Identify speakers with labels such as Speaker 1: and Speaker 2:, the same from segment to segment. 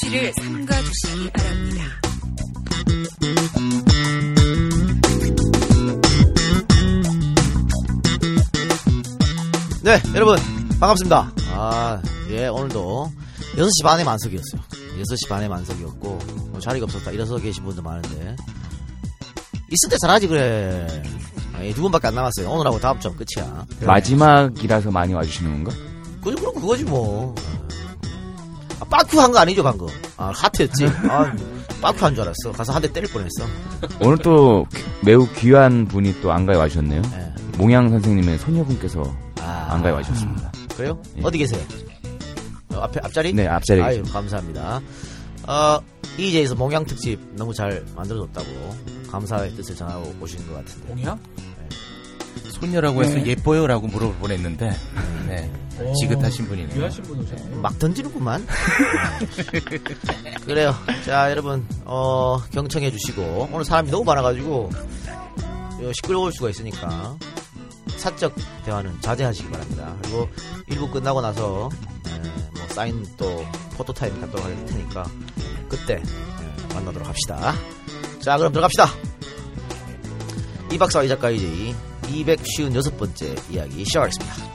Speaker 1: 기회를 삼가주시기 바랍니다.
Speaker 2: 네, 여러분, 반갑습니다. 아, 예, 오늘도 6시 반에 만석이었어요. 6시 반에 만석이었고, 뭐 자리가 없었다. 일어서 계신 분들 많은데. 있을 때 잘하지, 그래. 아, 예, 두 분밖에 안 남았어요. 오늘하고 다음 주 끝이야.
Speaker 3: 네. 마지막이라서 많이 와주시는 건가?
Speaker 2: 그, 그럼 그거지, 뭐. 아, 빠큐 한 거 아니죠, 방금? 아, 하트였지? 아, 빠큐 한 줄 알았어. 가서 한 대 때릴 뻔했어.
Speaker 3: 오늘 또 매우 귀한 분이 또 안가에 와주셨네요.
Speaker 2: 예.
Speaker 3: 몽양 선생님의 손녀분께서
Speaker 2: 아,
Speaker 3: 안가에 와주셨습니다.
Speaker 2: 그래요?
Speaker 3: 예.
Speaker 2: 어디 계세요? 어, 앞에 앞자리?
Speaker 3: 네, 앞자리에
Speaker 2: 아유, 감사합니다. 어, EJ에서 몽양 특집 너무 잘 만들어줬다고 감사의 뜻을 전하고 오신 것 같은데.
Speaker 4: 공이야? 손녀라고 해서
Speaker 2: 네.
Speaker 4: 예뻐요라고 물어볼 뻔했는데 네. 지긋하신 분이네요.
Speaker 2: 막 던지는구만. 그래요. 자, 여러분, 어, 경청해 주시고, 오늘 사람이 너무 많아가지고, 어, 시끄러울 수가 있으니까, 사적 대화는 자제하시기 바랍니다. 그리고 일부 끝나고 나서, 에, 뭐, 사인 또, 포토타임 갖도록 할 테니까, 그때, 에, 만나도록 합시다. 자, 그럼 들어갑시다. 이 박사와 이 작가 이제 256번째 이야기 시작하겠습니다.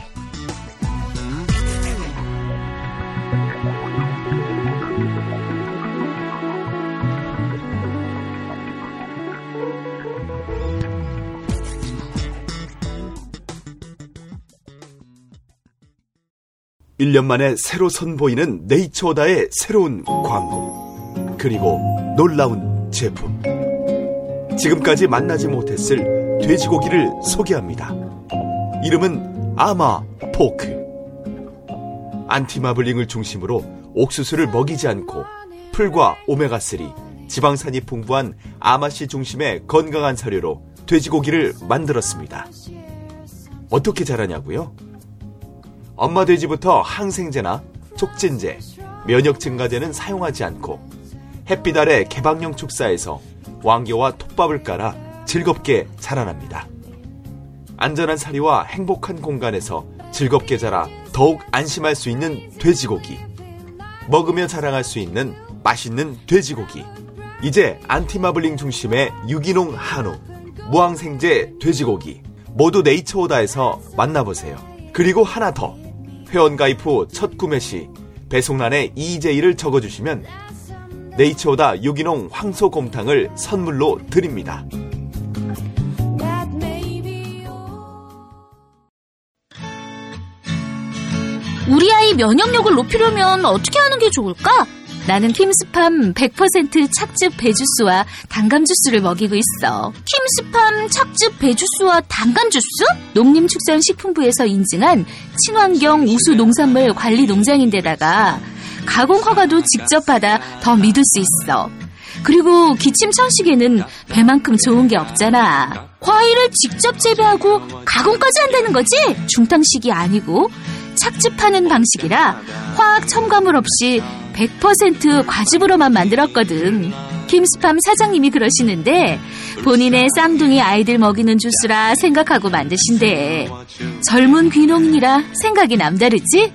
Speaker 5: 일 년 만에 새로 선보이는 네이처다의 새로운 광고 그리고 놀라운 제품 지금까지 만나지 못했을 돼지고기를 소개합니다 이름은 아마 포크 안티마블링을 중심으로 옥수수를 먹이지 않고 풀과 오메가3 지방산이 풍부한 아마씨 중심의 건강한 사료로 돼지고기를 만들었습니다 어떻게 자라냐고요? 엄마 돼지부터 항생제나 촉진제, 면역 증가제는 사용하지 않고 햇빛 아래 개방형 축사에서 왕겨와 톱밥을 깔아 즐겁게 자라납니다. 안전한 사리와 행복한 공간에서 즐겁게 자라 더욱 안심할 수 있는 돼지고기. 먹으며 자랑할 수 있는 맛있는 돼지고기. 이제 안티마블링 중심의 유기농 한우, 무항생제 돼지고기 모두 네이처오다에서 만나보세요. 그리고 하나 더. 회원가입 후 첫 구매 시 배송란에 EJ를 적어주시면 네이처오다 유기농 황소곰탕을 선물로 드립니다.
Speaker 6: That may be all.
Speaker 7: 우리 아이 면역력을 높이려면 어떻게 하는 게 좋을까? 나는 킴스팜 100% 착즙 배주스와 단감 주스를 먹이고 있어. 킴스팜 착즙 배주스와 단감 주스? 농림축산식품부에서 인증한 친환경 우수 농산물 관리 농장인데다가 가공 허가도 직접 받아 더 믿을 수 있어. 그리고 기침 천식에는 배만큼 좋은 게 없잖아. 과일을 직접 재배하고 가공까지 한다는 거지? 중탕식이 아니고 착즙하는 방식이라 화학 첨가물 없이 100% 과즙으로만 만들었거든. 김스팜 사장님이 그러시는데 본인의 쌍둥이 아이들 먹이는 주스라 생각하고 만드신대. 젊은 귀농인이라 생각이 남다르지?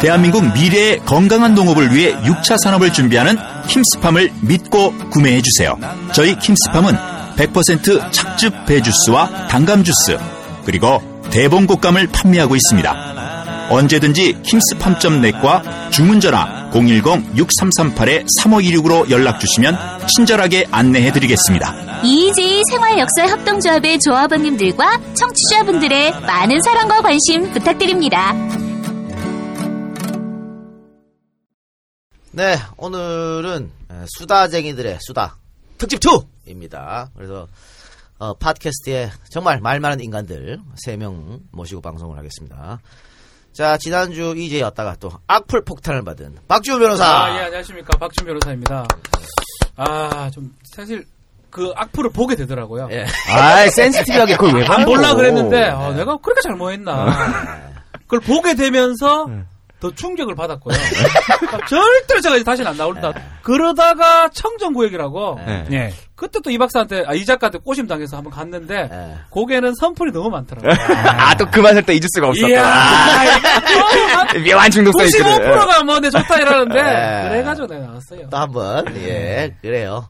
Speaker 8: 대한민국 미래의 건강한 농업을 위해 6차 산업을 준비하는 킴스팜을 믿고 구매해 주세요. 저희 킴스팜은 100% 착즙 배주스와 단감 주스 그리고 대봉곡감을 판매하고 있습니다. 언제든지 킴스팜.net과 주문 전화 010-6338-3526으로 연락 주시면 친절하게 안내해 드리겠습니다.
Speaker 7: EJ 생활역사 협동조합의 조합원님들과 청취자분들의 많은 사랑과 관심 부탁드립니다.
Speaker 2: 네, 오늘은 에, 수다쟁이들의 수다 특집 2입니다. 그래서 어, 팟캐스트에 정말 말 많은 인간들 3명 모시고 방송을 하겠습니다. 자, 지난주 이제 왔다가 또 악플 폭탄을 받은 박지훈 변호사.
Speaker 9: 아, 예, 안녕하십니까. 박준 변호사입니다. 아, 좀, 사실, 그 악플을 보게 되더라고요.
Speaker 2: 예.
Speaker 3: 아, 센스티브하게 그걸 왜
Speaker 9: 안 어,
Speaker 3: 봐요? 네. 네.
Speaker 9: 볼라 그랬는데, 아, 내가 그렇게 잘못했나. 그걸 보게 되면서, 더 충격을 받았고요. 절대로 제가 이제 다시는 안 나온다.
Speaker 3: 네.
Speaker 9: 그러다가 청정구역이라고
Speaker 2: 네.
Speaker 9: 예. 그때 또 이 박사한테 아, 이 작가한테 꼬심 당해서 한번 갔는데
Speaker 2: 네.
Speaker 9: 거기에는 선풀이 너무 많더라고요.
Speaker 3: 아, 또 그 맛을 또 잊을 수가 없었다.
Speaker 10: 아,
Speaker 3: 묘한 중독성이
Speaker 10: 예.
Speaker 3: 있거든.
Speaker 9: 95%가 아, 뭐 내 좋다 이러는데
Speaker 2: 네.
Speaker 9: 그래가지고 내가 나왔어요.
Speaker 2: 또 한 번. 예, 그래요.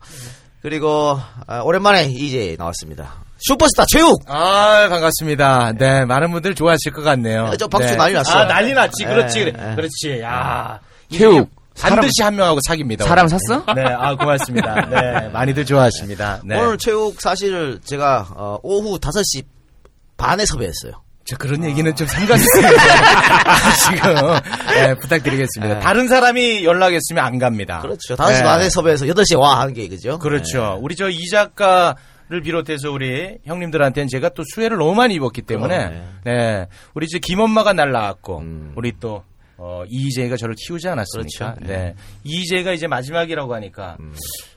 Speaker 2: 그리고 아, 오랜만에 이제 나왔습니다. 슈퍼스타 최욱.
Speaker 4: 아 반갑습니다. 네 많은 분들 좋아하실 것 같네요.
Speaker 2: 저 박수
Speaker 4: 네.
Speaker 2: 많이 났어.
Speaker 10: 아 난리 났지. 그렇지,
Speaker 2: 예,
Speaker 10: 그래.
Speaker 2: 예.
Speaker 10: 그렇지.
Speaker 9: 아,
Speaker 10: 야.
Speaker 4: 최욱 반드시 한 명하고 사깁니다.
Speaker 3: 사람 샀어?
Speaker 10: 네, 아 고맙습니다.
Speaker 4: 네 많이들 좋아하십니다. 네.
Speaker 2: 오늘 최욱 사실 제가 어, 오후 5시 반에 섭외했어요.
Speaker 4: 저 그런 얘기는 좀 삼가주세요. 아, 지금 네, 부탁드리겠습니다. 다른 사람이 연락했으면 안 갑니다.
Speaker 2: 그렇죠. 5시
Speaker 4: 네.
Speaker 2: 반에 섭외해서 8시에 와 하는 게 그죠? 네.
Speaker 4: 그렇죠. 우리 저 이 작가를 비롯해서 우리 형님들한테는 제가 또 수혜를 너무 많이 입었기 때문에
Speaker 2: 그러네.
Speaker 4: 네 우리 이제 김엄마가 날 낳았고
Speaker 2: 음.
Speaker 4: 우리 또 어, 이재가 저를 키우지 않았습니까?
Speaker 2: 그렇죠. 음.
Speaker 4: 네 이재가 이제 마지막이라고 하니까.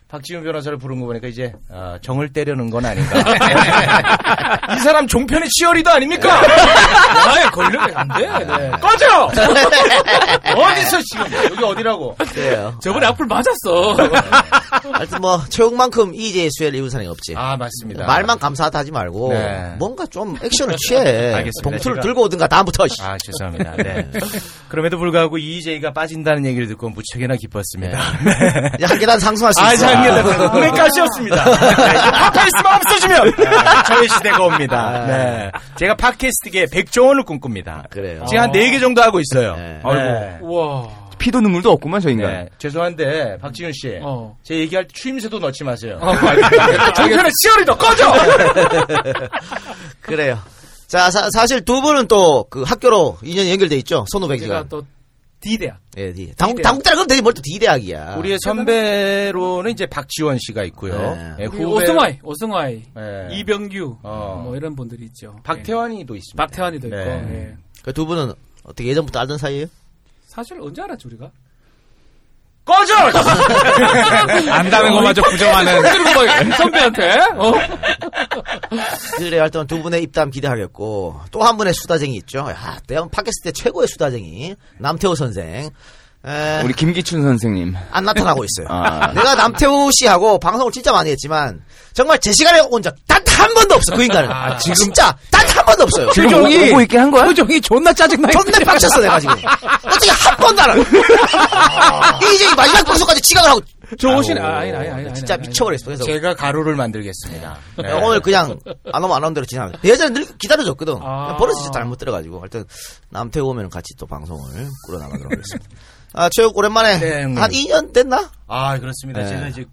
Speaker 4: 박지훈 변호사를 부른 거 보니까 이제 어, 정을 때려는 건 아닌가. 이 사람 종편의 치어리더 아닙니까?
Speaker 2: 네.
Speaker 9: 아예 걸리면 안 돼. 네.
Speaker 4: 꺼져! 어디서 지금 여기 어디라고?
Speaker 2: 그래요. 아,
Speaker 9: 저번에 악플 맞았어.
Speaker 2: 하여튼 뭐 최욱만큼 이제 수혜를 입은 사람이 없지.
Speaker 4: 아 맞습니다.
Speaker 2: 말만 감사하다 하지 말고
Speaker 4: 네.
Speaker 2: 뭔가 좀 액션을 어, 취해.
Speaker 4: 알겠습니다.
Speaker 2: 봉투를
Speaker 4: 제가-
Speaker 2: 들고 오든가 다음부터. 씨.
Speaker 4: 아 죄송합니다. 네. 그럼에도 불구하고 이재희가 빠진다는 얘기를 듣고 무척이나 기뻤습니다.
Speaker 2: 네. 이제 한 계단 상승할 수 있어.
Speaker 4: 아, 장기다. 눈에까지였습니다. 팟캐스트만
Speaker 2: 네,
Speaker 4: 없어지면 아, 저희 시대가 옵니다. 네. 제가 팟캐스트계 백종원을 꿈꿉니다.
Speaker 2: 아,
Speaker 3: 아.
Speaker 2: 그래요.
Speaker 4: 지금 한 네 개 정도 하고 있어요.
Speaker 2: 네.
Speaker 4: 네.
Speaker 9: 우와.
Speaker 3: 피도 눈물도 없구만, 저 인간.
Speaker 4: 네. 죄송한데 박지윤 씨,
Speaker 9: 어.
Speaker 4: 제 얘기할 때 추임새도 넣지 마세요.
Speaker 2: 어,
Speaker 9: 정편의 치어리더 꺼져.
Speaker 2: 그래요. 자, 사, 실두 분은 또 그 학교로 인연이 연결돼 있죠.
Speaker 9: 제가
Speaker 2: 손오백이가.
Speaker 9: 또 D 대학.
Speaker 2: 예, 예. 당국 당국 따라 그럼 되지 뭘또 D대학이야.
Speaker 4: 우리의 선배로는 이제 박지원 씨가 있고요.
Speaker 2: 네.
Speaker 4: 네,
Speaker 9: 우리
Speaker 4: 후배로-
Speaker 9: 오승화이, 오승화이,
Speaker 4: 네.
Speaker 9: 이병규,
Speaker 4: 어.
Speaker 9: 뭐 이런 분들이 있죠. 예.
Speaker 4: 박태환이도 있습니다.
Speaker 9: 박태환이도 있고.
Speaker 4: 네.
Speaker 9: 예.
Speaker 2: 그 두 분은 어떻게 예전부터 알던 사이예요?
Speaker 9: 사실 언제 알았지 우리가?
Speaker 4: 꺼져!
Speaker 3: 안다는 것마저 부정하는.
Speaker 9: 선배한테. 어.
Speaker 2: 그래 하여튼 두 분의 입담 기대하겠고 또 한 분의 수다쟁이 있죠. 야, 대형 팟캐스트 최고의 수다쟁이 남태호 선생. 에,
Speaker 3: 우리 김기춘 선생님.
Speaker 2: 네. 안 나타나고 있어요.
Speaker 3: 아.
Speaker 2: 내가 남태우 씨하고 방송을 진짜 많이 했지만 정말 제 시간에 온 적 단 한 번도 없어 그 인간은.
Speaker 9: 아,
Speaker 2: 진짜 단 한 번도 없어요.
Speaker 3: 지금 오- 오고 있긴 한 거야?
Speaker 10: 표정이 존나 짜증나.
Speaker 2: 존나 빡쳤어 내가 지금. 어떻게 한 번도 안 하고. 이제 이 마지막 방송까지 지각을 하고
Speaker 9: 저 오신 아, 아니 아니 아니.
Speaker 2: 진짜 미쳐버렸어. 그래서
Speaker 4: 제가 가루를 만들겠습니다. 네.
Speaker 2: 야, 오늘 그냥 안 오면 안 오는 대로 지나. 예전에 늘 기다려줬거든.
Speaker 9: 아.
Speaker 2: 그냥 버릇이 진짜 잘못 들어가지고. 하여튼 남태우 오면 같이 또 방송을 꾸려나가도록 하겠습니다. 아, 최욱 오랜만에
Speaker 4: 네, 형님.
Speaker 2: 한 2년 됐나?
Speaker 4: 아 그렇습니다.
Speaker 2: 네. 음.
Speaker 4: 제가 이제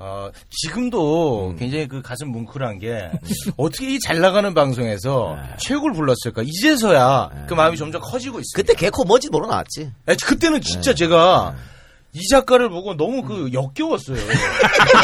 Speaker 4: 어, 지금도 굉장히 그 가슴 뭉클한 게 어떻게 이 잘 나가는 방송에서
Speaker 2: 네.
Speaker 4: 최욱을 불렀을까? 이제서야 그 마음이 점점 커지고 있습니다.
Speaker 2: 그때 개코 뭔지 모르 나왔지. 네.
Speaker 4: 아, 그때는 진짜 제가 이 작가를 보고 너무
Speaker 2: 음.
Speaker 4: 그 역겨웠어요.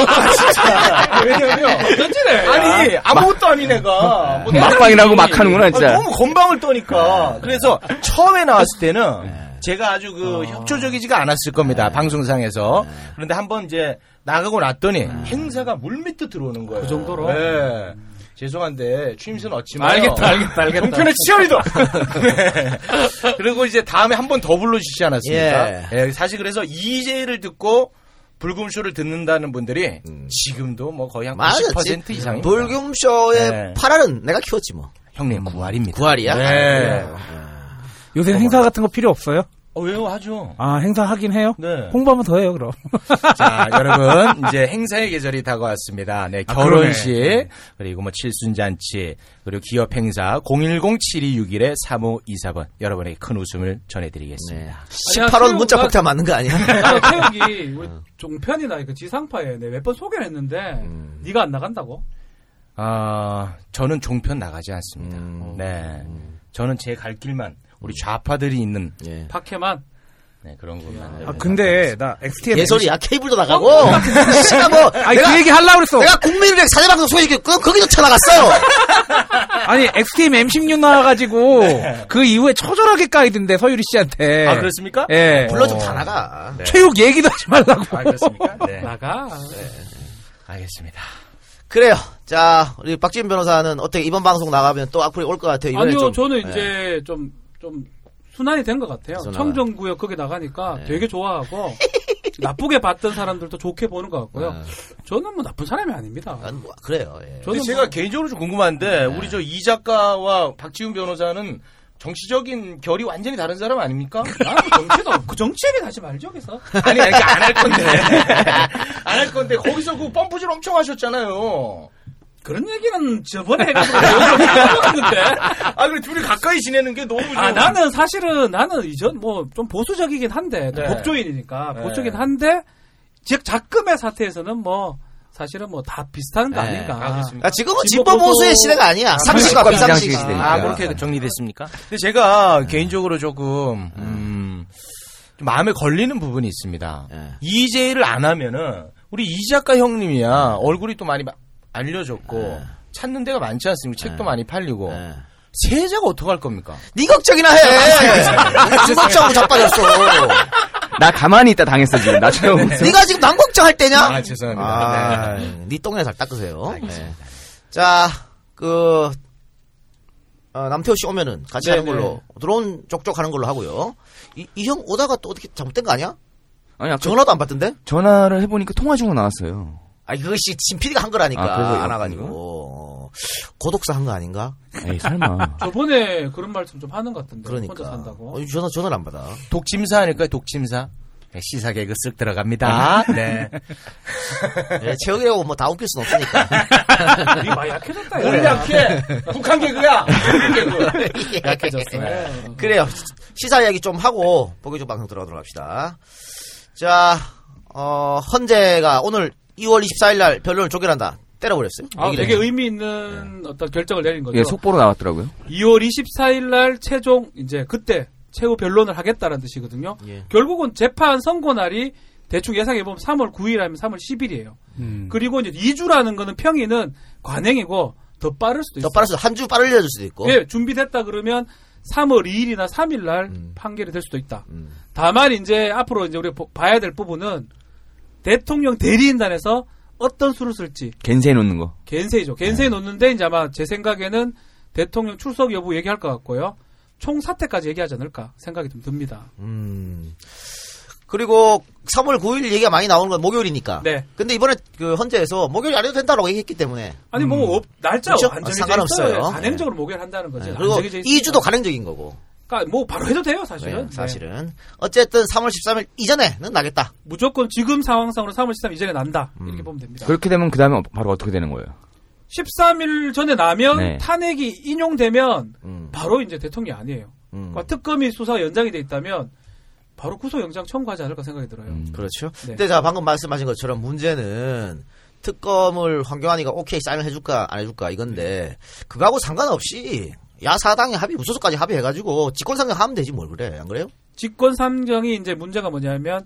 Speaker 2: 아,
Speaker 4: 진짜. 왜냐면
Speaker 9: 네.
Speaker 4: 아니 아무것도 아닌 애가 뭐
Speaker 3: 음. 막방이라고 막 하는구나,
Speaker 4: 아,
Speaker 3: 진짜.
Speaker 4: 너무 건방을 떠니까. 그래서 처음에 나왔을
Speaker 3: 네.
Speaker 4: 때는 제가 아주 그
Speaker 3: 어.
Speaker 4: 협조적이지가 않았을 겁니다. 방송상에서.
Speaker 3: 네.
Speaker 4: 그런데 한번 이제 나가고 났더니 행사가 물밑에 들어오는 거예요.
Speaker 9: 그 정도로?
Speaker 4: 네. 죄송한데 취임새는 얻지만
Speaker 9: 알겠다 알겠다 알겠다.
Speaker 4: 동편의 치어리더. 네. 그리고 이제 다음에 한 번 더 불러주시지 않았습니까? 예, 사실 그래서 이재를 듣고 불금쇼를 듣는다는 분들이
Speaker 3: 음.
Speaker 4: 지금도 뭐 거의 한 90% 이상이
Speaker 2: 불금쇼의
Speaker 4: 네.
Speaker 2: 8알은 내가 키웠지 뭐.
Speaker 4: 형님 9할입니다.
Speaker 2: 9알이야?
Speaker 3: 예.
Speaker 4: 네.
Speaker 10: 요새 행사 같은 거 필요 없어요?
Speaker 4: 어, 왜요 하죠?
Speaker 10: 아 행사 하긴 해요.
Speaker 4: 네.
Speaker 10: 홍보 한번 더 해요 그럼.
Speaker 4: 자, 여러분, 이제 행사의 계절이 다가왔습니다. 네, 결혼식, 그리고 뭐 칠순잔치, 그리고 기업 행사 010-7261-3524번 여러분에게 큰 웃음을 전해드리겠습니다.
Speaker 2: 18원 문자 폭탄 맞는 거 아니야?
Speaker 9: 태욱이 우리 종편이나 그 지상파에 몇 번 소개를 했는데
Speaker 4: 음.
Speaker 9: 네가 안 나간다고?
Speaker 4: 아, 저는 종편 나가지 않습니다. 네. 저는 제 갈 길만 우리 좌파들이 있는
Speaker 2: 예.
Speaker 9: 박해만.
Speaker 4: 네, 그런 것만.
Speaker 10: 아 근데 나 XTM
Speaker 4: 아,
Speaker 2: 예솔이야 케이블도 나가고. 어, 진짜 뭐
Speaker 10: 어, 아니
Speaker 2: 내가
Speaker 10: 그 얘기 하려고 그랬어.
Speaker 2: 내가 국민일에 사제방송 소개시켰고 거기도 쳐나갔어.
Speaker 10: 아니 XTM M16 나와가지고
Speaker 2: 네.
Speaker 10: 그 이후에 처절하게 까이던데 서유리 씨한테.
Speaker 4: 아, 그렇습니까?
Speaker 10: 예.
Speaker 2: 불러 좀다 나가.
Speaker 4: 네.
Speaker 10: 체육 얘기도 하지 말라고.
Speaker 4: 어. 아, 그렇습니까? 네.
Speaker 9: 나가.
Speaker 4: 알겠습니다.
Speaker 2: 그래요. 자, 우리 박지윤 변호사는 어떻게 이번 방송 나가면 또 악플이 올 것 같아요. 이번에 네.
Speaker 9: 아니요
Speaker 2: 좀.
Speaker 9: 저는
Speaker 2: 예.
Speaker 9: 이제 좀 좀 순환이 된 것 같아요.
Speaker 2: 순환.
Speaker 9: 청정구역 거기 나가니까
Speaker 2: 네.
Speaker 9: 되게 좋아하고 나쁘게 봤던 사람들도 좋게 보는 것 같고요. 저는 뭐 나쁜 사람이 아닙니다.
Speaker 2: 아, 네. 뭐, 그래요. 예. 네.
Speaker 9: 저는
Speaker 4: 제가
Speaker 9: 뭐-
Speaker 4: 개인적으로 좀 궁금한데 우리 저 이 작가와 박지훈 변호사는 정치적인 결이 완전히 다른 사람 아닙니까?
Speaker 9: 나는 정치도 그 정치 얘기 하지 말죠, 여기서.
Speaker 4: 아니 그러니까 안 할 건데 안 할 건데 거기서 그 펌프질 엄청 하셨잖아요.
Speaker 9: 그런 얘기는 저번에 해가지고 여기서 까먹었는데.
Speaker 4: 아 그래 둘이 가까이 지내는 게 너무 좀
Speaker 9: 아, 나는 사실은 나는 이전 뭐 좀 보수적이긴 한데 또
Speaker 4: 네.
Speaker 9: 법조인이니까
Speaker 4: 네.
Speaker 9: 보수적이긴 한데 즉 작금의 사태에서는 뭐 사실은 뭐 다 비슷한 거
Speaker 2: 네.
Speaker 9: 아닌가.
Speaker 4: 아, 그렇습니다.
Speaker 2: 아, 지금은
Speaker 9: 진보
Speaker 2: 진보 보수의
Speaker 9: 보수-
Speaker 2: 시대가 아니야. 상식과
Speaker 9: 그러니까
Speaker 2: 비상식의 시대니까.
Speaker 4: 그 아, 그렇게 정리됐습니까? 근데 제가
Speaker 2: 음.
Speaker 4: 개인적으로 조금, 음, 좀 마음에 걸리는 부분이 있습니다.
Speaker 2: 예.
Speaker 4: 이재를 안 하면은, 우리 이 작가
Speaker 2: 음.
Speaker 4: 형님이야, 얼굴이 또 많이 마- 알려졌고, 찾는 데가 많지 않습니까? 책도 많이 팔리고.
Speaker 2: 예.
Speaker 4: 세자가 어떡할 겁니까?
Speaker 2: 네 걱정이나 해. 남 걱정하고 자빠졌어.
Speaker 3: 나 가만히 있다 당했어 지금 나 처음.
Speaker 2: 네가 지금 남 걱정할 때냐?
Speaker 4: 아, 죄송합니다.
Speaker 2: 아, 네 똥이나 잘 닦으세요. 네. 자, 그 어, 남태호 씨 오면은 같이
Speaker 3: 네,
Speaker 2: 하는 걸로 들어온 쪽쪽 하는 걸로 하고요. 이 형 오다가 또 어떻게 잘못된 거 아니야?
Speaker 3: 아니 아까
Speaker 2: 전화도 안 받던데?
Speaker 3: 전화를 해보니까 통화 중으로 나왔어요.
Speaker 2: 아, 그것이 진피디가 한 거라니까
Speaker 3: 아, 그거
Speaker 2: 안 와가지고 어, 고독사 한 거 아닌가?
Speaker 3: 에이 설마.
Speaker 9: 저번에 그런 말씀 좀 하는 것 같은데
Speaker 2: 음. 그러니까
Speaker 9: 혼자 산다고.
Speaker 2: 어, 전화 전화를 안 받아.
Speaker 4: 독침사 아닐까요? 독침사. 네, 시사 개그 쓱
Speaker 2: 아,
Speaker 4: 들어갑니다. 네.
Speaker 2: 예, 체육이라고 뭐 다 웃길 순 없으니까.
Speaker 9: 이 많이 약해졌다.
Speaker 4: 오늘 약해! 북한 개그야! 북한 개그!
Speaker 9: 약해졌어.
Speaker 2: 예,
Speaker 9: 네.
Speaker 2: 그래요. 시사 이야기 좀 하고 본격적 방송 들어가도록 합시다. 자, 어, 헌재가 오늘 2월 24일 날 변론을 조결한다. 때려버렸어요.
Speaker 9: 아,
Speaker 2: 얘기를
Speaker 9: 되게
Speaker 2: 했는데. 네.
Speaker 9: 의미 있는 어떤 결정을 내린 거죠.
Speaker 3: 예 속보로 나왔더라고요.
Speaker 9: 2월 24일 날 최종 이제 그때 최후 변론을 하겠다라는 뜻이거든요.
Speaker 2: 예.
Speaker 9: 결국은 재판 선고 날이 대충 예상해 보면 3월 9일 아니면 3월 10일이에요. 음.
Speaker 4: 음.
Speaker 9: 그리고 이제 2주라는 거는 평의는 관행이고 더 빠를 수도
Speaker 2: 더
Speaker 9: 있어요.
Speaker 2: 빠를 수도 한주 빠를 내줄 수도 있고.
Speaker 9: 예, 준비됐다 그러면 3월 2일이나 3일 날
Speaker 2: 음.
Speaker 9: 판결이 될 수도 있다. 다만 이제 앞으로 이제 우리 가 봐야 될 부분은 대통령 대리인단에서 어떤 수를 쓸지
Speaker 3: 겐세 놓는 거.
Speaker 9: 겐세이죠. 겐세이
Speaker 2: 네.
Speaker 9: 놓는데 이제 아마 제 생각에는 대통령 출석 여부 얘기할 것 같고요. 총 사태까지 얘기하지 않을까 생각이 좀 듭니다.
Speaker 2: 음. 그리고 3월 9일 얘기가 많이 나오는 건 목요일이니까.
Speaker 9: 네.
Speaker 2: 근데 이번에 그 헌재에서 목요일 안 해도 된다라고 얘기했기 때문에.
Speaker 9: 아니 뭐 업- 날짜
Speaker 2: 음. 그쵸?
Speaker 9: 완전히
Speaker 2: 그렇죠? 아, 상관없어요. 네.
Speaker 9: 간행적으로 목요일 예, 한다는 거지.
Speaker 2: 그리고
Speaker 9: 네, 안정해져 있으니까.
Speaker 2: 2주도 가능적인 거고.
Speaker 9: 그러니까 뭐 바로 해도 돼요 사실은.
Speaker 2: 네, 사실은. 어쨌든 3월 13일 이전에는 나겠다. 음.
Speaker 9: 네. 무조건 지금 상황상으로 3월 13일 이전에 난다 이렇게 보면 됩니다.
Speaker 3: 그렇게 되면 그 다음에 바로 어떻게 되는 거예요?
Speaker 9: 13일 전에 나면
Speaker 3: 네.
Speaker 9: 탄핵이 인용되면
Speaker 2: 음.
Speaker 9: 바로 이제 대통령이 아니에요.
Speaker 2: 음.
Speaker 9: 그러니까 특검이 수사 연장이 돼 있다면 바로 구속영장 청구하지 않을까 생각이 들어요.
Speaker 2: 그렇죠.
Speaker 9: 네.
Speaker 2: 근데 자 방금 말씀하신 것처럼 문제는 특검을 황교안이가 오케이 사인을 해줄까 안 해줄까
Speaker 9: 네.
Speaker 2: 이건데 그거하고 상관없이 야사당의 합의 무소속까지 합의해가지고 직권상정 하면 되지 뭘 그래 안 그래요?
Speaker 9: 집권 삼정이 이제 문제가 뭐냐면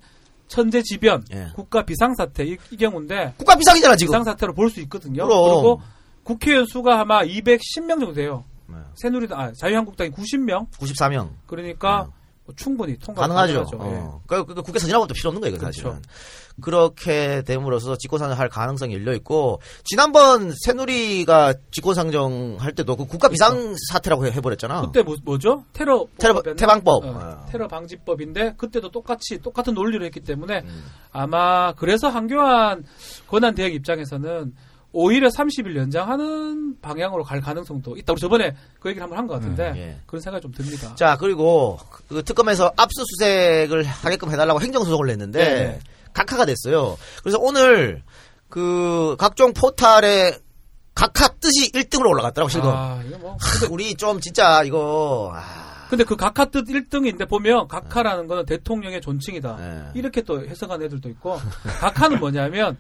Speaker 9: 천재지변,
Speaker 2: 예.
Speaker 9: 국가 비상사태 이, 이 경우인데
Speaker 2: 국가 비상이잖아 지금.
Speaker 9: 비상사태로 볼 수 있거든요.
Speaker 2: 그럼.
Speaker 9: 그리고 국회의원 수가 아마 210명 정도 돼요.
Speaker 2: 네.
Speaker 9: 새누리당, 아, 자유한국당이 90명.
Speaker 2: 94명
Speaker 9: 그러니까 뭐 충분히 통과
Speaker 2: 네. 가능하죠.
Speaker 9: 예.
Speaker 2: 어. 그러니까 그러니까 국회 선진화법도 필요 없는 거예요, 이거
Speaker 9: 그렇죠.
Speaker 2: 사실은. 그렇게 됨으로써 직권상정할 가능성이 열려 있고 지난번 새누리가 직권상정할 때도 그 국가 비상 사태라고 해버렸잖아.
Speaker 9: 그렇죠. 그때 뭐, 죠 테러
Speaker 2: 테러-
Speaker 9: 법이었나?
Speaker 2: 태방법.
Speaker 9: 어,
Speaker 2: 어.
Speaker 9: 테러 방지법인데 그때도 똑같이 똑같은 논리로 했기 때문에
Speaker 2: 음.
Speaker 9: 아마 그래서 한교안 권한 대행 입장에서는 오히려 30일 연장하는 방향으로 갈 가능성도 있다. 우리 저번에 그 얘기를 한번 한 것 같은데
Speaker 2: 예.
Speaker 9: 그런 생각이 좀 듭니다.
Speaker 2: 자 그리고 그 특검에서 압수수색을 하게끔 해달라고 행정소송을 냈는데
Speaker 9: 네.
Speaker 2: 각하가 됐어요. 그래서 오늘 그 각종 포탈에 각하 뜻이 1등으로 올라갔더라고 실검.
Speaker 9: 아, 이거 뭐.
Speaker 2: 근데 우리 좀 진짜 이거 아,
Speaker 9: 근데 그 각하 뜻 1등인데 보면 각하라는 거는 대통령의 존칭이다.
Speaker 2: 네.
Speaker 9: 이렇게 또 해석한 애들도 있고 각하는 뭐냐면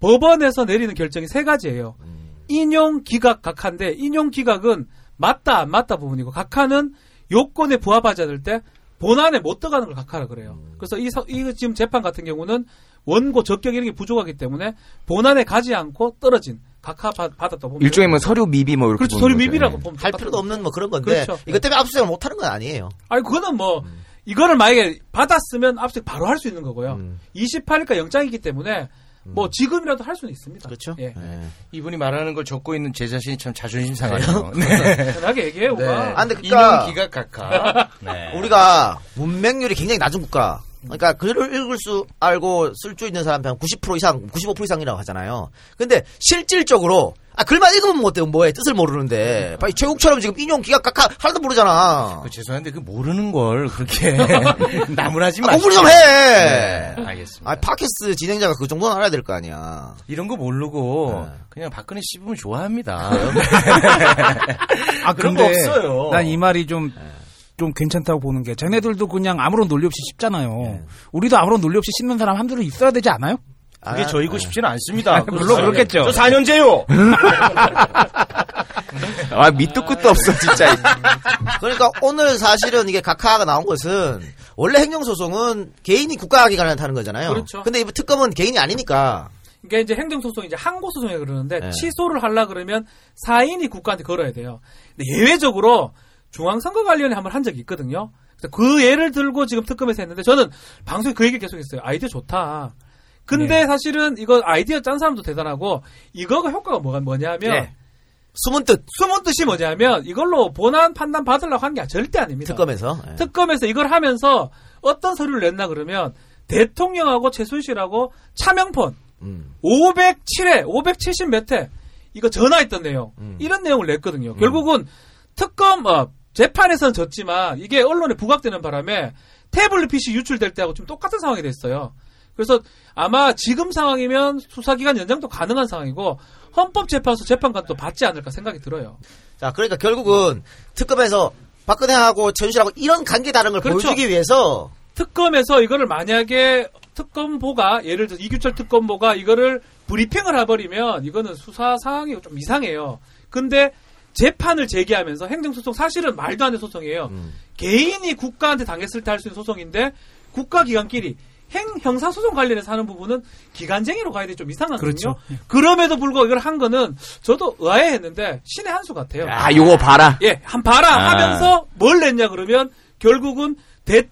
Speaker 9: 법원에서 내리는 결정이 세 가지예요.
Speaker 2: 음.
Speaker 9: 인용 기각 각하인데 인용 기각은 맞다 안 맞다 부분이고 각하는 요건에 부합하지 않을 때 본안에 못 들어가는 걸 각하라 그래요.
Speaker 2: 음.
Speaker 9: 그래서 이, 서- 이 지금 재판 같은 경우는 원고 적격 이런 게 부족하기 때문에 본안에 가지 않고 떨어진 각하 받, 받았다 보면
Speaker 3: 일종의 뭐 서류 미비 뭐 이렇게.
Speaker 9: 그렇죠
Speaker 3: 보는
Speaker 9: 소리
Speaker 3: 거죠.
Speaker 9: 미비라고
Speaker 3: 예.
Speaker 9: 보면
Speaker 2: 할
Speaker 9: 똑같은
Speaker 2: 필요도
Speaker 9: 거죠.
Speaker 2: 없는 뭐 그런 건데
Speaker 9: 네. 그렇죠.
Speaker 2: 이것 때문에 압수수색을 못하는 건 아니에요. 음.
Speaker 9: 아니 그거는 뭐
Speaker 2: 음.
Speaker 9: 이거를 만약에 받았으면 압수색 바로 할 수 있는 거고요. 28일까 영장이기 때문에 뭐 지금이라도 할 수는 있습니다.
Speaker 2: 그렇죠?
Speaker 9: 예.
Speaker 2: 예.
Speaker 4: 네. 이분이 말하는 걸 적고 있는 제 자신이 참 자존심 상해요. 네.
Speaker 9: 편하게 얘기해
Speaker 4: 네.
Speaker 9: 오가.
Speaker 2: 아, 근데 그니까-
Speaker 4: 인형 기각 각하. 네.
Speaker 2: 우리가 문맹률이 굉장히 낮은 국가. 그러니까 글을 읽을 수 알고 쓸 줄 있는 사람 한90% 이상, 95% 이상이라고 하잖아요. 근데 실질적으로 아 글만 읽으면 못해 뭐해 뜻을 모르는데 빨리 최욱처럼 지금 인용 기각 각하 하나도 모르잖아.
Speaker 4: 그 죄송한데 그 모르는 걸 그렇게 네. 나무라지
Speaker 2: 아,
Speaker 4: 마.
Speaker 2: 공부 좀 해.
Speaker 4: 네, 알겠습니다.
Speaker 2: 아 팟캐스트 진행자가 그 정도는 알아야 될 거 아니야. 네.
Speaker 4: 이런 거 모르고 그냥 박근혜 씹으면 좋아합니다.
Speaker 10: 아,
Speaker 4: 그런 거
Speaker 10: 근데
Speaker 4: 없어요.
Speaker 10: 난 이 말이 좀, 좀 괜찮다고 보는 게, 쟤네들도 그냥 아무런 논리 없이 씹잖아요.
Speaker 2: 네.
Speaker 10: 우리도 아무런 논리 없이 씹는 사람 한둘은 있어야 되지 않아요?
Speaker 4: 그게
Speaker 2: 네.
Speaker 4: 저이고 싶지는 않습니다.
Speaker 10: 물론 그렇겠죠.
Speaker 4: 저 4년째요.
Speaker 3: 아 밑도 끝도 없어 진짜.
Speaker 2: 그러니까 오늘 사실은 이게 각하가 나온 것은 원래 행정소송은 개인이 국가기관한테 하는 거잖아요.
Speaker 9: 그렇죠.
Speaker 2: 근데 이 특검은 개인이 아니니까.
Speaker 9: 그러니까 이게 이제 행정소송 이제 항고소송이 그러는데
Speaker 2: 네.
Speaker 9: 취소를 하려 그러면 사인이 국가한테 걸어야 돼요. 근데 예외적으로 중앙선거관리위원회 한번 한 적이 있거든요. 그래서 그 예를 들고 지금 특검에서 했는데 저는 방송에 그 얘기 계속했어요. 아이디어 좋다. 근데
Speaker 2: 네.
Speaker 9: 사실은 이거 아이디어 짠 사람도 대단하고 이거가 효과가 뭐가 뭐냐면
Speaker 4: 네.
Speaker 2: 숨은 뜻
Speaker 9: 숨은 뜻이 뭐냐면 이걸로 본안 판단 받으려고 한 게 절대 아닙니다.
Speaker 2: 특검에서. 예.
Speaker 9: 특검에서 이걸 하면서 어떤 서류를 냈나 그러면 대통령하고 최순실하고 차명폰
Speaker 2: 음.
Speaker 9: 507회, 570 몇 회, 이거 전화했던 내용,
Speaker 2: 음.
Speaker 9: 이런 내용을 냈거든요. 결국은 특검, 어, 재판에서는 졌지만, 이게 언론에 부각되는 바람에 태블릿 PC 유출될 때하고 좀 똑같은 상황이 됐어요. 그래서 아마 지금 상황이면 수사기간 연장도 가능한 상황이고, 헌법재판소 재판관도 받지 않을까 생각이 들어요.
Speaker 2: 자, 그러니까 결국은 특검에서 박근혜하고 전실하고 이런 관계 다른 걸
Speaker 9: 그렇죠.
Speaker 2: 보여주기 위해서
Speaker 9: 특검에서 이거를 만약에 특검보가 예를 들어 이규철 특검보가 이거를 브리핑을 해버리면 이거는 수사 상황이 좀 이상해요. 근데 재판을 제기하면서 행정소송 사실은 말도 안 되는 소송이에요.
Speaker 3: 음.
Speaker 9: 개인이 국가한테 당했을 때 할 수 있는 소송인데 국가기관끼리 행 형사소송 관련해서 하는 부분은 기간쟁이로 가야 돼 좀
Speaker 3: 그렇죠.
Speaker 9: 이상하거든요.
Speaker 3: 예.
Speaker 9: 그럼에도 불구하고 이걸 한 거는 저도 의아해했는데 신의 한 수 같아요.
Speaker 3: 아 요거 봐라.
Speaker 9: 예, 한 봐라
Speaker 3: 아.
Speaker 9: 하면서 뭘 냈냐 그러면 결국은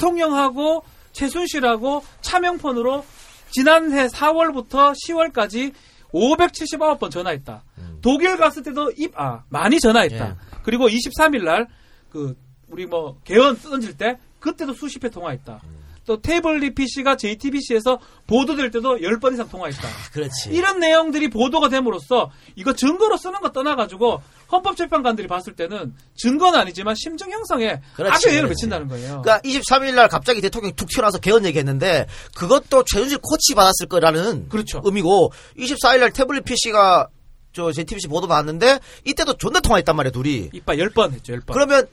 Speaker 9: 대통령하고 최순실하고 차명폰으로 지난해 4월부터 10월까지 579번 전화했다. 독일 갔을 때도 입, 아, 많이 전화했다. 그리고 23일 날, 그, 우리 뭐, 개헌 던질 때, 그때도 수십 회 통화했다. 또 태블릿 PC가 JTBC에서 보도될 때도 10번 이상 통화했다.
Speaker 2: 그렇지.
Speaker 9: 이런 내용들이 보도가 됨으로써 이거 증거로 쓰는 거 떠나가지고 헌법재판관들이 봤을 때는 증거는 아니지만 심증 형성에
Speaker 2: 그렇지,
Speaker 9: 아주 영향을
Speaker 2: 그렇지.
Speaker 9: 미친다는 거예요.
Speaker 2: 그러니까 23일 날 갑자기 대통령이 툭 튀어나와서 개헌 얘기했는데 그것도 최순실 코치 받았을 거라는
Speaker 9: 그렇죠.
Speaker 2: 의미고 24일 날 태블릿 PC가 저 JTBC 보도 나왔는데 이때도 존나 통화했단 말이야, 둘이.
Speaker 9: 이빨 10번 했죠, 10번.
Speaker 2: 그러면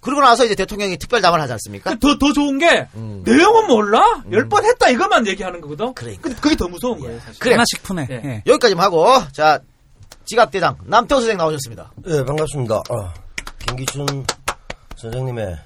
Speaker 2: 그러고 나서 이제 대통령이 특별 담화를 하지 않습니까?
Speaker 9: 그
Speaker 2: 음.
Speaker 9: 더, 더 좋은 게, 내용은 몰라? 열 번 했다, 이것만 얘기하는 거거든?
Speaker 2: 그러니까.
Speaker 9: 근데 그게 더 무서운 거예요, 사실.
Speaker 2: 그래.
Speaker 10: 하나씩 푸네.
Speaker 9: 예.
Speaker 10: 예.
Speaker 2: 여기까지 하고 자, 지각대장 남태호 선생 나오셨습니다.
Speaker 11: 예, 반갑습니다. 아, 김기춘 선생님의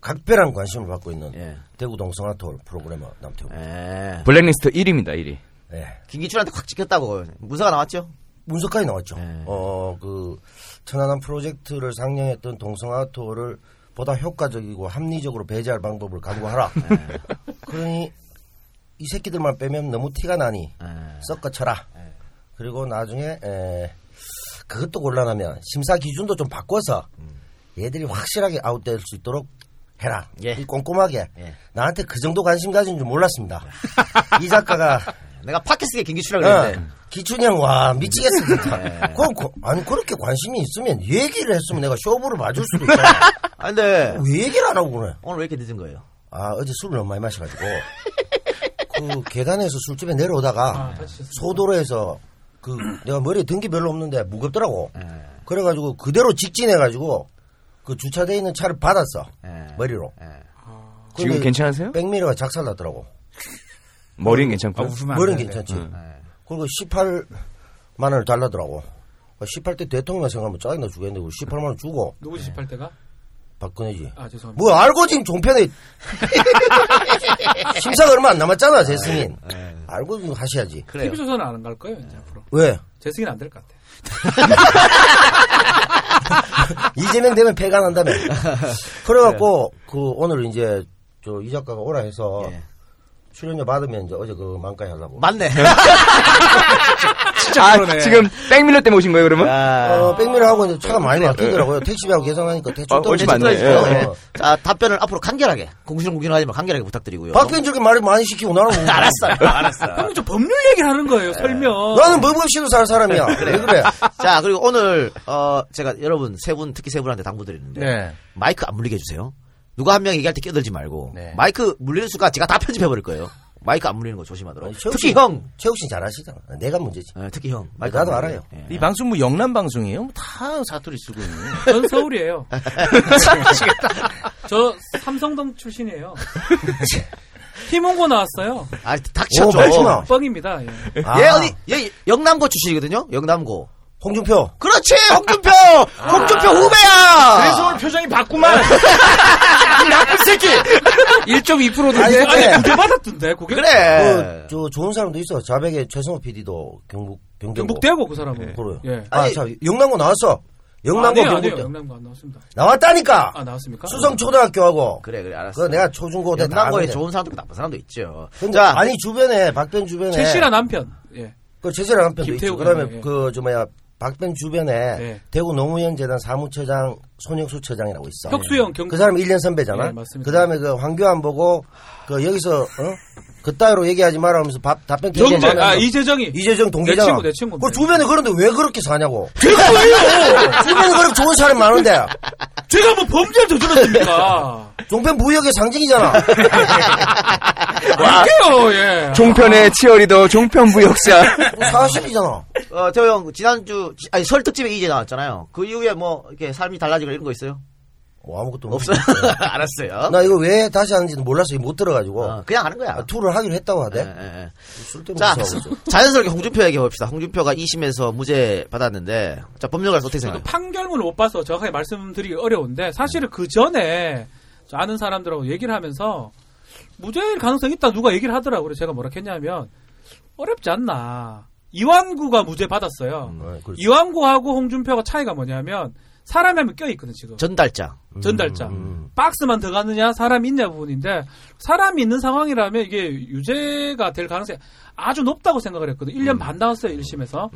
Speaker 11: 각별한 관심을 받고 있는
Speaker 2: 예.
Speaker 11: 대구 동성아톨 프로그래머 남태우.
Speaker 2: 예.
Speaker 3: 블랙리스트 1위입니다 1위.
Speaker 11: 예.
Speaker 2: 김기춘한테 확 찍혔다고 문서가 나왔죠?
Speaker 11: 문서까지 나왔죠.
Speaker 2: 예.
Speaker 11: 어, 그 천안함 프로젝트를 상영했던 동성아톨을 보다 효과적이고 합리적으로 배제할 방법을 강구하라.
Speaker 2: 네.
Speaker 11: 그러니 이 새끼들만 빼면 너무 티가 나니
Speaker 2: 네.
Speaker 11: 섞어쳐라. 그리고 나중에 에, 그것도 곤란하면 심사 기준도 좀 바꿔서
Speaker 2: 음.
Speaker 11: 얘들이 확실하게 아웃될 수 있도록 해라.
Speaker 2: 예.
Speaker 11: 이 꼼꼼하게.
Speaker 2: 예.
Speaker 11: 나한테 그 정도 관심 가진 줄 몰랐습니다. 이 작가가
Speaker 2: 네. 내가 팟캐스트에 김기춘이라고 그랬는데 네.
Speaker 11: 어, 기춘이 형 와 미치겠어 진짜. 그럼 그- 아니 그렇게 관심이 있으면 얘기를 했으면 내가 쇼부를 맞을 수도 있잖아.
Speaker 2: 아, 근데
Speaker 11: 왜 얘기를 안 하고 그래?
Speaker 2: 오늘 왜 이렇게 늦은 거예요?
Speaker 11: 아 어제 술을 너무 많이 마셔가지고 그 계단에서 술집에 내려오다가
Speaker 9: 아,
Speaker 2: 네.
Speaker 9: 다치셨어요.
Speaker 11: 소도로에서 그 내가 머리에 든 게 별로 없는데 무겁더라고.
Speaker 2: 네.
Speaker 11: 그래가지고 그대로 직진해가지고 그 주차돼 있는 차를 받았어
Speaker 2: 네.
Speaker 11: 머리로. 근데
Speaker 3: 지금 괜찮으세요?
Speaker 11: 백미러가 작살났더라고.
Speaker 3: 머리는 괜찮고요.
Speaker 10: 웃으면 안
Speaker 11: 머리는 예.
Speaker 10: 돼.
Speaker 11: 괜찮지. 그리고 18만 원을 달라더라고. 18대 대통령 생각하면 짜증나 죽겠는데 우리 18만 원 주고
Speaker 9: 누구지, 집할 때가?
Speaker 11: 박근혜지.
Speaker 9: 아, 죄송합니다.
Speaker 11: 네. 뭐 알고 지금 종편에 심사가 얼마 안 남았잖아 재승인. 알고 좀 하셔야지.
Speaker 2: 예, 그래요.
Speaker 9: TV조선은 안 갈 거예요, 이제 앞으로.
Speaker 11: 왜?
Speaker 9: 재승인 안 될 것 같아.
Speaker 11: 이재명 되면 폐가 난다며. 그래갖고 그 오늘 이제 저 이 작가가 오라 해서
Speaker 2: 예. 예.
Speaker 11: 출연료 받으면 이제 어제 그 만까지 하려고.
Speaker 2: 맞네.
Speaker 11: 아, 진짜 그러네.
Speaker 3: 아, 지금 백밀러 때문에 오신 거예요, 그러면?
Speaker 11: 어, 백미러하고 이제 차가 많이 막히더라고요. 택시비하고 계산하니까 대충
Speaker 2: 아. 예. 어,
Speaker 11: 떨어지고.
Speaker 2: 얼추 맞네.
Speaker 11: 있어요.
Speaker 2: 예. 자, 답변을 앞으로 간결하게. 공신은 구경하지 마. 간결하게 부탁드리고요.
Speaker 11: 박근혜 저렇게 말을 많이 시키고 나는 뭐.
Speaker 2: 알았어. 알았어.
Speaker 9: 그럼 저 법률 얘기를 하는 거예요, 설명.
Speaker 11: 나는 법 없이도 살 사람이야. 왜 그래?
Speaker 2: 어. 자, 그리고 오늘, 어, 제가 여러분 세 분, 특히 세 분한테 당부드리는데.
Speaker 4: 네.
Speaker 2: 마이크 안 물리게 해주세요. 누가 한 명 얘기할 때 끼어들지 말고.
Speaker 11: 네.
Speaker 2: 마이크 물리는 순간 제가 다 편집해버릴 거예요. 마이크 안 물리는 거 조심하도록. 특히 형.
Speaker 11: 최욱 씨 잘하시잖아. 내가 문제지.
Speaker 2: 특히 형. 마이크
Speaker 11: 나도
Speaker 2: 안
Speaker 11: 알아요.
Speaker 2: 물리게. 예.
Speaker 4: 이 방송 뭐 영남 방송이에요? 뭐다 사투리 쓰고 있네.
Speaker 9: 전 서울이에요. 저 삼성동 출신이에요. 희문고 나왔어요.
Speaker 2: 아, 닥쳐 줘.
Speaker 9: 뻥입니다. 예.
Speaker 11: 아.
Speaker 2: 얘 어디 얘 영남고 출신이거든요. 영남고.
Speaker 11: 홍준표. 아.
Speaker 2: 그렇지, 홍준표. 홍준표 아. 후배야.
Speaker 4: 그래서 오늘 표정이 봤구만.
Speaker 2: 이 나쁜 새끼.
Speaker 10: 1.2%도
Speaker 11: 아니, 근데-
Speaker 9: 두 받았던데, 고게
Speaker 2: 그래.
Speaker 11: 그, 저 좋은 사람도 있어. 자백의 최성호 PD도 경북 경경고.
Speaker 9: 경북대고 그 사람은.
Speaker 11: 그래요.
Speaker 9: 예.
Speaker 11: 아, 자, 영남고 나왔어. 영남고
Speaker 9: 아니에요, 아니에요.
Speaker 11: 경북대.
Speaker 9: 영남고 안 나왔습니다.
Speaker 11: 나왔다니까.
Speaker 9: 아, 나왔습니까?
Speaker 11: 수성 초등학교하고.
Speaker 2: 그래 그래 알았어.
Speaker 11: 그거 내가 초중고 때
Speaker 2: 영남고에
Speaker 11: 다
Speaker 2: 좋은 사람도 있고 예, 나쁜 사람도 있죠.
Speaker 11: 근데
Speaker 2: 자,
Speaker 11: 어, 아니 주변에 박변 주변에
Speaker 9: 최 씨랑 남편. 예.
Speaker 11: 그 최세라 남편도
Speaker 9: 김태우
Speaker 11: 있고 그다음에
Speaker 9: 의원, 예.
Speaker 11: 그저 뭐야 박변 주변에
Speaker 9: 예.
Speaker 11: 대구 노무현재단 사무처장 손영수 처장이라고 있어.
Speaker 9: 혁수형 경.
Speaker 11: 그 사람 1년 선배잖아.
Speaker 9: 예, 맞습니다.
Speaker 11: 그다음에 그 황교안 보고 그 여기서 어? 그 따위로 얘기하지 마라 하면서 밥 답변
Speaker 9: 경제.
Speaker 11: 얘기하면서
Speaker 9: 아 이재정이.
Speaker 11: 이재정 동기잖아.
Speaker 9: 내 친구, 내 친구인데.
Speaker 11: 그 주변에 그런데 왜 그렇게 사냐고. 제가 왜요? 주변에 그렇게 좋은 사람이 많은데.
Speaker 9: 뭐 제가 뭐 범죄를 저질렀습니까?
Speaker 11: 종편 무역의 상징이잖아.
Speaker 9: 할게요. 예.
Speaker 3: 종편의 치어리더, 종편부 역사.
Speaker 11: 그거 사실이잖아.
Speaker 2: 어, 태호 형 지난주 지- 아니 설 특집에 이제 나왔잖아요. 그 이후에 뭐 이렇게 삶이 달라지거나 이런 거 있어요?
Speaker 11: 뭐 아무것도
Speaker 2: 없어요.
Speaker 11: 모르겠어요.
Speaker 2: 알았어요.
Speaker 11: 나 이거 왜 다시 하는지는 몰라서 못 들어가지고.
Speaker 2: 어, 그냥 하는 거야.
Speaker 11: 아, 투를 하기로 했다고 하대.
Speaker 2: 예, 예, 예.
Speaker 11: 쓸데없는
Speaker 2: 자,
Speaker 11: 소리 하고 있어.
Speaker 2: 자연스럽게 홍준표 얘기 해봅시다. 홍준표가 2심에서 무죄 받았는데, 자, 법률가로서 어떻게
Speaker 9: 저도
Speaker 2: 생각해요?
Speaker 9: 판결문을 못 봐서 정확하게 말씀드리기 어려운데 사실은 그 전에 저 아는 사람들하고 얘기를 하면서 무죄일 가능성이 있다 누가 얘기를 하더라고요. 그래서 제가 뭐라 했냐면 어렵지 않나. 이완구가 무죄 받았어요.
Speaker 11: 어, 그렇지.
Speaker 9: 이완구하고 홍준표가 차이가 뭐냐면 사람이 한명 껴있거든 지금.
Speaker 2: 전달자.
Speaker 11: 음,
Speaker 9: 전달자. 박스만 더 가느냐, 사람이 있냐 부분인데, 사람이 있는 상황이라면 이게 유죄가 될 가능성이 아주 높다고 생각을 했거든. 1년
Speaker 11: 음.
Speaker 9: 반 나왔어요, 1심에서.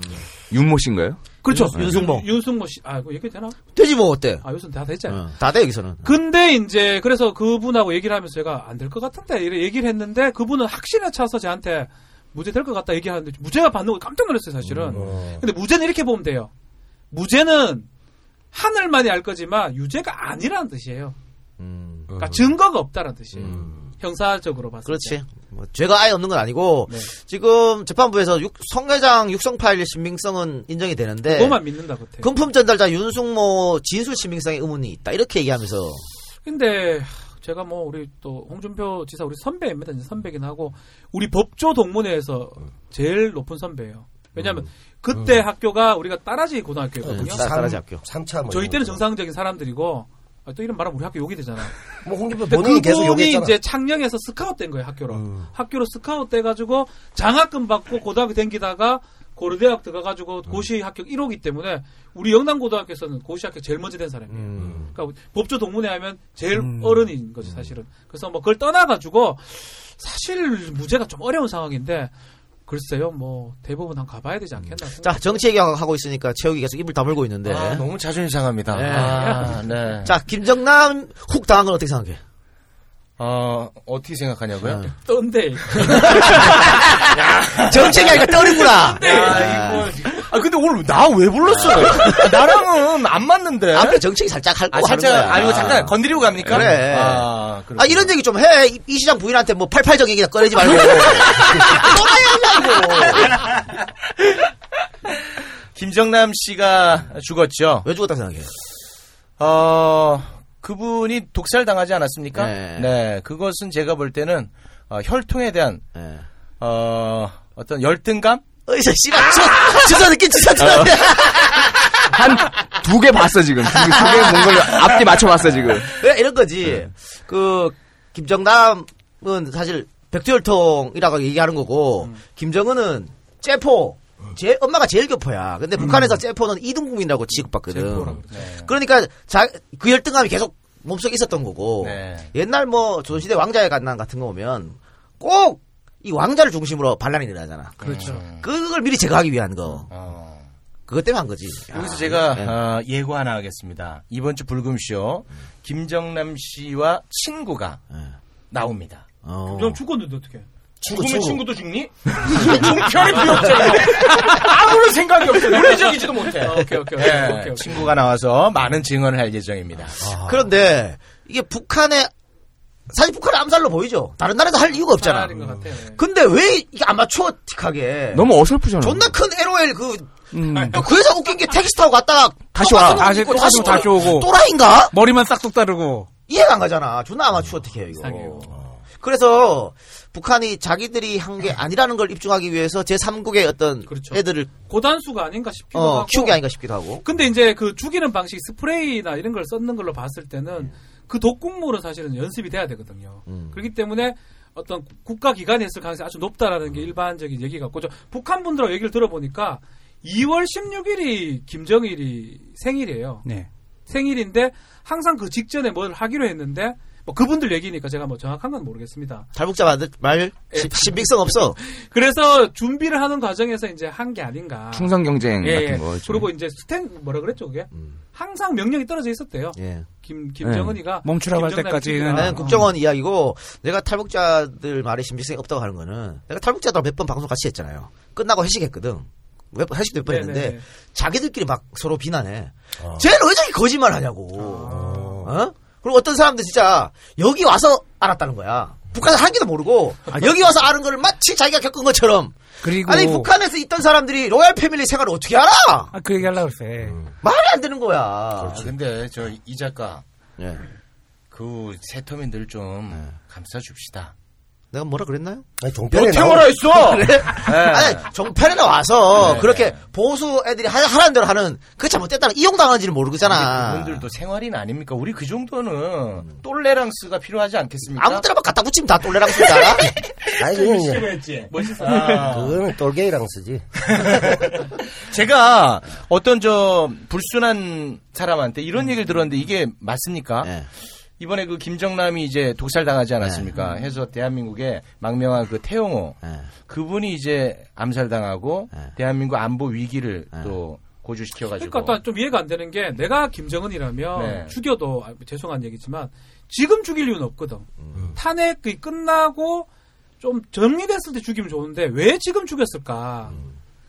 Speaker 3: 윤모 씨인가요?
Speaker 9: 그렇죠.
Speaker 11: 음.
Speaker 2: 윤- 윤승모.
Speaker 9: 윤- 윤승모 씨. 아, 이거 얘기 되나?
Speaker 2: 되지 뭐, 어때?
Speaker 9: 아, 요즘 다 됐잖아. 요
Speaker 2: 어, 다돼 여기서는.
Speaker 9: 근데 이제, 그래서 그분하고 얘기를 하면서 제가 안 될 것 같은데, 이래 얘기를 했는데, 그분은 확신에 차서 저한테 무죄 될 것 같다 얘기하는데, 무죄가 받는 거 깜짝 놀랐어요, 사실은. 근데 무죄는 이렇게 보면 돼요. 무죄는 하늘만이 알 거지만, 유죄가 아니라는 뜻이에요. 그러니까 증거가 없다는 뜻이에요.
Speaker 2: 음.
Speaker 9: 형사적으로 봤을 때.
Speaker 2: 그렇지. 뭐 죄가 아예 없는 건 아니고,
Speaker 9: 네.
Speaker 2: 지금 재판부에서 육, 성회장 육성 파일 신빙성은 인정이 되는데,
Speaker 9: 그것만 믿는다 같아요.
Speaker 2: 금품 전달자 윤승모 진술 신빙성에 의문이 있다. 이렇게 얘기하면서,
Speaker 9: 근데 제가 뭐 우리 또 홍준표 지사 우리 선배입니다. 이제 선배긴 하고 우리 법조 동문회에서 제일 높은 선배예요. 왜냐하면 그때 학교가 우리가 따라지 고등학교였거든요.
Speaker 2: 음. 네, 따- 따라지 학교.
Speaker 11: 3차 뭐
Speaker 9: 저희
Speaker 11: 이런
Speaker 9: 때는
Speaker 11: 거.
Speaker 9: 정상적인 사람들이고 아, 또 이런 말하면 우리 학교 욕이 되잖아.
Speaker 11: 뭐 홍준표
Speaker 9: 근데
Speaker 11: 본인이 계속
Speaker 9: 그분이
Speaker 11: 욕했잖아. 음.
Speaker 9: 이제 창녕에서 스카웃 된 거예요 학교로. 학교로 스카웃 돼가지고 장학금 받고 고등학교 댕기다가 고려대학
Speaker 11: 음.
Speaker 9: 들어가가지고 고시 합격 1호기 때문에 우리 영남고등학교에서는 고시 합격 제일 먼저 된 사람이에요.
Speaker 11: 음.
Speaker 9: 그러니까 법조 동문회 하면 제일 어른인 거지 사실은. 그래서 뭐 그걸 떠나가지고 사실 무죄가 좀 어려운 상황인데 글쎄요 뭐 대부분 한 가봐야 되지 않겠나.
Speaker 11: 음.
Speaker 2: 자, 정치 얘기하고 있으니까 채욱이 계속 입을 다물고 있는데,
Speaker 4: 아, 너무 자존심 상합니다.
Speaker 2: 네.
Speaker 4: 아, 네.
Speaker 2: 자, 김정남 훅 당한 건 어떻게 생각해?
Speaker 4: 어, 어떻게 생각하냐고요?
Speaker 2: 네.
Speaker 9: 떤데
Speaker 2: 정치 얘기하니까 떨리구나!
Speaker 4: 아, 이거. 아, 근데 오늘 나 왜 불렀어? 아, 나랑은 안 맞는데.
Speaker 2: 앞에 정치 얘기 살짝 할,
Speaker 4: 아,
Speaker 2: 하는
Speaker 4: 살짝,
Speaker 2: 거야.
Speaker 4: 아니고 잠깐 건드리고 갑니까?
Speaker 2: 그래.
Speaker 4: 아,
Speaker 2: 아 이런 얘기 좀 해. 이, 이 시장 부인한테 뭐 팔팔적 얘기나 꺼내지 말고. 아, 꺼내야냐고.
Speaker 4: 김정남 씨가 죽었죠.
Speaker 2: 왜 죽었다 생각해?
Speaker 4: 어, 그분이 독살 당하지 않았습니까?
Speaker 2: 네.
Speaker 4: 그것은 제가 볼 때는 어, 혈통에 대한
Speaker 2: 예.
Speaker 4: 어, 어떤 열등감?
Speaker 2: 어이서 씨발 주사 주사 느낀 주사 들었네.
Speaker 4: 아.
Speaker 3: 한 두 개 봤어, 지금. 두 개 뭔 걸로 앞뒤 맞춰봤어, 지금.
Speaker 2: 그래 이런 거지.
Speaker 4: 네.
Speaker 2: 그 김정남은 사실 백두혈통이라고 얘기하는 거고
Speaker 4: 음.
Speaker 2: 김정은은 째포. 제 엄마가 제일 교포야. 근데
Speaker 4: 음.
Speaker 2: 북한에서 째포는 이등국민이라고 취급받거든.
Speaker 4: 네.
Speaker 2: 그러니까 자, 그 열등감이 계속
Speaker 11: 어.
Speaker 2: 몸속에 있었던 거고
Speaker 4: 네.
Speaker 2: 옛날 뭐 조선시대 왕자의 갓난 같은 거 보면 꼭 이 왕자를 중심으로 반란이 일어나잖아.
Speaker 4: 그렇죠.
Speaker 2: 그걸 미리 제거하기 위한 거. 그것 때문에 한 거지.
Speaker 4: 여기서
Speaker 2: 야,
Speaker 4: 제가
Speaker 2: 네.
Speaker 4: 어, 예고 하나 하겠습니다. 이번 주 불금쇼 김정남 씨와 친구가
Speaker 2: 네.
Speaker 4: 나옵니다.
Speaker 2: 어.
Speaker 9: 그럼 죽었는데 어떻게?
Speaker 4: 죽으면 친구도 죽니? 종편이 필요 없잖아요. 아무런 생각이 없어. 논리적이지도 못해.
Speaker 9: 아, 오케이, 오케이, 오케이,
Speaker 4: 예,
Speaker 9: 오케이, 오케이.
Speaker 4: 친구가 나와서 많은 증언을 할 예정입니다.
Speaker 2: 아. 그런데 이게 북한의 사실 북한은 암살로 보이죠. 다른 나라도 할 이유가 없잖아. 근데 왜 이게 아마추어 틱하게
Speaker 3: 너무 어설프잖아.
Speaker 2: 존나 큰 LOL 그,
Speaker 10: 음.
Speaker 2: 그 회사 웃긴 게 택시 타고 갔다가
Speaker 10: 다시 와.
Speaker 2: 똑같은 옷
Speaker 10: 다시
Speaker 2: 입고
Speaker 10: 똑같은 옷 다시 오고.
Speaker 2: 또라이인가?
Speaker 10: 머리만 싹둑 따르고.
Speaker 2: 이해가 안 가잖아. 존나 아마추어 틱해요, 이거. 그래서 북한이 자기들이 한 게 아니라는 걸 입증하기 위해서 제3국의 어떤 애들을
Speaker 9: 고단수가 아닌가 싶기도
Speaker 2: 어,
Speaker 9: 하고.
Speaker 2: 키운 게 아닌가 싶기도 하고.
Speaker 9: 근데 이제 그 죽이는 방식 스프레이나 이런 걸 썼는 걸로 봤을 때는 그 독극물은 사실은 연습이 돼야 되거든요.
Speaker 2: 음.
Speaker 9: 그렇기 때문에 어떤 국가 기관에 있을 가능성이 아주 높다라는 게 일반적인 얘기 같고 저 북한 분들하고 얘기를 들어보니까 2월 16일이 김정일이 생일이에요.
Speaker 10: 네.
Speaker 9: 생일인데 항상 그 직전에 뭘 하기로 했는데 뭐 그분들 얘기니까 제가 뭐 정확한 건 모르겠습니다.
Speaker 2: 탈북자 말, 말 시- 신빙성 없어.
Speaker 9: 그래서 준비를 하는 과정에서 이제 한 게 아닌가.
Speaker 3: 충성 경쟁
Speaker 9: 예, 예.
Speaker 3: 같은 거. 좀.
Speaker 9: 그리고 이제 스탠 뭐라 그랬죠 그게? 항상 명령이 떨어져 있었대요.
Speaker 2: 예.
Speaker 9: 김 김정은이가 아. 김정남이
Speaker 2: 나는
Speaker 9: 김정은이가
Speaker 2: 국정원 이야기고 내가 탈북자들 말에 신빙성이 없다고 하는 거는 내가 탈북자들 몇번 방송 같이 했잖아요. 끝나고 회식했거든. 몇 번, 회식도 몇 번
Speaker 9: 네네네.
Speaker 2: 했는데 자기들끼리 막 서로 비난해.
Speaker 11: 어.
Speaker 2: 쟤는 왜 저렇게 거짓말 하냐고. 어? 그리고 어떤 사람들 진짜 여기 와서 알았다는 거야. 북한에서 한 개도 모르고 여기 와서 아는 거를 마치 자기가 겪은 것처럼.
Speaker 10: 그리고
Speaker 2: 아니 북한에서 있던 사람들이 로얄 패밀리 생활을 어떻게 알아?
Speaker 10: 아, 그 얘기 하려고 그랬어요.
Speaker 2: 말이 안 되는 거야.
Speaker 4: 아, 근데 저 이 작가
Speaker 2: 예.
Speaker 4: 그 새터민들 좀 감싸줍시다.
Speaker 2: 네. 내가 뭐라 그랬나요?
Speaker 11: 아니, 종편에
Speaker 4: 너
Speaker 11: 나오
Speaker 4: 태워라 했어. 네.
Speaker 2: 그래? 아니, 정편에 나와서 그렇게 보수 애들이 하, 하라는 대로 하는 그게 잘못됐다는 이용당하는지는 모르잖아.
Speaker 4: 그분들도 생활인 아닙니까? 우리 그 정도는 똘레랑스가 필요하지 않겠습니까?
Speaker 2: 음. 아무 데나 막 갖다 붙이면 다 똘레랑 쓰지 않아? 음.
Speaker 11: 아니, 그건 이제,
Speaker 4: 했지.
Speaker 9: 아.
Speaker 4: 멋있어.
Speaker 11: 아.
Speaker 4: 아.
Speaker 11: 그거는 똘개이랑 쓰지.
Speaker 4: 제가 어떤 저 불순한 사람한테 이런 얘기를 들었는데 이게 맞습니까?
Speaker 2: 음. 예.
Speaker 4: 이번에 그 김정남이 이제 독살 당하지 않았습니까? 해서 대한민국의 망명한 그 태용호
Speaker 2: 음. 예.
Speaker 4: 그분이 이제 암살당하고
Speaker 2: 예.
Speaker 4: 대한민국 안보 위기를 또 고조시켜가지고
Speaker 9: 그러니까 또 좀 이해가 안 되는 게 내가 김정은이라면
Speaker 4: 네.
Speaker 9: 죽여도 아, 죄송한 얘기지만 지금 죽일 이유는 없거든. 탄핵이 끝나고 좀 정리됐을 때 죽이면 좋은데 왜 지금 죽였을까?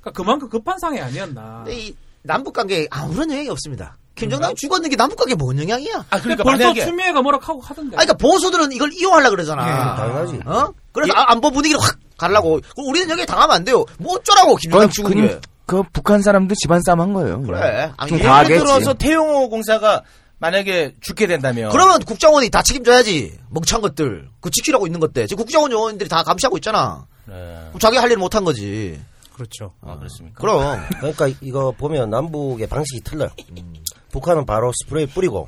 Speaker 9: 그러니까 그만큼 급한 상황이 아니었나.
Speaker 2: 근데 이 남북 관계에 아무런 영향이 없습니다. 김정남이 죽었는 게 남북 관계에 뭔 영향이야? 아,
Speaker 4: 아 그러니까
Speaker 9: 벌써
Speaker 4: 만약에
Speaker 9: 추미애가 뭐라 하고 하던데.
Speaker 2: 그러니까 보수들은 이걸 이용하려고 그러잖아.
Speaker 11: 당연하지.
Speaker 2: 어? 그래서 아, 안보 분위기를 확 가려고. 그럼 우리는 여기 에 당하면 안 돼요. 뭐 어쩌라고 김정남
Speaker 3: 그건
Speaker 2: 죽은 게.
Speaker 3: 그냥 그 북한 사람들 집안 싸움 한 거예요.
Speaker 2: 그래. 아니,
Speaker 3: 좀
Speaker 2: 예를
Speaker 3: 과하게
Speaker 4: 예를
Speaker 3: 했지.
Speaker 4: 들어서 태용호 공사가 그러니까 만약에 죽게 된다면
Speaker 2: 그러면 국정원이 다 책임져야지. 멍청한 것들. 그 지키라고 있는 것들. 지금 국정원 요원들이 다 감시하고 있잖아.
Speaker 4: 네.
Speaker 2: 그럼 자기 할 일을 못한 거지.
Speaker 10: 그렇죠.
Speaker 4: 아 그렇습니까?
Speaker 2: 그럼.
Speaker 11: 그러니까 이거 보면 남북의 방식이 틀려요.
Speaker 2: 음.
Speaker 11: 북한은 바로 스프레이 뿌리고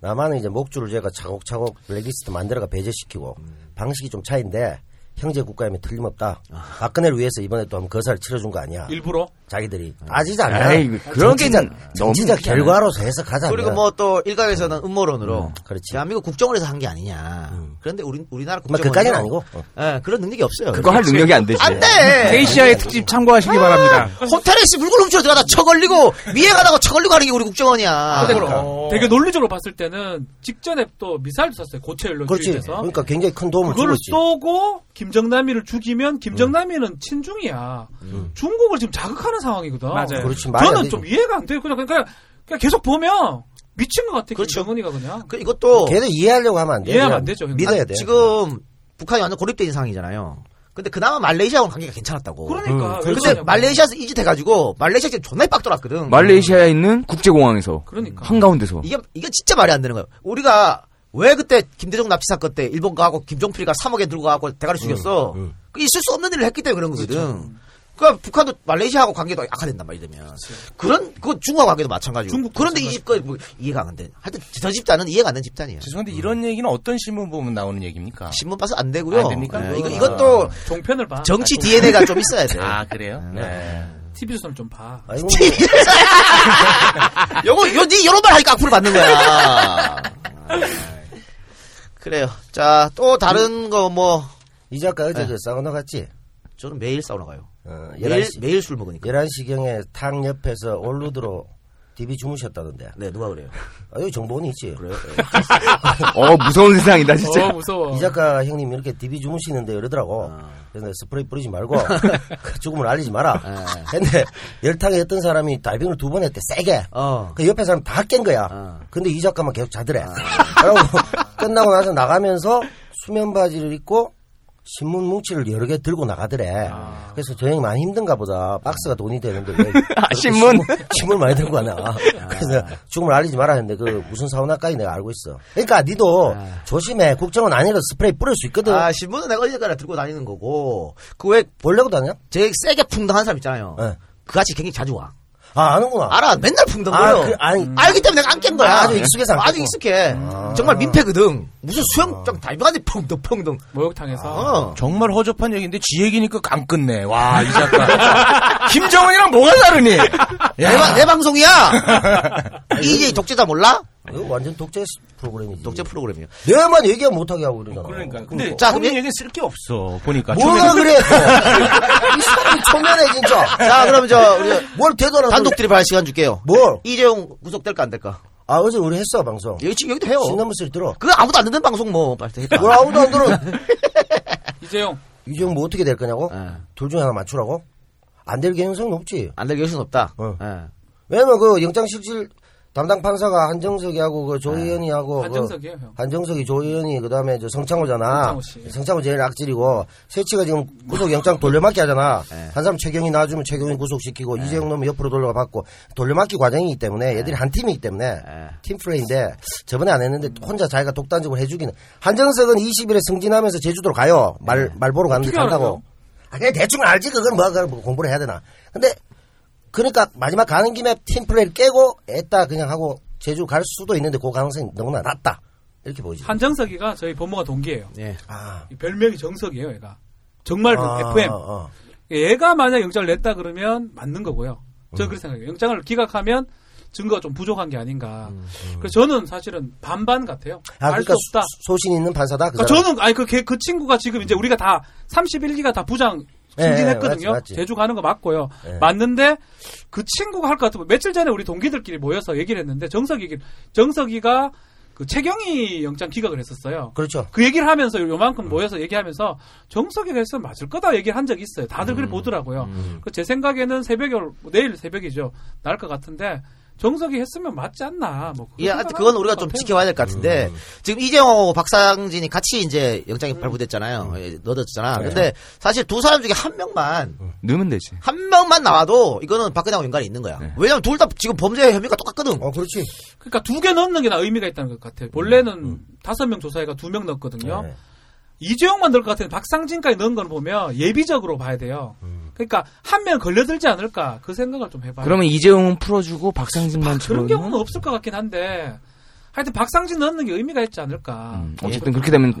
Speaker 11: 남한은 이제 목줄을 제가 차곡차곡 블랙리스트 만들어가 배제시키고
Speaker 2: 음.
Speaker 11: 방식이 좀 차인데 형제 국가이면 틀림없다.
Speaker 2: 아.
Speaker 11: 박근혜를 위해서 이번에 또 한번 거사를 치러준 거 아니야.
Speaker 9: 일부러
Speaker 11: 자기들이 따지잖아.
Speaker 3: 에이, 그런 게
Speaker 11: 정치적,
Speaker 3: 너무
Speaker 11: 정치적 결과로서 해석하자.
Speaker 2: 그리고 뭐 또 일각에서는 음모론으로
Speaker 11: 그렇지. 음.
Speaker 2: 대한민국 국정원에서 한 게 아니냐. 그런데 우리 우리나라
Speaker 11: 뭐
Speaker 2: 국정원
Speaker 11: 그까지는 아니고 어.
Speaker 2: 그런 능력이 없어요.
Speaker 3: 그거 할 능력이 안 되지.
Speaker 2: 안 돼.
Speaker 10: 제이시아의 특집 참고하시기 바랍니다.
Speaker 2: 호텔에 씨 물건 훔치러 들어가다 처걸리고 미행하다가 처걸리고 하는 게 우리
Speaker 9: 아,
Speaker 2: 국정원이야.
Speaker 4: 어.
Speaker 9: 그러니까 되게 논리적으로 봤을 때는 직전에 또 미사일도 쐈어요. 고체
Speaker 11: 그렇지.
Speaker 9: 연료주의에서.
Speaker 11: 그러니까 굉장히 큰 도움을 주고
Speaker 9: 그거를
Speaker 11: 있지.
Speaker 9: 쏘고 김정남이를 죽이면 김정남이는 친중이야. 중국을 지금 자극하는 상황이거든.
Speaker 10: 맞아요.
Speaker 11: 그렇지. 말이 안
Speaker 9: 저는
Speaker 11: 되지.
Speaker 9: 좀 이해가 안 돼요. 그냥 그러니까, 그냥 계속 보면 미친 것 같아.
Speaker 2: 그렇죠.
Speaker 9: 김정은이가 그냥.
Speaker 2: 그 이것도
Speaker 11: 걔도 이해하려고 하면 안 돼.
Speaker 9: 이해하면
Speaker 11: 그냥
Speaker 9: 안 되죠, 형님.
Speaker 11: 믿어야 돼.
Speaker 2: 아, 지금 북한이 완전 고립된 상황이잖아요. 근데 그나마 말레이시아하고 관계가 괜찮았다고. 음,
Speaker 9: 그러니까. 왜
Speaker 2: 근데
Speaker 9: 그러냐고.
Speaker 2: 말레이시아에서 이짓해가지고 말레이시아 지금 존나 빡 돌았거든.
Speaker 3: 말레이시아에 있는 국제공항에서
Speaker 9: 그러니까.
Speaker 3: 한가운데서
Speaker 2: 이게 이게 진짜 말이 안 되는 거예요. 우리가 왜 그때 김대중 납치 사건 때 일본 가고 김종필이가 3억에 들고 가고 대가리
Speaker 11: 음.
Speaker 2: 죽였어. 그 있을 수 없는 일을 했기 때문에 그런
Speaker 11: 그렇죠.
Speaker 2: 거거든. 그러니까 북한도 말레이시아하고 관계도 약화된단 말이면 그런 그 중국과 관계도 마찬가지고.
Speaker 9: 중국도
Speaker 2: 그런데 이 집거 뭐 이해가 안 돼. 하여튼 저 집단은 이해가 안 되는 집단이에요. 음.
Speaker 4: 죄송한데 이런 얘기는 어떤 신문 보면 나오는 얘기입니까?
Speaker 2: 신문 봐서 안 되고요.
Speaker 4: 안 됩니까?
Speaker 2: 네,
Speaker 4: 그거.
Speaker 2: 이거 이것도
Speaker 9: 어, 종편을 봐. 아,
Speaker 2: 정치 DNA가 아, 좀 있어야 돼.
Speaker 4: 아 그래요? 네.
Speaker 9: TV 조선을 좀 봐.
Speaker 11: 아이고,
Speaker 2: 요거 요 니 요런 말 하니까 악플 받는 거야. 그래요. 자 또 다른 거 뭐
Speaker 11: 이 작가 어제
Speaker 2: 네.
Speaker 11: 그 사우나 갔지?
Speaker 2: 저는 매일 사우나 가요. 매일,
Speaker 11: 11시,
Speaker 2: 매일 술 먹으니까.
Speaker 11: 11시경에 탕 옆에서 올루드로 디비 주무셨다던데.
Speaker 2: 네, 누가 그래요?
Speaker 11: 아, 여기 정보원이 있지. 그래요?
Speaker 3: 어, 무서운 세상이다, 진짜. 어, 무서워.
Speaker 11: 이 작가 형님 이렇게 디비 주무시는데 이러더라고.
Speaker 2: 아.
Speaker 11: 그래서 스프레이 뿌리지 말고 그 죽음을 알리지 마라.
Speaker 2: 네.
Speaker 11: 근데 열탕에 했던 사람이 다이빙을 두 번 했대, 세게.
Speaker 2: 어.
Speaker 11: 그 옆에 사람 다 깬 거야.
Speaker 2: 아.
Speaker 11: 근데 이 작가만 계속 자더래. 그러고 끝나고 나서 나가면서 수면 바지를 입고 신문 뭉치를 여러 개 들고 나가더래.
Speaker 4: 아.
Speaker 11: 그래서 저 형이 많이 힘든가 보다. 박스가 돈이 되는데 왜 그렇게
Speaker 3: 신문?
Speaker 11: 신문 많이 들고 가나.
Speaker 4: 아.
Speaker 11: 그래서 죽음을 알리지 마라 했는데 그 무슨 사우나까지 내가 알고 있어. 그러니까 니도
Speaker 4: 아.
Speaker 11: 조심해. 국정은 아니라 스프레이 뿌릴 수 있거든.
Speaker 2: 아, 신문은 내가 어디까지나 들고 다니는 거고. 그 왜,
Speaker 11: 원래고 다녀?
Speaker 2: 제일 세게 풍덩한 사람 있잖아요. 그 같이 굉장히 자주 와.
Speaker 11: 네. 아 아는구나.
Speaker 2: 알아, 맨날
Speaker 11: 아,
Speaker 2: 풍덩거려.
Speaker 11: 그, 아니.
Speaker 2: 알기 때문에 내가 안 깬 거야.
Speaker 11: 아, 아주 익숙해서 안 아.
Speaker 2: 아주
Speaker 11: 깼고.
Speaker 2: 익숙해. 정말 민폐거든. 무슨 수영장 다이빙하는데 풍덩풍덩.
Speaker 9: 목욕탕에서.
Speaker 2: 아.
Speaker 4: 정말 허접한 얘기인데 지 얘기니까 감 끝내. 와, 이 작가. 김정은이랑 뭐가 다르니?
Speaker 2: 내, 방- 내 방송이야! 이제 독재자 몰라?
Speaker 11: 그 이거 완전 독재 프로그램이지.
Speaker 2: 독재 프로그램이요.
Speaker 11: 내만 얘기하 못하게 하고 그러잖아.
Speaker 4: 그러니까. 근데
Speaker 2: 자,
Speaker 4: 자,
Speaker 2: 그럼
Speaker 4: 본인
Speaker 2: 얘-
Speaker 4: 얘기는 쓸 게 없어. 보니까.
Speaker 11: 뭐가
Speaker 4: 초면에-
Speaker 11: 그래? 또. 이 사람이 초면에 진짜.
Speaker 2: 자, 그럼 저, 우리
Speaker 11: 뭘 대단한
Speaker 2: 단독
Speaker 11: 소리-
Speaker 2: 드립 할 시간 줄게요.
Speaker 11: 뭘?
Speaker 2: 이재용 구속될까 안 될까?
Speaker 11: 아 어제 우리 했어 방송.
Speaker 2: 여기 지금 여기도 해요.
Speaker 11: 신나무 소리 들어.
Speaker 2: 그거 아무도 안 듣는 방송 뭐, 빨리 했다.
Speaker 11: 뭘 아무도 안 들어.
Speaker 9: 이재용.
Speaker 11: 이재용 뭐 어떻게 될 거냐고?
Speaker 2: 예.
Speaker 11: 둘 중에 하나 맞추라고? 안 될 가능성이 높지.
Speaker 2: 안 될 여신 없다.
Speaker 11: 어.
Speaker 2: 예.
Speaker 11: 왜냐면 그 영장실질 담당 판사가 한정석이하고 그 조희연이하고 그
Speaker 9: 아, 한정석이에요, 예, 형.
Speaker 11: 한정석이 조희연이 그다음에 저 성창호잖아.
Speaker 9: 성창호 씨.
Speaker 11: 성창호 제일 악질이고 세치가 지금 구속 영장 돌려막기 하잖아. 한 사람 최경이 놔주면 최경이 구속시키고 이재용 놈은 옆으로 돌려가 받고 돌려막기 과정이기 때문에 얘들이 한 팀이기 때문에 팀 플레이인데 저번에 안 했는데 혼자 자기가 독단적으로 해주기는 한정석은 20일에 승진하면서 제주도로 가요. 말 말 보러 가는데
Speaker 9: 어떻게
Speaker 11: 간다고.
Speaker 9: 알아요?
Speaker 11: 아, 그냥 대충 알지 그건 뭐 그걸 뭐 공부를 해야 되나. 근데 그러니까 마지막 가는 김에 팀플레이를 깨고 했다 그냥 하고 제주 갈 수도 있는데 그 가능성이 너무나 낮다 이렇게 보이지.
Speaker 9: 한정석이가 저희 법무가 동기예요.
Speaker 2: 예.
Speaker 11: 아,
Speaker 9: 이 별명이 정석이에요, 얘가. 정말 그
Speaker 11: 아,
Speaker 9: FM.
Speaker 11: 아, 아.
Speaker 9: 얘가 만약 영장을 냈다 그러면 맞는 거고요.
Speaker 11: 음.
Speaker 9: 저는 그렇게 생각해요. 영장을 기각하면 증거가 좀 부족한 게 아닌가. 그래서 저는 사실은 반반 같아요.
Speaker 11: 음, 아,
Speaker 9: 알 수
Speaker 11: 그러니까
Speaker 9: 없다.
Speaker 11: 소- 소신 있는 판사다. 그
Speaker 9: 그러니까
Speaker 11: 사람.
Speaker 9: 저는 아니 그, 걔- 그 친구가 지금 이제 우리가 다 31기가 다 부장
Speaker 11: 예, 예,
Speaker 9: 승진했거든요.
Speaker 11: 맞지, 맞지.
Speaker 9: 제주 가는 거 맞고요.
Speaker 11: 예.
Speaker 9: 맞는데 그 친구가 할 것 같으면 며칠 전에 우리 동기들끼리 모여서 얘기를 했는데 정석이 얘기를- 정석이가 그 최경희 영장 기각을 했었어요.
Speaker 11: 그렇죠.
Speaker 9: 그 얘기를 하면서 요만큼 모여서 얘기하면서 정석이가 했으면 맞을 거다 얘기를 한 적이 있어요. 다들 그래 보더라고요.
Speaker 11: 음.
Speaker 9: 그제 생각에는 새벽에 올- 뭐 내일 새벽이죠. 날 것 같은데 정석이 했으면 맞지 않나. 뭐 그거
Speaker 2: 예, 하여튼 그건 우리가 좀
Speaker 9: 생각하는 것 같아요.
Speaker 2: 지켜봐야 될 것 같은데 지금 이재용하고 박상진이 같이 이제
Speaker 11: 음.
Speaker 2: 영장이 발부됐잖아요. 예, 넣어졌잖아. 근데 사실 두 사람 중에 한 명만
Speaker 3: 넣으면 되지.
Speaker 2: 한 명만 나와도 이거는 박근혜하고 연관이 있는 거야. 왜냐면 둘 다 지금 범죄 혐의가 똑같거든.
Speaker 11: 어, 그렇지. 음,
Speaker 9: 그러니까 두 개 넣는 게 나 의미가 있다는 것 같아요. 원래는 다섯 명 조사해가 두 명 넣었거든요.
Speaker 11: 네.
Speaker 9: 이재용만 넣을 것 같은데 박상진까지 넣은 걸 보면 예비적으로 봐야 돼요.
Speaker 11: 음.
Speaker 9: 그러니까 한 명 걸려들지 않을까 그 생각을 좀 해봐요.
Speaker 12: 그러면 이재용은 풀어주고 박상진만
Speaker 9: 아, 그런
Speaker 12: 풀어주면
Speaker 9: 경우는 없을 것 같긴 한데 하여튼 박상진 넣는 게 의미가 있지 않을까.
Speaker 12: 음, 예.
Speaker 9: 예.
Speaker 12: 어쨌든 그렇게 되면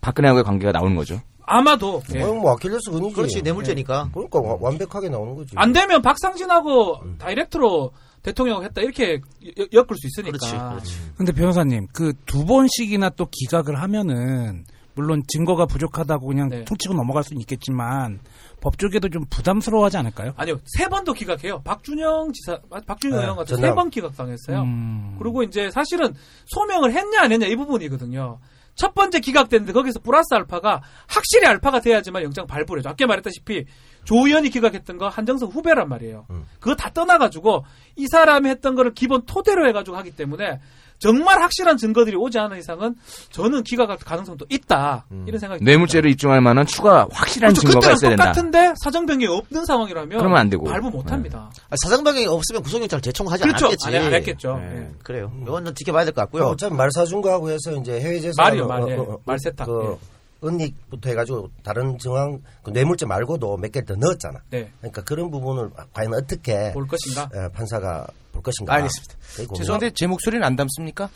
Speaker 12: 박근혜하고의 관계가 나오는 거죠.
Speaker 9: 아마도 예.
Speaker 11: 어, 뭐 아킬레스 근이지.
Speaker 2: 그렇지 내 문제니까. 아,
Speaker 11: 그러니까 와- 완벽하게 나오는 거지.
Speaker 9: 안 되면 박상진하고
Speaker 11: 음.
Speaker 9: 다이렉트로 대통령 했다 이렇게 여- 엮을 수 있으니까.
Speaker 2: 그렇지, 그렇지.
Speaker 10: 근데 변호사님 그 두 번씩이나 또 기각을 하면은 물론 증거가 부족하다고 그냥
Speaker 9: 네.
Speaker 10: 통치고 넘어갈 수는 있겠지만 법 쪽에도 좀 부담스러워하지 않을까요?
Speaker 9: 아니요 세 번도 기각해요. 박준영 지사, 아, 박준영
Speaker 11: 네,
Speaker 9: 의원 같은
Speaker 11: 전남.
Speaker 9: 세번 기각당했어요.
Speaker 10: 음.
Speaker 9: 그리고 이제 사실은 소명을 했냐 안 했냐 이 부분이거든요. 첫 번째 기각됐는데 거기서 플러스 알파가 확실히 알파가 돼야지만 영장 발부를 해죠. 아까 말했다시피 조 의원이 기각했던 거 한정석 후배란 말이에요.
Speaker 2: 음.
Speaker 9: 그거 다 떠나가지고 이 사람이 했던 거를 기본 토대로 해가지고 하기 때문에 정말 확실한 증거들이 오지 않은 이상은 저는 기각할 가능성도 있다.
Speaker 2: 음.
Speaker 9: 이런 생각이 듭니다.
Speaker 12: 뇌물죄를 입증할 만한 추가 확실한
Speaker 9: 그렇죠.
Speaker 12: 증거가 있어야
Speaker 9: 그때랑
Speaker 12: 된다.
Speaker 9: 똑같은데 사정 변경이 없는 상황이라면
Speaker 12: 그러면 안 되고.
Speaker 9: 발부 못 합니다.
Speaker 2: 아, 사상방이 없으면 구속영장을 제청하지
Speaker 9: 그렇죠.
Speaker 2: 않았겠지.
Speaker 9: 안 해- 안 했겠죠.
Speaker 2: 예,
Speaker 9: 예.
Speaker 2: 그래요. 이건 좀 지켜봐야 될 것
Speaker 11: 그럼
Speaker 2: 같고요.
Speaker 11: 음. 어차피 말 사준 거하고 해서 이제 해외 재산 어,
Speaker 9: 말이요, 말, 예. 말 세탁,
Speaker 11: 그 은닉부터 해가지고 다른 정황 그 뇌물죄 말고도 몇 개를 더 넣었잖아.
Speaker 9: 네.
Speaker 11: 그러니까 그런 부분을 과연 어떻게
Speaker 9: 볼 것인가?
Speaker 11: 예, 판사가 볼 것인가.
Speaker 2: 알겠습니다.
Speaker 11: 그게 고민이야.
Speaker 4: 죄송한데 제 목소리는 안 담습니까?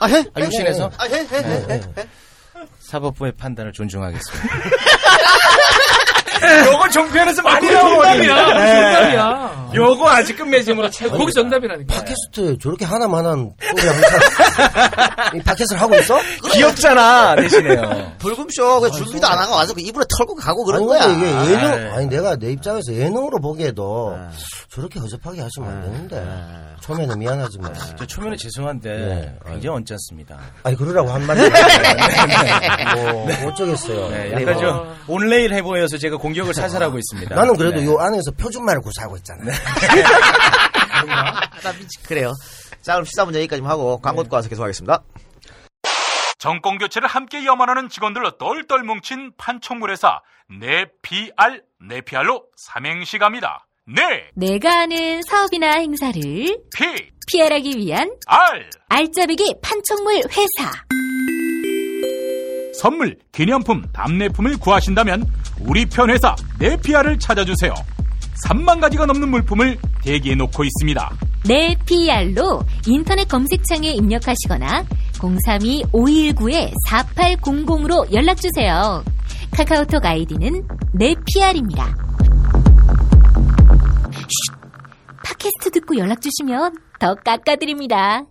Speaker 2: 아 해.
Speaker 4: 아, 육신에서? 네,
Speaker 2: 아 해. 해. 해. 해.
Speaker 4: 사법부의 판단을 존중하겠습니다. 요거 종편에서 많이
Speaker 9: 아, 그게
Speaker 4: 나오거든요.
Speaker 9: 정답이야. 그게
Speaker 4: 네.
Speaker 9: 정답이야.
Speaker 4: 요거 아직 끝맺음으로 최고.
Speaker 9: 거기 정답이라니까.
Speaker 11: 팟캐스트 저렇게 하나만한 소리 항상 이 팟캐스트를 하고 있어?
Speaker 4: 귀엽잖아 대신에요.
Speaker 2: 불금쇼 그 준비도 안 하고 와서 그 입으로 털고 가고 그런
Speaker 11: 아니,
Speaker 2: 거야.
Speaker 11: 근데 이게
Speaker 4: 네.
Speaker 11: 예능 아니 네. 내가 내 입장에서 예능으로 보기에도 저렇게 허접하게 하시면
Speaker 4: 네.
Speaker 11: 안 되는데 처음에는 미안하지만
Speaker 4: 저 초면에 죄송한데
Speaker 11: 어. 네.
Speaker 4: 굉장히 언짢습니다.
Speaker 11: 아니 그러라고 한마디 뭐 어쩌겠어요.
Speaker 4: 네,
Speaker 11: 네,
Speaker 4: 약간
Speaker 11: 뭐.
Speaker 4: 좀 온레일 해보여서 제가 공격을 살살하고 있습니다.
Speaker 11: 나는 그래도
Speaker 4: 네.
Speaker 11: 요 안에서 표준말을 구사하고 있잖아.
Speaker 2: 나 미치 그래요. 자 그럼 시사 문제 여기까지 하고 광고 듣고 와서 계속하겠습니다.
Speaker 13: 정권 교체를 함께 염원하는 직원들로 똘똘 뭉친 판촉물 회사 네PR 네PR로 삼행시 갑니다. 네,
Speaker 7: 내가 아는 사업이나 행사를
Speaker 13: P,
Speaker 7: PR하기 위한
Speaker 13: R
Speaker 7: 알짜배기 판촉물 회사.
Speaker 13: 선물, 기념품, 답례품을 구하신다면 우리 편 회사 네PR을 찾아주세요. 3만 가지가 넘는 물품을 대기해 놓고 있습니다.
Speaker 7: 내 PR로 인터넷 검색창에 입력하시거나 032-519-4800으로 연락주세요. 카카오톡 아이디는 내 PR입니다. 팟캐스트 듣고 연락주시면 더 깎아드립니다.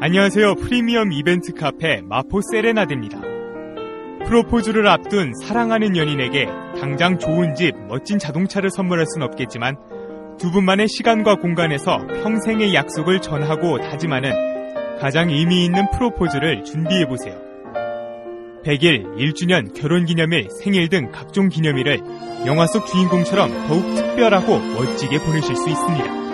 Speaker 14: 안녕하세요. 프리미엄 이벤트 카페 마포 세레나데입니다. 프로포즈를 앞둔 사랑하는 연인에게 당장 좋은 집, 멋진 자동차를 선물할 순 없겠지만 두 분만의 시간과 공간에서 평생의 약속을 전하고 다짐하는 가장 의미 있는 프로포즈를 준비해보세요. 100일, 1주년, 결혼기념일, 생일 등 각종 기념일을 영화 속 주인공처럼 더욱 특별하고 멋지게 보내실 수 있습니다.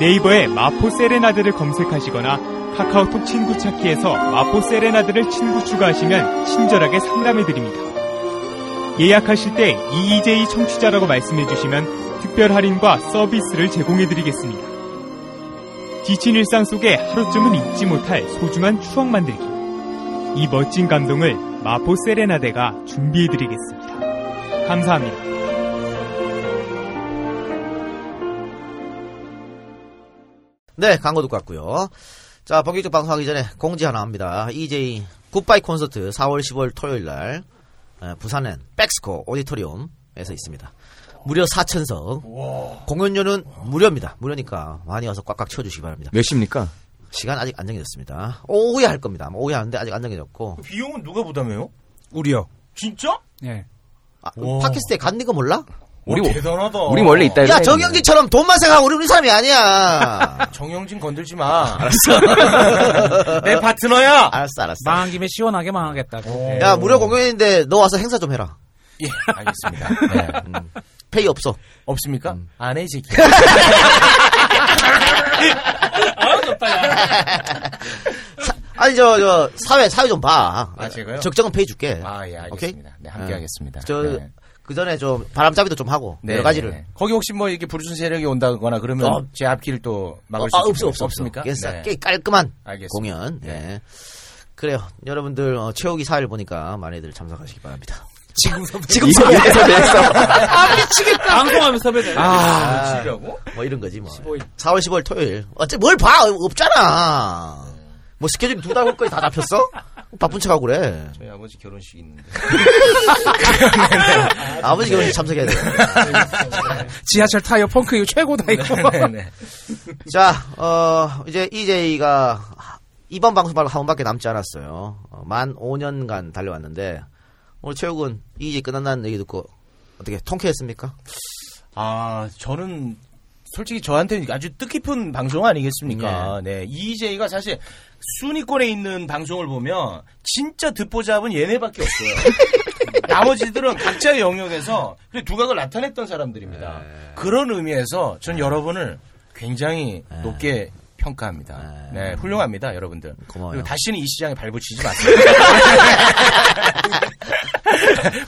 Speaker 14: 네이버에 마포 세레나드를 검색하시거나 카카오톡 친구 찾기에서 마포 세레나드를 친구 추가하시면 친절하게 상담해드립니다. 예약하실 때 EEJ 청취자라고 말씀해주시면 특별 할인과 서비스를 제공해드리겠습니다. 지친 일상 속에 하루쯤은 잊지 못할 소중한 추억 만들기. 이 멋진 감동을 마포 세레나데가 준비해드리겠습니다. 감사합니다.
Speaker 2: 네, 광고 듣고 왔고요. 자, 본격적 방송하기 전에 공지 하나 합니다. EJ 굿바이 콘서트 4월 15일 토요일 날 에, 부산엔 백스코 오디토리움에서 있습니다. 무려 4천석. 공연료는 무료입니다. 무료니까 많이 와서 꽉꽉 채워주시기 바랍니다.
Speaker 12: 몇 시입니까?
Speaker 2: 시간 아직 안 정해졌습니다. 오후에 할 겁니다. 아마 오후에 하는데 아직 안 정해졌고.
Speaker 4: 비용은 누가 부담해요?
Speaker 2: 우리요.
Speaker 4: 진짜?
Speaker 10: 네.
Speaker 2: 아, 팟캐스트에 간 이거 몰라? 뭐-
Speaker 4: 우리 뭐 대단하다.
Speaker 12: 우리 원래 있다
Speaker 2: 야, 정영진처럼 돈만 생각하고 우리 우리 사람이 아니야.
Speaker 4: 정영진 건들지 마. 네.
Speaker 2: 알았어.
Speaker 4: 내 파트너야.
Speaker 2: 아, 알았어, 알았어.
Speaker 10: 네, 망한 김에 시원하게 망하겠다고. 네.
Speaker 2: 야, 무료 공연인데 너 와서 행사 좀 해라.
Speaker 4: 예, 알겠습니다. 네.
Speaker 2: 페이 없어. 음.
Speaker 4: 없습니까? 안 해, 이 새끼.
Speaker 2: 아, 사- 아니 저, 저 사회 사회 좀 봐.
Speaker 4: 아, 제가요?
Speaker 2: 적정은 페이 줄게.
Speaker 4: 아, 예, 알겠습니다. 네, 함께 하겠습니다. 네.
Speaker 2: 저그 전에 좀 바람잡이도 좀 하고 여러 가지를.
Speaker 4: 네. 거기 혹시 뭐 이렇게 부르준 세력이 온다거나 그러면
Speaker 2: 어.
Speaker 4: 제 앞길을 또 막을
Speaker 2: 아,
Speaker 4: 수
Speaker 2: 없어,
Speaker 4: 있습니까?
Speaker 2: 없어,
Speaker 4: 없습니까?
Speaker 11: 예,
Speaker 2: 없어. 그래서
Speaker 4: 네.
Speaker 2: 꽤 깔끔한
Speaker 4: 알겠습니다.
Speaker 2: 공연. 네. 그래요. 여러분들 어, 채우기 사일 보니까 많이들 참석하시기 바랍니다. 지금 섭 지금
Speaker 9: 이거
Speaker 2: 섭외.
Speaker 9: 섭외했어. 아, 미치겠다. 방송하면 섭외돼.
Speaker 2: 아,
Speaker 9: 미치려고?
Speaker 2: 뭐 이런 거지 뭐.
Speaker 9: 15일.
Speaker 2: 4월 15일 토요일. 어째 뭘 봐? 없잖아. 뭐 스케줄이 두 달 후까지 다 잡혔어? 바쁜 척하고 그래.
Speaker 4: 저희 아버지 결혼식 있는데.
Speaker 2: 아버지 결혼식 참석해야 돼.
Speaker 10: 네. 지하철 타이어 펑크 이거 최고다 이거.
Speaker 2: 네, 자, 어, 이제 EJ가 이번 방송 말고 한 번밖에 남지 않았어요. 어, 만 5년간 달려왔는데, 오늘 최욱은 EJ 끝난다는 얘기 듣고, 어떻게 통쾌했습니까?
Speaker 4: 아, 저는 솔직히 저한테는 아주 뜻깊은 방송 아니겠습니까? 네. EJ가 사실 순위권에 있는 방송을 보면 진짜 듣보잡은 얘네밖에 없어요. 나머지들은 각자의 영역에서 그 두각을 나타냈던 사람들입니다. 그런 의미에서 전 여러분을 굉장히 높게 평가합니다. 네, 훌륭합니다, 여러분들. 그리고 다시는 이 시장에 발붙이지 마세요.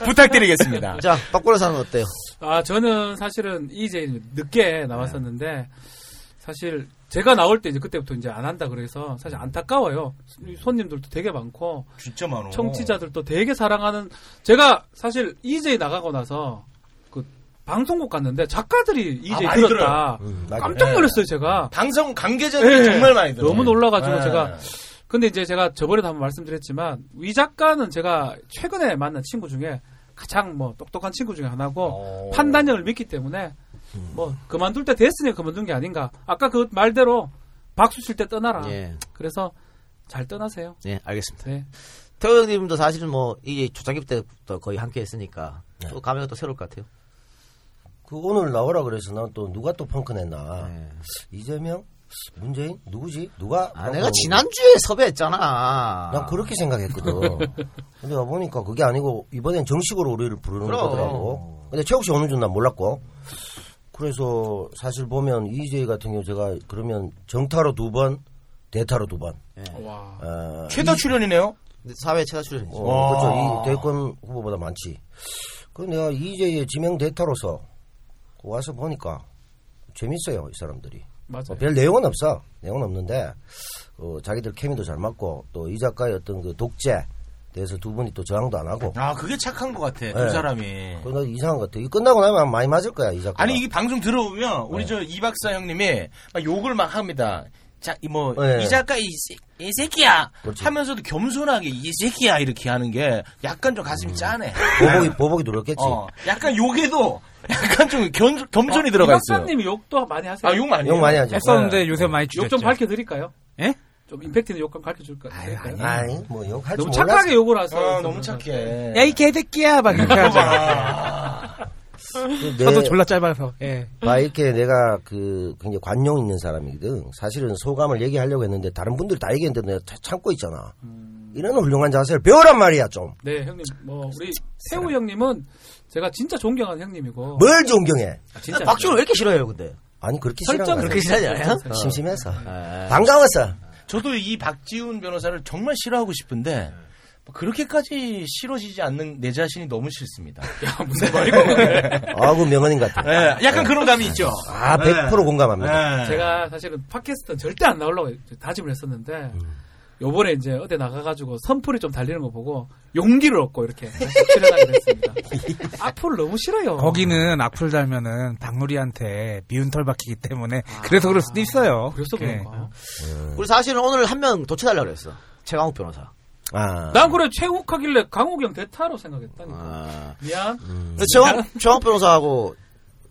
Speaker 4: 부탁드리겠습니다.
Speaker 2: 자, 박보라사는 어때요?
Speaker 9: 아, 저는 사실은 이제 늦게 나왔었는데 사실 제가 나올 때 이제 그때부터 이제 안 한다 그래서 사실 안타까워요. 손님들도 되게 많고
Speaker 4: 진짜 많어.
Speaker 9: 청취자들도 되게 사랑하는 제가 사실 이제 나가고 나서 그 방송국 갔는데 작가들이 이제
Speaker 4: 아, 많이
Speaker 9: 아, 들었다.
Speaker 11: 예.
Speaker 4: 들어요. 음, 맞아요.
Speaker 9: 깜짝 놀랐어요, 제가.
Speaker 4: 방송 관계자들이 정말 많이 들어요.
Speaker 9: 너무 놀라가지고
Speaker 4: 네.
Speaker 9: 제가 근데 이제 제가 저번에도 한번 말씀드렸지만 위 작가는 제가 최근에 만난 친구 중에 가장 뭐 똑똑한 친구 중에 하나고 판단력을 믿기 때문에 뭐 그만둘 때 됐으니 그만둔 게 아닌가. 아까 그 말대로 박수 칠 때 떠나라.
Speaker 2: 예.
Speaker 9: 그래서 잘 떠나세요.
Speaker 2: 네, 알겠습니다.
Speaker 9: 네.
Speaker 2: 태호 형님도 사실은 뭐, 이게 조장기 때부터 거의 함께 했으니까,
Speaker 10: 네.
Speaker 2: 또 감회가 또 새로울 것 같아요.
Speaker 11: 그 오늘 나오라 그래서 난 또 누가 또 펑크 냈나. 이재명? 문재인? 누구지? 누가?
Speaker 2: 아, 내가 지난주에 섭외했잖아.
Speaker 11: 어. 난 그렇게 생각했거든. 근데 와보니까 그게 아니고 이번엔 정식으로 우리를 부르는
Speaker 2: 그럼.
Speaker 11: 거더라고. 근데 최욱 씨 오는 줄 난 몰랐고. 그래서 사실 보면 이재희 같은 경우 제가 그러면 정타로 두 번, 대타로 두 번.
Speaker 4: 와.
Speaker 11: 어,
Speaker 4: 최다
Speaker 11: 이-
Speaker 4: 출연이네요.
Speaker 2: 예. 사회 최다 출연이죠.
Speaker 11: 어, 그렇죠. 이 대권 후보보다 많지. 그 내가 이재희의 지명 대타로서 와서 보니까 재밌어요 이 사람들이.
Speaker 9: 맞아요.
Speaker 11: 뭐별 내용은 없어. 내용은 없는데 어, 자기들 케미도 잘 맞고 또 이 작가의 어떤 그 독재 대해서 두 분이 또 저항도 안 하고.
Speaker 4: 아 그게 착한 것 같아
Speaker 11: 예.
Speaker 4: 두 사람이.
Speaker 11: 그건 이상한 것 같아. 이 끝나고 나면 많이 맞을 거야 이 작가.
Speaker 4: 아니 이 방송 들어보면
Speaker 11: 네.
Speaker 4: 우리 저 이박사 형님이 막 욕을 막 합니다. 자뭐이
Speaker 11: 예.
Speaker 4: 작가 이, 새- 이 새끼야
Speaker 11: 그렇지.
Speaker 4: 하면서도 겸손하게 이 새끼야 이렇게 하는 게 약간 좀 가슴이 짠해.
Speaker 11: 음. 보복이 보복이 두렵겠지.
Speaker 4: 어, 약간 욕에도 약간 좀 겸, 겸손이 들어가 있어요.
Speaker 9: 박사님이 욕도 많이 하세요.
Speaker 4: 아, 욕 많이 욕 해요. 많이 하죠.
Speaker 10: 했었는데
Speaker 11: 네.
Speaker 10: 요새 많이
Speaker 9: 욕
Speaker 10: 줄였죠.
Speaker 9: 좀 밝혀드릴까요?
Speaker 10: 예?
Speaker 9: 좀 임팩트 있는 욕 좀 밝혀줄까요? 아니,
Speaker 11: 아니, 뭐 욕할
Speaker 9: 너무
Speaker 11: 줄 몰랐어.
Speaker 9: 착하게 욕을 하세요.
Speaker 4: 아, 너무 착해.
Speaker 10: 야, 이 개새끼야! 막 이렇게 하잖아.
Speaker 11: 그 내-
Speaker 10: 저도 졸라 짧아서, 예.
Speaker 11: 막 이렇게 내가 그 굉장히 관용 있는 사람이거든. 사실은 소감을 얘기하려고 했는데 다른 분들 다 얘기했는데 내가 다 참고 있잖아.
Speaker 2: 음.
Speaker 11: 이런 훌륭한 자세를 배우란 말이야 좀.
Speaker 9: 네, 형님.
Speaker 11: 아,
Speaker 9: 뭐 우리 세우 형님은 제가 진짜 존경하는 형님이고.
Speaker 11: 뭘 존경해?
Speaker 9: 진짜
Speaker 2: 아, 박준호 왜 이렇게 싫어요, 근데?
Speaker 11: 아니 그렇게
Speaker 2: 설정
Speaker 11: 싫어하는
Speaker 2: 그렇게
Speaker 11: 거야.
Speaker 2: 싫어하잖아요?
Speaker 11: 어. 심심해서
Speaker 2: 아.
Speaker 11: 반가워서
Speaker 4: 저도 이 박지훈 변호사를 정말 싫어하고
Speaker 2: 네.
Speaker 4: 싶은데 뭐 그렇게까지 싫어지지 않는 내 자신이 너무 싫습니다. 네. 야 무슨 말이고?
Speaker 2: 네.
Speaker 11: 아그 명언인 것 같아.
Speaker 9: 네.
Speaker 4: 예, 약간 그런 감이 있죠. 네.
Speaker 11: 아, 100% 공감합니다.
Speaker 9: 제가 사실은 팟캐스트는 절대 안 나오려고 다짐을 했었는데
Speaker 11: 음.
Speaker 9: 요번에 이제 어디 나가가지고 선풀이 좀 달리는 거 보고 용기를 얻고 이렇게 출연하게 됐습니다. 악플 너무 싫어요.
Speaker 10: 거기는 악플 달면은 박누리한테 미운 털 박히기 때문에 그래서 그럴 수도 있어요.
Speaker 9: 아.
Speaker 10: 예.
Speaker 9: 그래서 그런가?
Speaker 2: 우리 사실은 오늘 한 명 더 쳐달라 그랬어. 최강욱 변호사.
Speaker 11: 아.
Speaker 9: 난 그래 최욱하길래 강호경 대타로 생각했다니까. 미안.
Speaker 11: 음.
Speaker 2: 근데 최강, 최강욱 변호사하고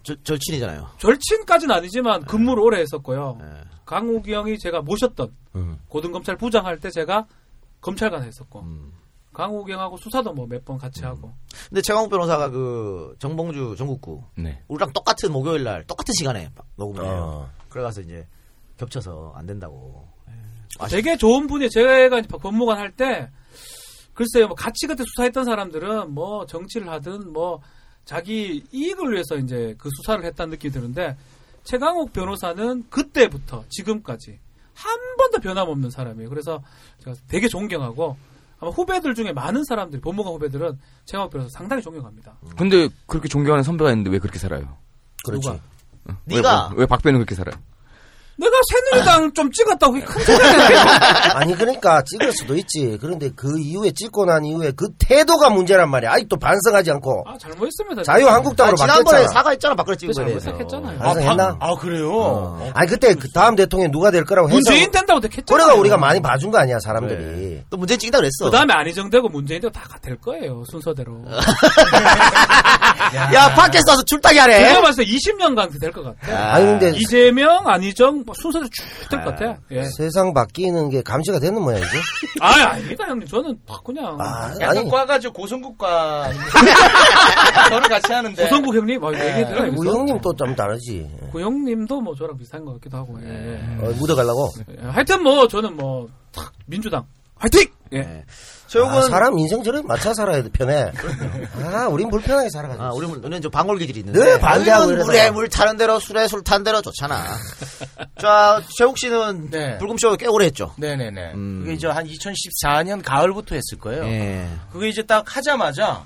Speaker 2: 절, 절친이잖아요.
Speaker 9: 절친까지는 아니지만 근무를 오래 했었고요. 강호경이 제가 모셨던
Speaker 11: 음.
Speaker 9: 고등검찰 부장할 때 제가 검찰관 했었고 강호경하고 수사도 뭐 몇 번 같이 하고
Speaker 2: 근데 최강욱 변호사가 그 정봉주 전국구
Speaker 12: 네.
Speaker 2: 우리랑 똑같은 목요일 날 똑같은 시간에 막 녹음을
Speaker 11: 어.
Speaker 2: 해요. 그래가서 이제 겹쳐서 안 된다고.
Speaker 9: 되게 좋은 분이 제가 이제 법무관 할 때 글쎄요 뭐 같이 그때 수사했던 사람들은 뭐 정치를 하든 뭐 자기 이익을 위해서 이제 그 수사를 했다는 느낌이 드는데 최강욱 변호사는 그때부터 지금까지 한 번도 변함없는 사람이에요. 그래서 제가 되게 존경하고 아마 후배들 중에 많은 사람들이 법무관 후배들은 최강욱 변호사 상당히 존경합니다.
Speaker 12: 근데 그렇게 존경하는 선배가 있는데 왜 그렇게 살아요?
Speaker 9: 그렇지. 누가?
Speaker 12: 어,
Speaker 9: 네가.
Speaker 12: 왜, 왜 박배는 그렇게 살아요?
Speaker 9: 내가 새누리당 좀 찍었다고 큰 소리
Speaker 11: 아니 그러니까 찍을 수도 있지. 그런데 그 이후에 찍고 난 이후에 그 태도가 문제란 말이야. 아직도 반성하지 않고.
Speaker 9: 아 잘못했습니다.
Speaker 11: 자유한국당으로
Speaker 2: 아니, 지난번에
Speaker 11: 바뀌었잖아.
Speaker 2: 사과했잖아 박근혜 찍은 거에 대해서.
Speaker 9: 잘못했잖아요.
Speaker 11: 반성했나?
Speaker 4: 그래요?
Speaker 11: 아니 그때 그 다음 대통령이 누가 될 거라고 해서
Speaker 9: 문재인 된다고 했잖아.
Speaker 11: 그래가 우리가 많이 봐준 거 아니야 사람들이.
Speaker 2: 또 문재인 찍다 그랬어.
Speaker 9: 그 다음에 안희정되고 문재인도 다 될 거예요 순서대로.
Speaker 2: 야, 팟캐스트 와서 줄타기 하래.
Speaker 9: 제가 봤을 때 20년간 그 될 것 같아.
Speaker 11: 아니, 근데-
Speaker 9: 이재명, 안희정 뭐 순서대로 쭉 될 것 같아. 예.
Speaker 11: 세상 바뀌는 게 감지가 되는 모양이지.
Speaker 9: 아, 아닙니다 형님. 저는 다 그냥
Speaker 4: 약간
Speaker 11: 아니.
Speaker 4: 과가죠 고성국과 아닙니까? 저를 같이
Speaker 2: 네.
Speaker 4: 하는데
Speaker 9: 고성국 형님, 아, 얘기 들어.
Speaker 11: 우리 네. 뭐 형님 또 좀 다르지.
Speaker 9: 고영님도 뭐 저랑 비슷한 것 같기도 하고. 예.
Speaker 11: 어, 묻어가려고.
Speaker 9: 예, 하여튼 뭐 저는 뭐 탁, 민주당 화이팅. 예.
Speaker 11: 아, 사람 인생 저런 맞춰 살아야 돼, 편해. 아, 우린 불편하게 네, 살아가지.
Speaker 2: 아, 우리 우리는 좀 방울 기질이 있는데.
Speaker 11: 늘 반대하고
Speaker 2: 우리는
Speaker 11: 이래서.
Speaker 2: 네, 물에 물 타는 대로 술에 술 탄 대로 좋잖아. 자, 최욱 씨는 불금쇼 꽤 오래 했죠.
Speaker 4: 네. 네네네.
Speaker 11: 음.
Speaker 4: 그게 이제 한 2014년 가을부터 했을 거예요.
Speaker 11: 네.
Speaker 2: 예.
Speaker 4: 그게 이제 딱 하자마자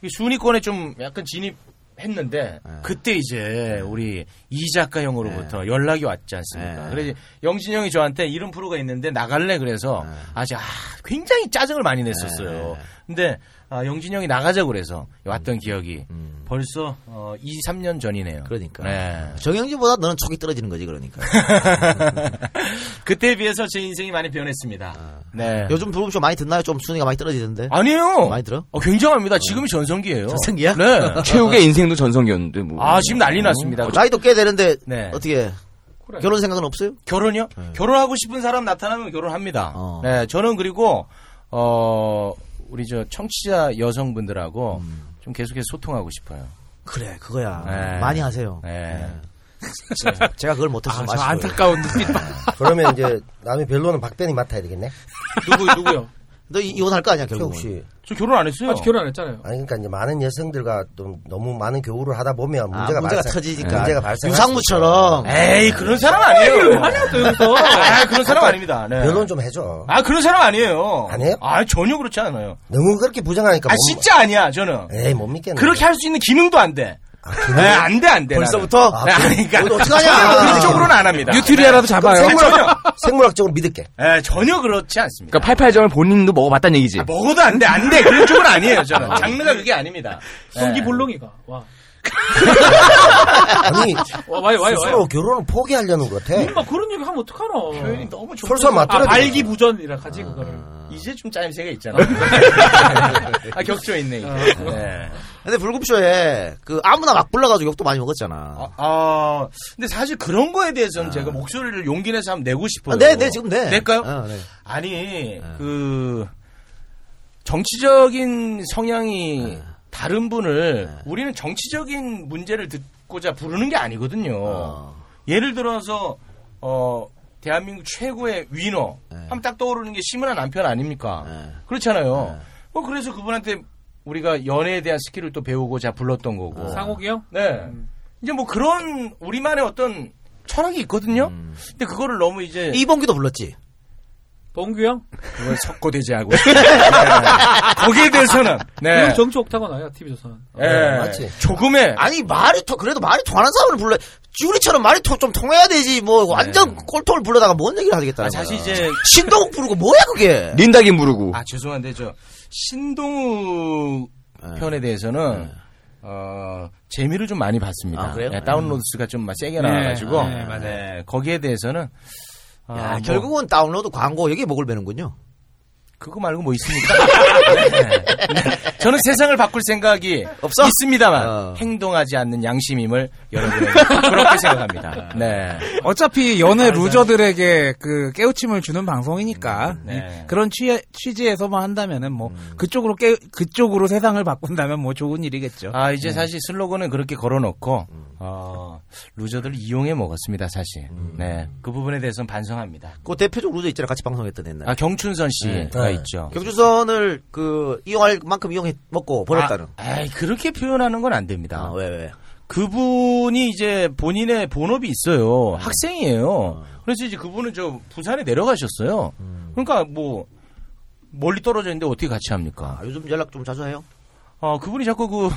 Speaker 4: 이게 순위권에 좀 약간 진입했는데
Speaker 2: 네.
Speaker 4: 그때 이제 우리 이 작가 형으로부터 연락이 왔지
Speaker 2: 네.
Speaker 4: 않습니까? 그래서 이제 영진 형이 저한테 이런
Speaker 2: 네.
Speaker 4: 프로가 있는데 나갈래 그래서 아직 아, 굉장히 짜증을 많이 냈었어요. 근데 아, 영진이 형이 나가자고 그래서 왔던 기억이 벌써 어, 2, 3년 전이네요.
Speaker 2: 음, 그러니까.
Speaker 4: 네.
Speaker 2: 정영진보다 너는 촉이 떨어지는 거지 그러니까.
Speaker 4: 그때에 비해서 제 인생이 많이
Speaker 2: 아.
Speaker 4: 변했습니다. 네.
Speaker 2: 요즘 불금쇼 많이 듣나요? 좀 순위가 많이 떨어지던데.
Speaker 4: 아니에요.
Speaker 2: 많이 들어?
Speaker 4: 어, 굉장합니다. 지금이 전성기예요.
Speaker 2: 전성기야?
Speaker 4: 네.
Speaker 12: 최욱의 인생도 전성기였는데 뭐.
Speaker 4: 아 지금 난리 났습니다.
Speaker 2: 어, 나이도 꽤 되는데
Speaker 4: 네.
Speaker 2: 어떻게 결혼 생각은 없어요? 네.
Speaker 4: 결혼이요? 결혼하고 싶은 사람 나타나면 결혼합니다.
Speaker 2: 어.
Speaker 4: 네, 저는 그리고 어 우리 저 청취자 여성분들하고 좀 계속해서 소통하고 싶어요.
Speaker 2: 음. 그래 그거야.
Speaker 4: 네.
Speaker 2: 많이 하세요.
Speaker 4: 네.
Speaker 2: 진짜 제가 그걸 못해서
Speaker 11: 아,
Speaker 2: 좀
Speaker 11: 저
Speaker 2: 아쉽고요.
Speaker 11: 안타까운 눈빛 봐. 네. 그러면 이제 남의 별로는 박대니 맡아야 되겠네.
Speaker 4: 누구 누구요?
Speaker 2: 어. 너 이- 이혼할 거 아니야 결국.
Speaker 11: 최욱 씨.
Speaker 4: 저 결혼 안 했어요.
Speaker 11: 아직 결혼 안 했잖아요. 아니 그러니까 이제 많은 여성들과 좀 너무 많은 교우를 하다 보면
Speaker 2: 아,
Speaker 11: 문제가 발생-
Speaker 2: 문제가
Speaker 11: 네,
Speaker 2: 터지니까.
Speaker 11: 문제가 발생.
Speaker 2: 유상무처럼.
Speaker 11: 네.
Speaker 4: 에이 그런 사람 아니에요. 아, 그런 사람 아닙니다. 네.
Speaker 11: 변론 좀 해줘.
Speaker 4: 아 그런 사람 아니에요.
Speaker 11: 아니에요?
Speaker 4: 아 전혀 그렇지 않아요.
Speaker 11: 너무 그렇게 부정하니까.
Speaker 4: 아
Speaker 11: 못-
Speaker 4: 진짜 아니야 저는.
Speaker 11: 에이 못 믿겠네.
Speaker 4: 그렇게 할 수 있는 기능도 안 돼. 네, 안 돼, 안 돼.
Speaker 11: 벌써부터?
Speaker 4: 나는. 네,
Speaker 11: 아,
Speaker 4: 아니, 그러니까.
Speaker 11: 그건 어떡하냐.
Speaker 4: 전혀 그런 쪽으로는 안 합니다.
Speaker 12: 뉴트리아라도 잡아요.
Speaker 4: 네, 전혀,
Speaker 11: 생물학적으로 믿을게.
Speaker 4: 네, 전혀 그렇지 않습니다.
Speaker 12: 그러니까 88점을 본인도 먹어봤다는 얘기지.
Speaker 9: 아,
Speaker 4: 먹어도 안 돼, 안 돼. 그런 쪽은 아니에요, 저는. 장르가 그게 아닙니다. 네.
Speaker 9: 송기 볼롱이가 와.
Speaker 11: 아니
Speaker 9: 와, 와요, 와요,
Speaker 11: 스스로
Speaker 9: 와요.
Speaker 11: 결혼을 포기하려는 것 같아.
Speaker 9: 막 그런 얘기 하면 어떡하나. 표현이
Speaker 4: 너무
Speaker 11: 좀- 설사 맞더라도.
Speaker 9: 아, 발기부전이라 하지 그거를.
Speaker 4: 아. 이제 좀 짜임새가 있잖아. 아, 격조 있네, 이게. 네.
Speaker 2: 근데 불금쇼에 그 아무나 막 불러가지고 욕도 많이 먹었잖아.
Speaker 4: 아, 근데 사실 그런 거에 대해서는 제가 목소리를 용기 내서 한번 내고 싶어요.
Speaker 2: 아, 네, 네, 지금 네.
Speaker 4: 낼까요?
Speaker 2: 아, 네.
Speaker 4: 아니, 그, 정치적인
Speaker 2: 네.
Speaker 4: 성향이 다른 분을 우리는 정치적인 문제를 듣고자 부르는 게 아니거든요. 예를 들어서, 어, 대한민국 최고의 위너
Speaker 2: 네.
Speaker 4: 하면 딱 떠오르는 게 심은아 남편 아닙니까? 그렇잖아요.
Speaker 2: 네.
Speaker 4: 뭐 그래서 그분한테 우리가 연애에 대한 스킬을 또 배우고자 불렀던 거고.
Speaker 9: 상욱이 형?
Speaker 4: 네. 이제 뭐 그런 우리만의 어떤 철학이 있거든요. 근데 그거를 너무 이제
Speaker 2: 음. 이봉규도 불렀지.
Speaker 9: 봉규 형?
Speaker 4: 그걸 석고대제하고 네. 거기에 대해서는 네.
Speaker 9: 이건 정치 옥타곤 아니야 TV조선. 어.
Speaker 4: 예. 조금의
Speaker 2: 네, 아니 말이 통 그래도 말이 통하는 사람을 불러. 주리처럼 말이 통, 좀 통해야 되지. 뭐 완전 꼴통을 불러다가 뭔 얘기를 하겠다.
Speaker 4: 네. 아, 사실 이제
Speaker 2: 신동욱 부르고 뭐야 그게.
Speaker 12: 린다긴 부르고.
Speaker 4: 아 죄송한데 저 신동욱
Speaker 2: 네.
Speaker 4: 편에 대해서는 어, 재미를 좀 많이 봤습니다.
Speaker 2: 아, 그래요?
Speaker 4: 네, 다운로드 수가 좀 세게
Speaker 2: 네,
Speaker 4: 나와가지고
Speaker 2: 네, 맞아요.
Speaker 4: 네, 거기에 대해서는 아,
Speaker 2: 야,
Speaker 4: 뭐,
Speaker 2: 결국은 다운로드 광고 여기 목을 베는군요.
Speaker 4: 그거 말고 뭐 있습니까? 네. 네. 저는 세상을 바꿀 생각이 없어? 있습니다만 행동하지 않는 양심임을 여러분에게 그렇게 생각합니다. 네.
Speaker 10: 어차피
Speaker 9: 아, 네.
Speaker 10: 연애 루저들에게 그 깨우침을 주는 방송이니까 예.
Speaker 4: 네. 음.
Speaker 10: 그런 취, 취지에서만 한다면은 뭐 그쪽으로 깨 그쪽으로 세상을 바꾼다면 뭐 좋은 일이겠죠.
Speaker 2: 음.
Speaker 4: 아 이제
Speaker 10: 네.
Speaker 4: 사실 슬로건은 그렇게 걸어놓고 어, 루저들을 이용해 먹었습니다 사실.
Speaker 2: 음.
Speaker 4: 네 그 부분에 대해서는 반성합니다.
Speaker 2: 그 대표적 루저 있잖아. 같이 방송했던 옛날.
Speaker 4: 아 경춘선
Speaker 12: 네.
Speaker 4: 씨가 있죠.
Speaker 2: 네. 경주선을 그 이용할 만큼 이용해 먹고 버렸다는. 아,
Speaker 4: 아, 에이, 그렇게 표현하는 건 안 됩니다.
Speaker 2: 왜 왜?
Speaker 4: 그분이 이제 본인의 본업이 있어요.
Speaker 2: 음.
Speaker 4: 학생이에요. 그래서 이제 그분은 저 부산에 내려가셨어요.
Speaker 2: 음.
Speaker 4: 그러니까 뭐 멀리 떨어져 있는데 어떻게 같이 합니까?
Speaker 2: 아, 요즘 연락 좀 자주 해요?
Speaker 4: 아 그분이 자꾸 그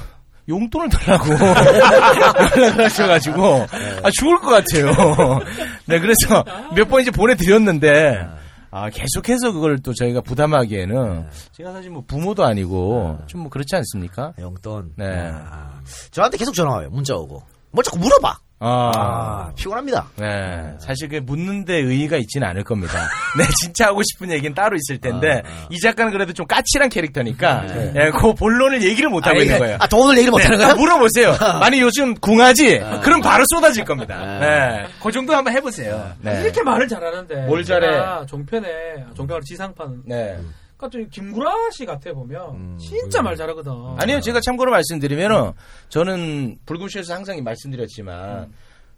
Speaker 4: 용돈을 달라고 연락을 하셔가지고
Speaker 2: 네.
Speaker 4: 아 죽을 것 같아요. 네 그래서 몇 번 이제 보내드렸는데
Speaker 2: 네.
Speaker 4: 아 계속해서 그걸 또 저희가 부담하기에는
Speaker 2: 네.
Speaker 4: 제가 사실 뭐 부모도 아니고 좀 뭐 그렇지 않습니까?
Speaker 2: 용돈. 아,
Speaker 4: 네.
Speaker 2: 저한테 계속 전화 와요. 문자 오고. 뭘 자꾸 물어봐.
Speaker 4: 아.
Speaker 2: 아, 피곤합니다.
Speaker 4: 네, 사실 그 묻는데 의의가 있지는 않을 겁니다. 네, 진짜 하고 싶은 얘기는 따로 있을 텐데
Speaker 2: 아,
Speaker 4: 이 작가는 그래도 좀 까칠한 캐릭터니까 네. 그 본론을 얘기를 못
Speaker 2: 아,
Speaker 4: 하고 있는
Speaker 2: 이게-
Speaker 4: 거예요. 네,
Speaker 2: 아, 돈을 얘기를 못 하는 거야?
Speaker 4: 물어보세요. 아니 요즘 궁하지? 그럼 바로 쏟아질 겁니다. 네, 그 정도 한번 해보세요. 네.
Speaker 9: 이렇게 말을 잘하는데.
Speaker 4: 뭘 잘해?
Speaker 9: 제가 종편에 종편으로 지상파는.
Speaker 4: 네.
Speaker 9: 그러니까 좀 김구라 씨 같아 보면 진짜 말 잘하거든.
Speaker 4: 음, 아니요, 제가 참고로 말씀드리면은 저는 불금쇼에서 항상 말씀드렸지만
Speaker 2: 음.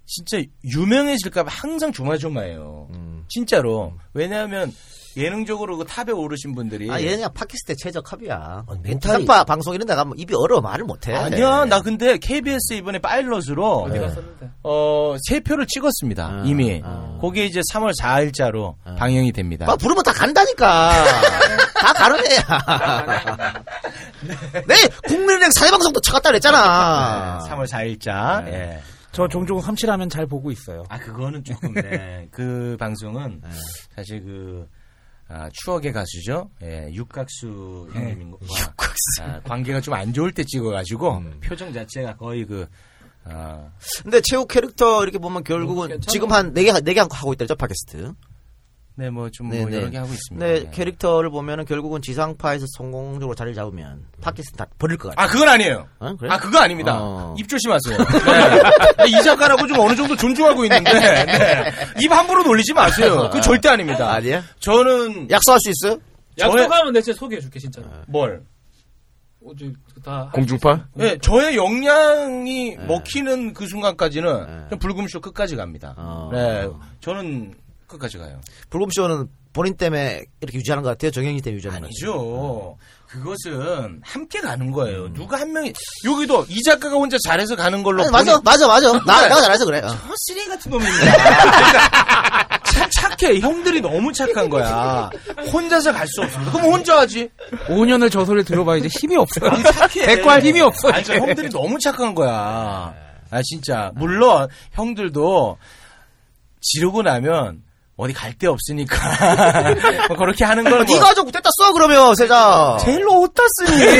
Speaker 4: 진짜 유명해질까봐 항상 조마조마해요.
Speaker 2: 음.
Speaker 4: 진짜로 왜냐하면 예능적으로 그 탑에 오르신 분들이
Speaker 2: 아, 얘는 파키스탄 최적합이야.
Speaker 4: 어, 멘탈이-
Speaker 2: 멘탈파 방송 이런 데
Speaker 4: 뭐
Speaker 2: 가면 입이 얼어 말을 못 해.
Speaker 4: 아니야, 나 근데 KBS 이번에 파일럿으로 네.
Speaker 2: 어디 아,
Speaker 9: 갔었는데?
Speaker 4: 어, 세 표를 찍었습니다. 이미. 그게 이제 3월 4일자로 방영이 됩니다.
Speaker 2: 아, 부르면 다 간다니까. 다 가는 애야. 네, 국민은행 사회방송도 쳐갔다 그랬잖아. 네.
Speaker 4: 3월 4일자. 예.
Speaker 10: 저 종종 삼칠하면 잘 보고 있어요. 네.
Speaker 4: 아, 그거는 조금, 네. 그 방송은
Speaker 10: 네,
Speaker 4: 사실 그, 아, 추억의 가수죠. 예, 육각수 형님과 아, 관계가 좀 안 좋을 때 찍어가지고
Speaker 10: 음.
Speaker 4: 표정 자체가 거의 그 아,
Speaker 2: 근데 최후 캐릭터 이렇게 보면
Speaker 4: 음,
Speaker 2: 결국은
Speaker 10: 뭐,
Speaker 2: 지금 한 4개, 네개 하고 있다죠, 팟캐스트.
Speaker 4: 네, 뭐 좀
Speaker 2: 네,
Speaker 4: 뭐
Speaker 2: 네.
Speaker 4: 여러 개 하고 있습니다.
Speaker 2: 네, 캐릭터를 보면은 결국은 지상파에서 성공적으로 자리를 잡으면 팟캐스트 다 버릴 것 같아요.
Speaker 4: 음. 아, 그건 아니에요.
Speaker 2: 어? 그래요?
Speaker 4: 아, 그거 아닙니다.
Speaker 2: 어.
Speaker 4: 입 조심하세요. 네. 이 작가라고 좀 어느 정도 존중하고 있는데, 네. 입 함부로 놀리지 마세요. 그 절대 아닙니다.
Speaker 2: 아니에요?
Speaker 4: 저는.
Speaker 2: 약속할 수 있어요?
Speaker 9: 약속하면 내 진짜 소개해줄게 진짜.
Speaker 4: 네. 뭘?
Speaker 9: 어제 다
Speaker 12: 공중파?
Speaker 4: 네, 저의 역량이
Speaker 2: 네.
Speaker 4: 먹히는 그 순간까지는 그냥 불금쇼 끝까지 갑니다.
Speaker 2: 어.
Speaker 4: 네, 저는 끝까지 가요.
Speaker 2: 불금쇼는 본인 때문에 이렇게 유지하는 것 같아요? 정영이 때문에 유지하는 것 같아요?
Speaker 4: 그죠. 그것은 함께 가는 거예요. 누가 한 명이 여기도 이 작가가 혼자 잘해서 가는 걸로.
Speaker 2: 음.
Speaker 4: 네.
Speaker 2: 아니, 맞아, 맞아, 맞아.
Speaker 11: 네.
Speaker 2: 나- 내가 잘해서 그래. 어.
Speaker 4: 저 쓰레기 같은 놈입니다. 참 착해. 형들이 너무 착한 거야. 혼자서 갈 수 없어. 그럼 혼자 하지.
Speaker 10: 5년을 저 소리를 들어봐 이제 힘이 없어요.
Speaker 4: 아니, 착해.
Speaker 10: 대꾸할 힘이 없어.
Speaker 4: 아니, 저
Speaker 10: 이제.
Speaker 4: 형들이 너무 착한 거야. 아 진짜 물론 형들도 지르고 나면 어디 갈 데 없으니까 뭐 그렇게 하는 걸.
Speaker 2: 아,
Speaker 4: 뭐-
Speaker 2: 네가 좀 그때다 써 그러면 세자.
Speaker 4: 제일 어디다 쓰니?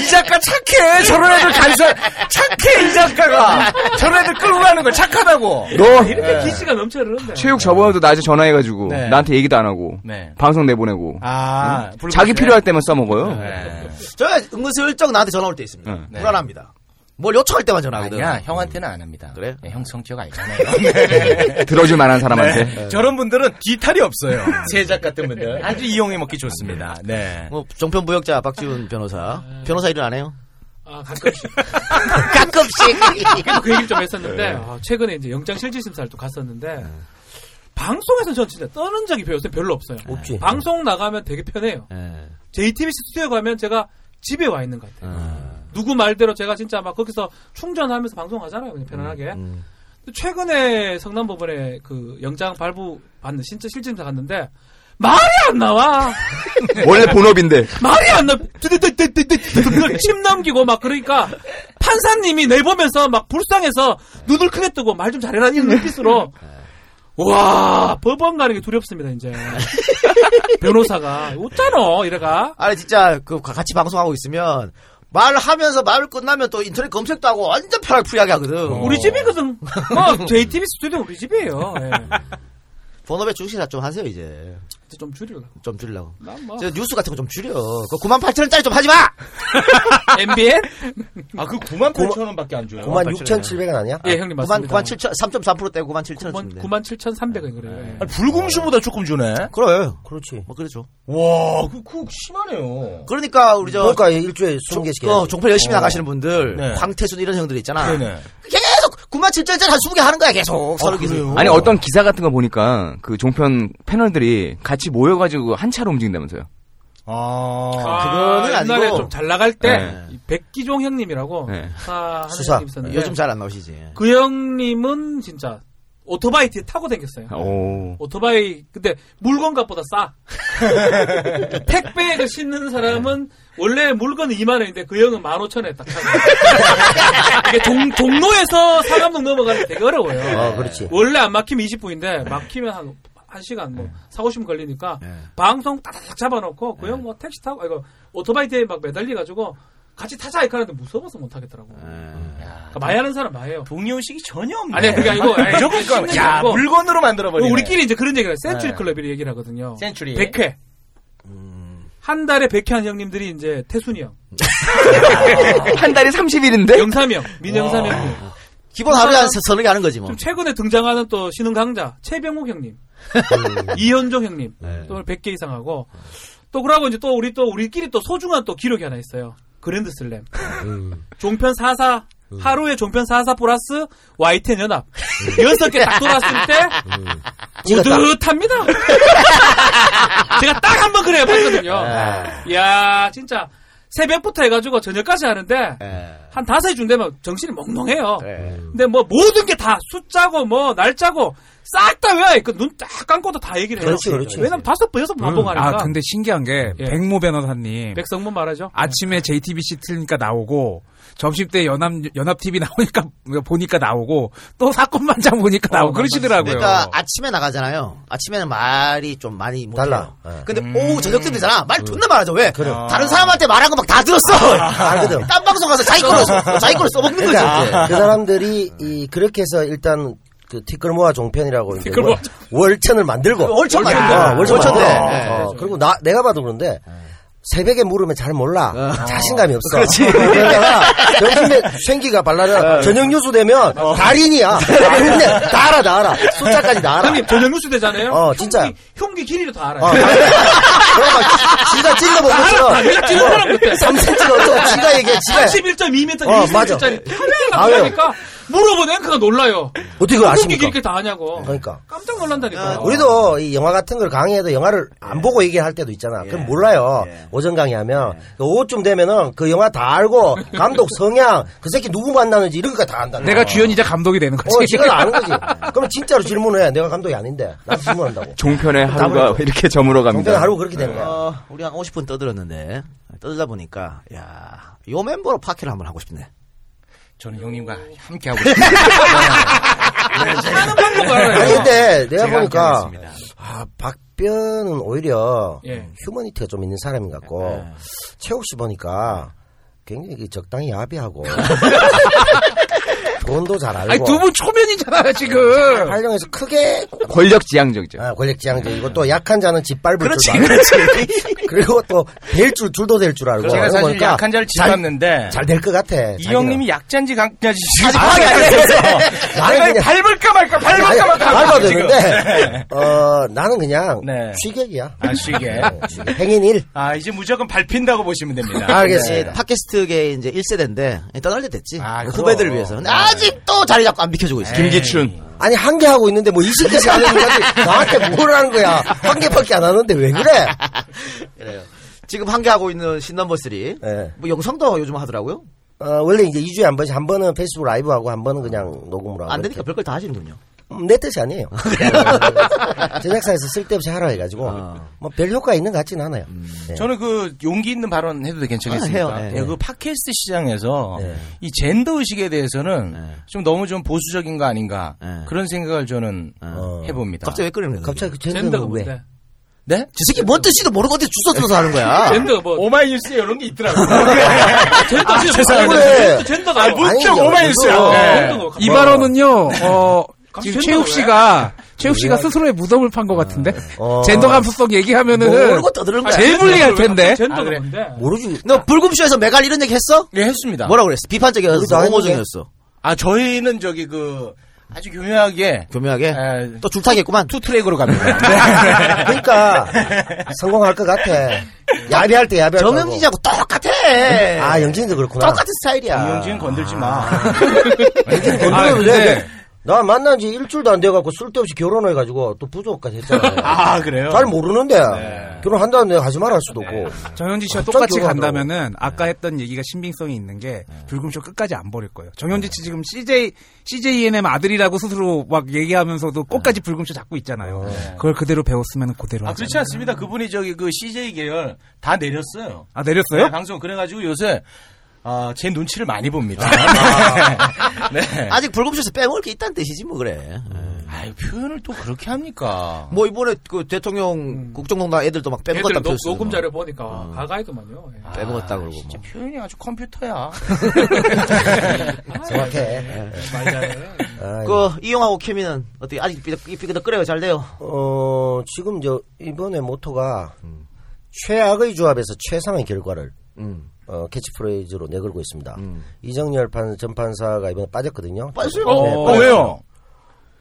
Speaker 4: 이 작가 착해. 저런 애들 간사 착해 이 작가가. 저런 애들 끌고 가는 거 착하다고.
Speaker 12: 너
Speaker 9: 이렇게 기시가 넘쳐흐르는데.
Speaker 12: 체육 저번에도 낮에 전화해가지고
Speaker 4: 네.
Speaker 12: 나한테 얘기도 안 하고
Speaker 4: 네.
Speaker 12: 방송 내보내고
Speaker 4: 아,
Speaker 12: 응? 자기 필요할 때만 써먹어요.
Speaker 9: 네.
Speaker 2: 저가 은근슬쩍 나한테 전화 올 때 있습니다.
Speaker 12: 응.
Speaker 4: 네.
Speaker 2: 불안합니다. 뭘 요청할 때만 전화하거든.
Speaker 4: 아니야 형한테는 안 합니다. 그래? 형 성격 알잖아요.
Speaker 12: 들어줄 만한 사람한테.
Speaker 4: 네. 저런 분들은 뒤탈이 없어요. 세작 같은 분들 아주 이용해 먹기 좋습니다. 네.
Speaker 2: 뭐 정편 부역자 박지훈 변호사. 변호사 일을 안 해요?
Speaker 9: 아 가끔씩.
Speaker 2: 가끔씩.
Speaker 9: 그래도 그 얘기를 좀 했었는데
Speaker 2: 네.
Speaker 9: 아, 최근에 이제 영장 실질심사를 또 갔었는데
Speaker 4: 네.
Speaker 9: 방송에서 전 진짜 떠는 적이 별로, 별로 없어요.
Speaker 2: 없지.
Speaker 9: 방송 나가면 되게 편해요.
Speaker 4: 네.
Speaker 2: 예.
Speaker 9: JTBC 스튜디오 가면 제가 집에 와 있는 것 같아요. 누구 말대로 제가 진짜 막 거기서 충전하면서 방송하잖아요. 그냥 편안하게.
Speaker 2: 음.
Speaker 4: 음.
Speaker 9: 근데 최근에 성남법원에 그 영장 발부 받는 진짜 실질심사 갔는데 말이 안 나와.
Speaker 12: 원래 본업인데.
Speaker 9: 말이 안 나. 뜨뜨뜨뜨뜨뜨 침 넘기고 막 그러니까 판사님이 내보면서 막 불쌍해서 눈을 크게 뜨고 말 좀 잘해라 이런
Speaker 2: 음.
Speaker 9: 눈빛으로 와 법원 가는 게 두렵습니다 이제 변호사가 웃잖아 이래가
Speaker 2: 아니 진짜 그 가- 같이 방송하고 있으면 말하면서 말 끝나면 또 인터넷 검색도 하고 완전 편하게 프리하게 하거든.
Speaker 9: 우리 집이거든. 어, JTBC 스튜디오 우리 집이에요. 예.
Speaker 2: 본업에 주식사 좀 하세요 이제.
Speaker 9: 좀 줄이려고.
Speaker 2: 좀 줄이려고.
Speaker 9: 난 뭐.
Speaker 2: 저 뉴스 같은 거 좀 줄여. 그 9만 8천 원짜리 좀 하지 마.
Speaker 9: MBN?
Speaker 4: 아그 9만 8천 원밖에 안 줘요.
Speaker 11: 9만 6,700원 아니야?
Speaker 9: 예, 형님
Speaker 2: 9만
Speaker 9: 맞습니다.
Speaker 2: 9만 7천 3.3% 떼고 9만 7천 원.
Speaker 9: 97,300원 그래요. 예.
Speaker 4: 불금쇼보다 조금 주네.
Speaker 2: 그래.
Speaker 11: 그렇지.
Speaker 2: 뭐 그렇죠.
Speaker 4: 와, 그, 그, 심하네요.
Speaker 2: 그러니까 우리 저
Speaker 11: 그러니까 일주일에 20개씩
Speaker 2: 종- 어, 종편 열심히 나가시는 분들
Speaker 11: 네.
Speaker 2: 광태순 이런 형들 있잖아.
Speaker 12: 네네.
Speaker 2: 계속 9만 7천 원짜리 한 20개 하는 거야 계속.
Speaker 11: 어,
Speaker 2: 서로 기술.
Speaker 12: 아니 어떤 기사 같은 거 보니까 그 종편 패널들이 같이 모여가지고 한 차로 움직인다면서요.
Speaker 4: 아,
Speaker 2: 그거는
Speaker 9: 아, 옛날에
Speaker 2: 아니고.
Speaker 9: 좀 잘 나갈 때
Speaker 12: 네.
Speaker 9: 이 백기종 형님이라고
Speaker 12: 네.
Speaker 9: 사 아, 하는
Speaker 2: 수사.
Speaker 9: 형님 있었는데
Speaker 2: 요즘 잘 안 나오시지.
Speaker 9: 그 형님은 진짜 오토바이 뒤에 타고
Speaker 11: 아.
Speaker 9: 다녔어요.
Speaker 12: 오.
Speaker 9: 오토바이 근데 물건값보다 싸. 택배를 싣는 사람은 원래 물건은 2만 원인데 그 형은 15,000원에 딱 타고. 이게 동, 동로에서 사감동 넘어가는 게 되게 어려워요.
Speaker 11: 어, 그렇지.
Speaker 9: 원래 안 막히면 20분인데 막히면 한, 한 시간
Speaker 11: 네.
Speaker 9: 뭐 사고 싶으면 걸리니까 방송 따닥 잡아놓고 그
Speaker 11: 네.
Speaker 9: 형 뭐 택시 타고 아, 이거 오토바이 뒤에 막 매달려가지고 같이 타자 이렇게 하는데 무서워서 못 하겠더라고.
Speaker 11: 네.
Speaker 9: 그러니까 마이하는 사람 마이에요.
Speaker 4: 동의의식이 전혀 없네.
Speaker 9: 아니야 그게 아니고 뭐. 아니,
Speaker 4: 무조건
Speaker 9: 씹는 게
Speaker 4: 야,
Speaker 9: 아니고.
Speaker 4: 물건으로 만들어버리네.
Speaker 9: 우리끼리 이제 그런 얘기를 해요. 센츄리
Speaker 4: 네.
Speaker 9: 클럽이 얘기를 하거든요.
Speaker 4: 센츄리.
Speaker 9: 100회.
Speaker 4: 음.
Speaker 9: 한 달에 100회 한 형님들이 이제 태순이 형.
Speaker 12: 한 달에 30일인데?
Speaker 9: 영삼이 형. 민영삼
Speaker 2: 와.
Speaker 9: 형님.
Speaker 2: 어. 기본 하루에 한 서너 개 하는 거지 뭐.
Speaker 9: 어. 좀 최근에 등장하는 또 신흥 강자 최병욱 형님,
Speaker 4: 음.
Speaker 9: 이현종 형님
Speaker 4: 네.
Speaker 9: 또 100개 이상 하고 또 그러고 이제 또 우리 또 우리끼리 또 소중한 또 기록이 하나 있어요. 그랜드 슬램. 음. 종편 44
Speaker 10: 음.
Speaker 9: 하루에 종편 44 플러스 YTN 연합 여섯 개 딱 돌았을 때
Speaker 10: 음.
Speaker 9: 뿌듯합니다. 제가 딱 한 번
Speaker 15: 아,
Speaker 9: 그래
Speaker 10: 예.
Speaker 9: 봤거든요. 이야 진짜 새벽부터 해가지고 저녁까지 하는데 한 다섯에 준다면 정신이 멍멍해요. 근데 뭐 모든 게 다 숫자고 뭐 날짜고 싹 다 외워야 눈 딱 감고도 다 얘기를 해요.
Speaker 10: 그렇죠, 그렇지, 그렇지.
Speaker 9: 왜냐면 다섯 번 여섯 번 반복하니까.
Speaker 10: 아, 근데 신기한 게 백모 변호사님
Speaker 9: 백성문 말하죠.
Speaker 10: 아침에 JTBC 틀니까 나오고 점심 때 연합 연합 TV 나오니까 보니까 나오고 또 사건 반장 보니까 나오고 그러시더라고요.
Speaker 2: 그러니까 아침에 나가잖아요. 아침에는 말이 좀 많이 못 달라. 네. 근데
Speaker 11: 음.
Speaker 9: 음.
Speaker 2: 오후 저녁 쯤 되잖아. 말 존나 말하죠. 왜?
Speaker 9: 아.
Speaker 2: 다른 사람한테 말한 거 막 다
Speaker 11: 아.
Speaker 2: 들었어.
Speaker 11: 알거든.
Speaker 2: 딴 방송 가서 자기 거로 써- 어, 자기 거로 써먹는 거지.
Speaker 11: 그러니까
Speaker 2: 이제.
Speaker 11: 그 사람들이 이 그렇게 해서 일단 그 티끌 모아 종편이라고 이제
Speaker 2: 티끌 모아
Speaker 11: 월- 월천을 만들고
Speaker 2: 월천
Speaker 11: 야,
Speaker 2: 만든 거야.
Speaker 11: 월천
Speaker 2: 월천
Speaker 11: 만든
Speaker 2: 돼.
Speaker 11: 거.
Speaker 2: 네,
Speaker 11: 어,
Speaker 2: 네.
Speaker 11: 그리고 나 내가 봐도 그런데 새벽에 물으면 잘 몰라 자신감이 없어.
Speaker 2: 그렇지.
Speaker 11: 그러다가 점심에 생기가 발랄해. 저녁 뉴스 되면 달인이야. 근데 다 알아, 다 알아. 숫자까지 다 알아.
Speaker 9: 형님 저녁 뉴스 되잖아요.
Speaker 11: 어, 진짜.
Speaker 9: 흉기 길이도 다 알아요.
Speaker 11: 어, 다 지가 어. 찔러 먹은 것처럼.
Speaker 9: 다 내가 찔러 먹은 것같
Speaker 11: 3cm 어쩌고 지가 얘기해, 지가.
Speaker 9: 31.2m,
Speaker 11: 어,
Speaker 9: 20cm짜리
Speaker 11: 아유.
Speaker 9: 편하니까 물어본 앵커가 놀라요.
Speaker 11: 어떻게 그걸 아십니까?
Speaker 9: 흉기 길게 다 아냐고.
Speaker 11: 그러니까.
Speaker 9: 깜짝 놀란다니까. 요
Speaker 11: 우리도 이 영화 같은 걸 강의해도 영화를 안 보고 얘기할 때도 있잖아. 그럼 몰라요. 오전 강의하면 오후쯤 되면은 그 영화 다 알고 감독 성향 그 새끼 누구 만나는지 이런 거 다 안다.
Speaker 10: 내가 주연이자 감독이 되는 거지.
Speaker 11: 어, 지가 아는 거지. 그럼 진짜로 질문해. 내가 감독이 아닌데 나한테 질문한다고.
Speaker 3: 종편의
Speaker 11: 하루가
Speaker 3: 이렇게 저물어
Speaker 11: 정대는 하루 그렇게
Speaker 4: 네.
Speaker 11: 된 거야.
Speaker 2: 어, 우리 한 50분 떠들었는데 떠들다 보니까 야, 요 멤버로 파티를 한번 하고 싶네.
Speaker 4: 저는 형님과 함께 하고 네. 싶어요. 하는 방법
Speaker 11: 아니 근데 내가
Speaker 4: 제가
Speaker 11: 보니까
Speaker 4: 함께 하겠습니다.
Speaker 11: 아, 박변은 오히려
Speaker 4: 예.
Speaker 11: 휴머니티가 좀 있는 사람인 것 같고
Speaker 4: 네.
Speaker 11: 최욱 씨 보니까 굉장히 그 적당히 야비하고 돈도 잘 알고
Speaker 10: 아니 두 분 초면이잖아요 지금.
Speaker 11: 활용해서 크게
Speaker 3: 권력지향적이죠.
Speaker 11: 아,
Speaker 4: 네.
Speaker 11: 권력지향적이고 또 약한 자는 짓밟을
Speaker 3: 그렇지,
Speaker 11: 줄 알고 아, 그리고 또 될 줄 둘도 될 줄 알고
Speaker 4: 제가
Speaker 11: 그러고
Speaker 4: 사실
Speaker 11: 보니까
Speaker 4: 약한 자를
Speaker 11: 잘-
Speaker 4: 짓밟는데
Speaker 11: 잘 될 것 같아
Speaker 4: 이
Speaker 11: 자기는.
Speaker 4: 형님이 약자인지 강자인지 지금
Speaker 11: 아니, 예,
Speaker 4: 파악이 안
Speaker 11: 아니,
Speaker 4: 돼서
Speaker 11: 나는
Speaker 4: 내가
Speaker 11: 그냥-
Speaker 4: 밟을까 말까
Speaker 11: 아니,
Speaker 4: 밟을까 말까 하고
Speaker 11: 밟아도
Speaker 4: 지금.
Speaker 11: 되는데 어, 나는 그냥 취객이야
Speaker 4: 아 쉬게
Speaker 11: 행인 일
Speaker 4: 아 이제 무조건 밟힌다고 보시면 됩니다
Speaker 2: 네, 팟캐스트계 이제 1세대인데 떠날 때 됐지.
Speaker 4: 아, 그럼.
Speaker 2: 후배들을 위해서.
Speaker 4: 네.
Speaker 2: 근데 아직도 자리 잡고 안 비켜주고 있어.
Speaker 3: 김기춘.
Speaker 11: 아니 한 개 하고 있는데 뭐 20개씩 하는 거지 나한테 뭐- 뭘 하는 거야 한 개밖에 안 하는데 왜 그래
Speaker 2: 그래요. 지금 한 개 하고 있는 신넘버 3. 뭐 영상도 요즘 하더라고요.
Speaker 11: 예. 어, 원래 이제 2주에 한 번씩 한 번은 페이스북 라이브 하고 한 번은 그냥 녹음으로 하고
Speaker 2: 안 되니까
Speaker 11: 이렇게.
Speaker 2: 별걸 다 하시는군요.
Speaker 11: 음, 내 뜻이 아니에요 네. 제작사에서 쓸데없이 하라 해가지고
Speaker 2: 아.
Speaker 11: 뭐 별 효과 있는 것 같진 않아요
Speaker 2: 음.
Speaker 11: 네.
Speaker 4: 저는 그 용기 있는 발언 해도 괜찮겠습니까?
Speaker 11: 아, 해요. 네,
Speaker 4: 예,
Speaker 11: 네.
Speaker 4: 그 팟캐스트 시장에서 이 젠더 의식에 대해서는 좀 너무 좀 보수적인 거 아닌가 그런 생각을 저는 해봅니다.
Speaker 2: 갑자기 왜 그러는 거예요?
Speaker 11: 갑자기 그 젠더는
Speaker 4: 젠더가
Speaker 11: 왜?
Speaker 4: 뭔데? 네?
Speaker 2: 저 새끼 뭔 뜻이도 모르고 어디 주워 들어서 하는 거야.
Speaker 4: 젠더가 뭐 오마이뉴스에 이런 게 있더라고.
Speaker 2: 젠더
Speaker 4: 아,
Speaker 2: 지금
Speaker 4: 죄송합니다.
Speaker 2: 그래.
Speaker 4: 젠더가
Speaker 2: 아니,
Speaker 4: 뭔
Speaker 2: 아니죠.
Speaker 4: 좀 오마이뉴스야. 네.
Speaker 10: 이 발언은요. 어,
Speaker 4: 갑자기
Speaker 10: 지금
Speaker 4: 젠더가
Speaker 10: 최욱
Speaker 4: 왜?
Speaker 10: 씨가 최욱 씨가
Speaker 4: 왜?
Speaker 10: 스스로의 무덤을 판 것 같은데 젠더 감수성 얘기하면은
Speaker 2: 모르고 떠드는 거야.
Speaker 10: 제일 불리할 텐데.
Speaker 2: 젠더가
Speaker 4: 뭔데?
Speaker 11: 모르지.
Speaker 2: 너 불금쇼에서 메갈 이런 얘기 했어?
Speaker 4: 아. 예, 했습니다.
Speaker 2: 뭐라 그랬어? 비판적이었어. 호모적이었어.
Speaker 4: 아, 저희는 저기 그 아주 교묘하게 예.
Speaker 2: 교묘하게 또 줄타기했구만.
Speaker 4: 투 트랙으로 갑니다. 네.
Speaker 11: 그러니까 성공할 것 같아 야비할 때 야비할 때
Speaker 2: 정영진이하고 똑같아.
Speaker 4: 음, 예.
Speaker 11: 아 영진이도 그렇구나 아.
Speaker 2: 똑같은 스타일이야.
Speaker 4: 정영진 건들지 마.
Speaker 11: 영진이
Speaker 4: 아,
Speaker 11: 건드려도
Speaker 4: 근데-
Speaker 11: 돼. 나 만난 지 일주일도 안 돼갖고 쓸데없이 결혼해가지고 또 부족까지 했잖아요.
Speaker 4: 아, 그래요? 네.
Speaker 11: 잘 모르는데 결혼한다는데 하지 말아 할 수도 없고.
Speaker 10: 정현진 씨와
Speaker 11: 갑자기
Speaker 10: 똑같이
Speaker 11: 결혼하더라고.
Speaker 10: 간다면은 아까
Speaker 2: 네.
Speaker 10: 했던 얘기가 신빙성이 있는 게 불금쇼 끝까지 안 버릴 거예요. 정현진 씨 지금 CJ CJNM 아들이라고 스스로 막 얘기하면서도
Speaker 2: 네.
Speaker 10: 끝까지 불금쇼 잡고
Speaker 2: 어.
Speaker 10: 있잖아요. 네. 그걸 그대로 배웠으면 그대로
Speaker 4: 아,
Speaker 10: 하죠.
Speaker 4: 그렇지 않습니다. 그분이 저기 그 CJ 계열 다 내렸어요.
Speaker 10: 아, 내렸어요?
Speaker 4: 네, 방송 그래가지고 요새 아, 제 눈치를 많이
Speaker 10: 아,
Speaker 4: 봅니다. 네. 음.
Speaker 2: 아직 불금쇼에서 빼먹을 게 있다는 뜻이지 뭐 그래.
Speaker 4: 아이, 표현을 또 그렇게 합니까? 음.
Speaker 2: 뭐 이번에 그 대통령 국정농단 애들도 막
Speaker 9: 애들
Speaker 2: 빼먹었다
Speaker 9: 녹-
Speaker 2: 표현쓰는
Speaker 9: 녹음
Speaker 2: 거.
Speaker 9: 자료 보니까
Speaker 11: 어.
Speaker 9: 가가이더만요. 예.
Speaker 11: 아,
Speaker 4: 아,
Speaker 2: 빼먹었다 그러고 뭐.
Speaker 4: 표현이 아주 컴퓨터야.
Speaker 9: 아,
Speaker 4: 아, 예.
Speaker 11: 정확해.
Speaker 9: 말 잘해.
Speaker 2: 예. 그 이용하고 케미는 어떻게 아직 삐그덕 끓여요 잘 돼요.
Speaker 11: 어 지금 저 이번에 모토가 최악의 조합에서 최상의 결과를
Speaker 4: 음.
Speaker 11: 어, 캐치프레이즈로 내걸고 있습니다. 이정열 판 전판사가 이번에 빠졌거든요. 네,
Speaker 2: 빠졌어요?
Speaker 9: 어,
Speaker 11: 빠졌-
Speaker 9: 왜요?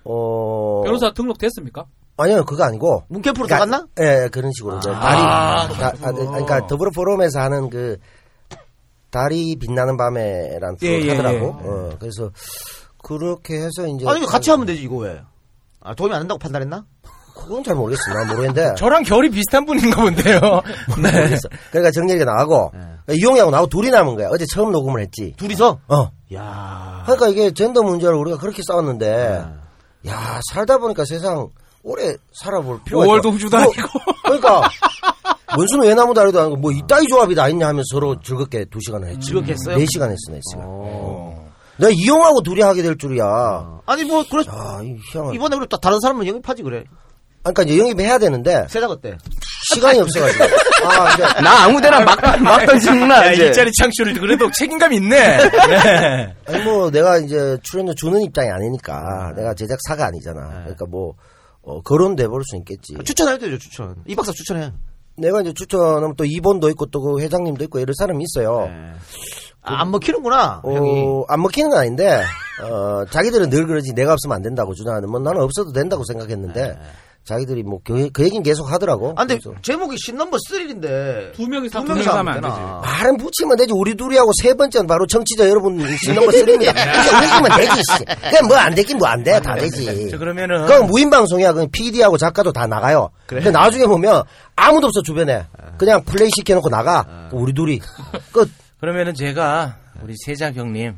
Speaker 11: 어
Speaker 9: 변호사 등록됐습니까?
Speaker 11: 아니요, 그거 아니고.
Speaker 2: 문캠프로
Speaker 11: 나갔나? 예, 그런 식으로. 이제 다리,
Speaker 9: 아,
Speaker 11: 다- 아, 그러니까 더불어 포럼에서 하는 그, 달이 빛나는 밤에라는 프로
Speaker 2: 예, 예,
Speaker 11: 하더라고.
Speaker 2: 예.
Speaker 11: 어, 그래서, 그렇게 해서 이제. 어,
Speaker 2: 아니 이거 같이 하면 되지 이거 왜? 아 도움이 안 된다고 판단했나?
Speaker 11: 그건 잘 모르겠어. 난 모르겠는데.
Speaker 4: 저랑 결이 비슷한 분인가 본데요.
Speaker 11: 모르겠어. 그러니까 정렬이가 나하고 그러니까 이용이하고 나하고 둘이 남은 거야. 어제 처음 녹음을 했지.
Speaker 2: 둘이서?
Speaker 11: 어. 야. 그러니까 이게 젠더 문제를 우리가 그렇게 싸웠는데, 야 살다 보니까 세상 오래 살아볼 필요가. 있다.
Speaker 10: 월동 주도
Speaker 11: 뭐, 그러니까 원수는 왜 나무 다리도 아니고 뭐 이따위 조합이 다 있냐 하면서 서로 즐겁게 두 시간을 했지.
Speaker 2: 즐겁게 했어요?
Speaker 11: 네 시간 했어, 네 시간. 네. 내가 이용하고 둘이 하게 될 줄이야.
Speaker 2: 아니 뭐 그래
Speaker 11: 희한하다.
Speaker 2: 이번에 그래 또 다른 사람은 영입하지 그래.
Speaker 11: 그러니까 이제 영입해야 되는데
Speaker 2: 세다 어때?
Speaker 11: 시간이 없어가지고. 아, 이제
Speaker 4: 나 아무데나 막- 막 던지는구나,
Speaker 11: 야,
Speaker 4: 이제. 일자리 창출이 그래도 책임감 있네. 네.
Speaker 11: 아니 뭐 내가 이제 출연료 주는 입장이 아니니까 내가 제작사가 아니잖아. 그러니까 뭐 어, 거론돼 볼 수 있겠지.
Speaker 2: 네. 아, 추천할 때죠 추천. 이 박사 추천해.
Speaker 11: 내가 이제 추천하면 또 이번도 있고 또 그 회장님도 있고 이런 사람이 있어요.
Speaker 2: 아, 안 먹히는구나.
Speaker 11: 어, 안 먹히는 건 아닌데 어, 자기들은 늘 그러지 내가 없으면 안 된다고 주장하는 뭐 나는 없어도 된다고 생각했는데 자기들이 뭐 그 얘기는 계속 하더라고.
Speaker 2: 네. 아, 근데 제목이 신넘버 3인데 두
Speaker 9: 명이
Speaker 2: 두
Speaker 11: 명이서 하면 안
Speaker 2: 되나?
Speaker 11: 말은 붙이면 되지. 우리 둘이하고 세 번째는 바로 청취자 여러분 신넘버 쓰입니다. 그냥 웃기면 되지. 씨. 그냥 뭐 안 되긴 뭐 안 돼. 다 되지.
Speaker 4: 저 그러면은
Speaker 11: 그건 무인방송이야. 그냥 PD하고 작가도 다 나가요.
Speaker 4: 그래?
Speaker 11: 근데 나중에 보면 아무도 없어, 주변에. 그냥 플레이 시켜놓고 나가. 그 우리 둘이. 끝.
Speaker 4: 그러면은 제가 우리 세작 형님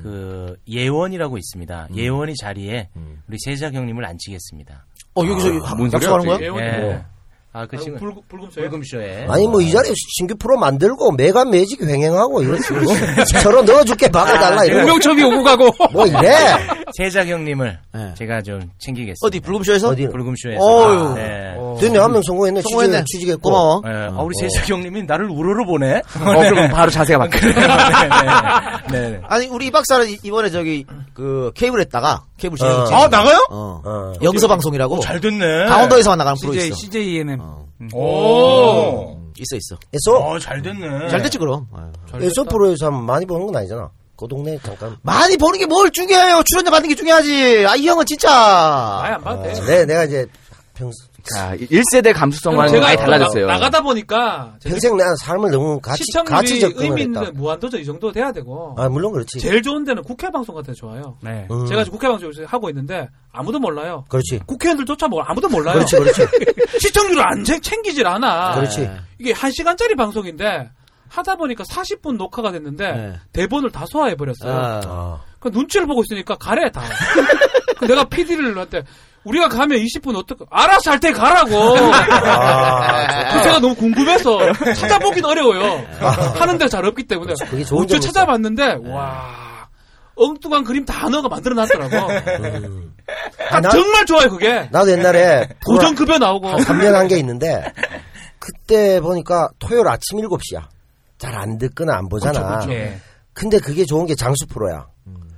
Speaker 4: 그 예원이라고 있습니다. 예원이 자리에 우리 세작 형님을 앉히겠습니다.
Speaker 2: 어, 여기서 하- 약속하는 거야?
Speaker 4: 예원이
Speaker 2: 예원이
Speaker 4: 뭐.
Speaker 2: 뭐.
Speaker 4: 아, 그 지금
Speaker 9: 불금,
Speaker 4: 불금쇼에.
Speaker 11: 아니, 뭐, 이 자리에서 신규 프로 만들고, 매가 매직 횡행하고, 이런 식으로. 저러 넣어줄게, 박아달라, 이런.
Speaker 4: 가고.
Speaker 11: 뭐 이래?
Speaker 4: 세작 형님을 제가 좀 챙기겠습니다.
Speaker 2: 예. 어디, 불금쇼에서?
Speaker 11: 어디?
Speaker 4: 불금쇼에서.
Speaker 2: 어휴.
Speaker 4: 네.
Speaker 2: 어.
Speaker 11: 됐네, 한명 성공했네.
Speaker 2: 성공했네.
Speaker 11: 취직- 취직했고.
Speaker 2: 고마워.
Speaker 4: 예, 아, 우리 세작 형님이 나를 우러러 보네.
Speaker 2: 어, 그럼 바로 자세가 바뀌네.
Speaker 4: 네, 네. 네.
Speaker 2: 아니 우리 이 박사는 이- 이번에 저기 그 케이블 했다가 케이블 채널
Speaker 4: 어.
Speaker 2: 지금-
Speaker 4: 아, 나가요?
Speaker 2: 어. 영서 방송이라고.
Speaker 4: 잘 됐네.
Speaker 2: 강원도에서만 나가는 프로
Speaker 10: CJ,
Speaker 2: 있어. 음,
Speaker 10: CJNM.
Speaker 4: 오.
Speaker 2: 있어 있어.
Speaker 11: 했어?
Speaker 4: 어, 잘 됐네.
Speaker 2: 잘 됐지 그럼.
Speaker 11: 예소 네, 프로에서 하면 많이 보는 건 아니잖아. 그 동네 잠깐.
Speaker 2: 많이 보는 게 뭘 중요해요. 출연료 받는 게 중요하지. 아 이 형은 진짜. 아안
Speaker 9: 받아도 돼.
Speaker 11: 네, 내, 내가 이제 평소.
Speaker 2: 아,
Speaker 12: 자, 1세대 감수성과는
Speaker 9: 제가
Speaker 12: 많이 달라졌어요.
Speaker 9: 나, 나가다 보니까
Speaker 11: 평생 난 삶을 너무 같이, 같이
Speaker 9: 시청률이
Speaker 11: 접근을
Speaker 9: 의미
Speaker 11: 했다.
Speaker 9: 있는 무한도전 이 정도 돼야 되고
Speaker 11: 아, 물론 그렇지.
Speaker 9: 제일 좋은 데는 국회 방송 같은 데 좋아요.
Speaker 11: 네. 음.
Speaker 9: 예. 제가 지금 국회 방송 요새 하고 있는데 아무도 몰라요.
Speaker 11: 그렇지.
Speaker 9: 국회의원들조차 뭐 아무도 몰라요.
Speaker 11: 그렇죠, 그렇지, 그렇지.
Speaker 9: 시청률을 안 쟁- 챙기질 않아.
Speaker 11: 그렇지.
Speaker 9: 이게 한 시간짜리 방송인데 하다 보니까 40분 녹화가 됐는데
Speaker 11: 예.
Speaker 9: 대본을 다 소화해 버렸어요.
Speaker 11: 아.
Speaker 9: 그 눈치를 보고 있으니까 가래 다. 그 내가 PD를 한테 우리가 가면 20분 어떻게 알아서 할 때 가라고.
Speaker 11: 아,
Speaker 9: 그 제가 너무 궁금해서 찾아보긴 어려워요. 하는 데가 잘 없기 때문에.
Speaker 11: 그게 좋은
Speaker 9: 어째
Speaker 11: 점이었어.
Speaker 9: 찾아봤는데 와 엉뚱한 그림 단어가 만들어 놨더라고.
Speaker 11: 아, 나-
Speaker 9: 정말 좋아요 그게.
Speaker 11: 나도 옛날에
Speaker 9: 고정급여 나오고.
Speaker 11: 한 3년 한 게 있는데 그때 보니까 토요일 아침 7시야. 잘 안 듣거나 네. 안 보잖아.
Speaker 2: 네.
Speaker 9: 그렇죠, 그렇죠.
Speaker 4: 네.
Speaker 9: 예.
Speaker 11: 근데 그게 좋은 게 장수 프로야.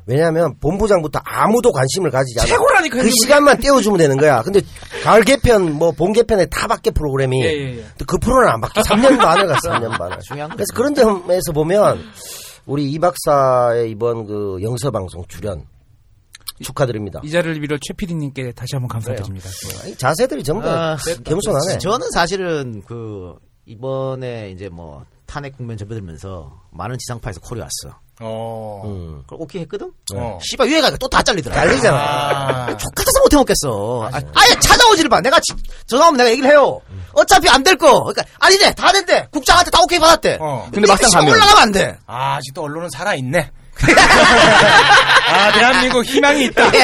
Speaker 11: 왜냐하면 본부장부터 아무도 관심을 가지지 않아.
Speaker 9: 최고라니까요,
Speaker 11: 그
Speaker 9: 그게.
Speaker 11: 시간만 떼어주면 되는 거야. 근데 가을 개편, 뭐 봄 개편에 다 바뀌어 프로그램이.
Speaker 9: 예, 예, 예.
Speaker 11: 근데 그 프로는 안 바뀌어. 3년 반을 갔어. 3년 반을.
Speaker 2: 중요한
Speaker 11: 그래서 그런 점에서 보면 우리 이 박사의 이번 그 영서 방송 출연 축하드립니다.
Speaker 10: 이 자리를 빌어 최 PD님께 다시 한번 감사드립니다.
Speaker 11: 아니, 자세들이 전부 다 겸손하네.
Speaker 2: 저는 사실은 그 이번에 이제 뭐 탄핵 국면 접어들면서 많은 지상파에서 콜이 왔어.
Speaker 4: 어.
Speaker 2: 그걸 오케이 했거든?
Speaker 11: 네.
Speaker 4: 어.
Speaker 2: 씨발 위에 가니까 또 다 잘리더라.
Speaker 11: 잘리잖아.
Speaker 2: 족같아서 못해 먹겠어. 아, 아예 찾아오지를 마. 내가 지- 전화 오면 내가 얘기를 해요. 어차피 안 될 거. 그러니까 아니네 다 된대. 국장한테 다 오케이 받았대.
Speaker 10: 어.
Speaker 4: 근데 막상
Speaker 2: 씨발
Speaker 4: 가면-
Speaker 2: 올라가면 안 돼.
Speaker 4: 아, 아직도 언론은 살아있네. 아, 대한민국 희망이 있다.
Speaker 11: 예.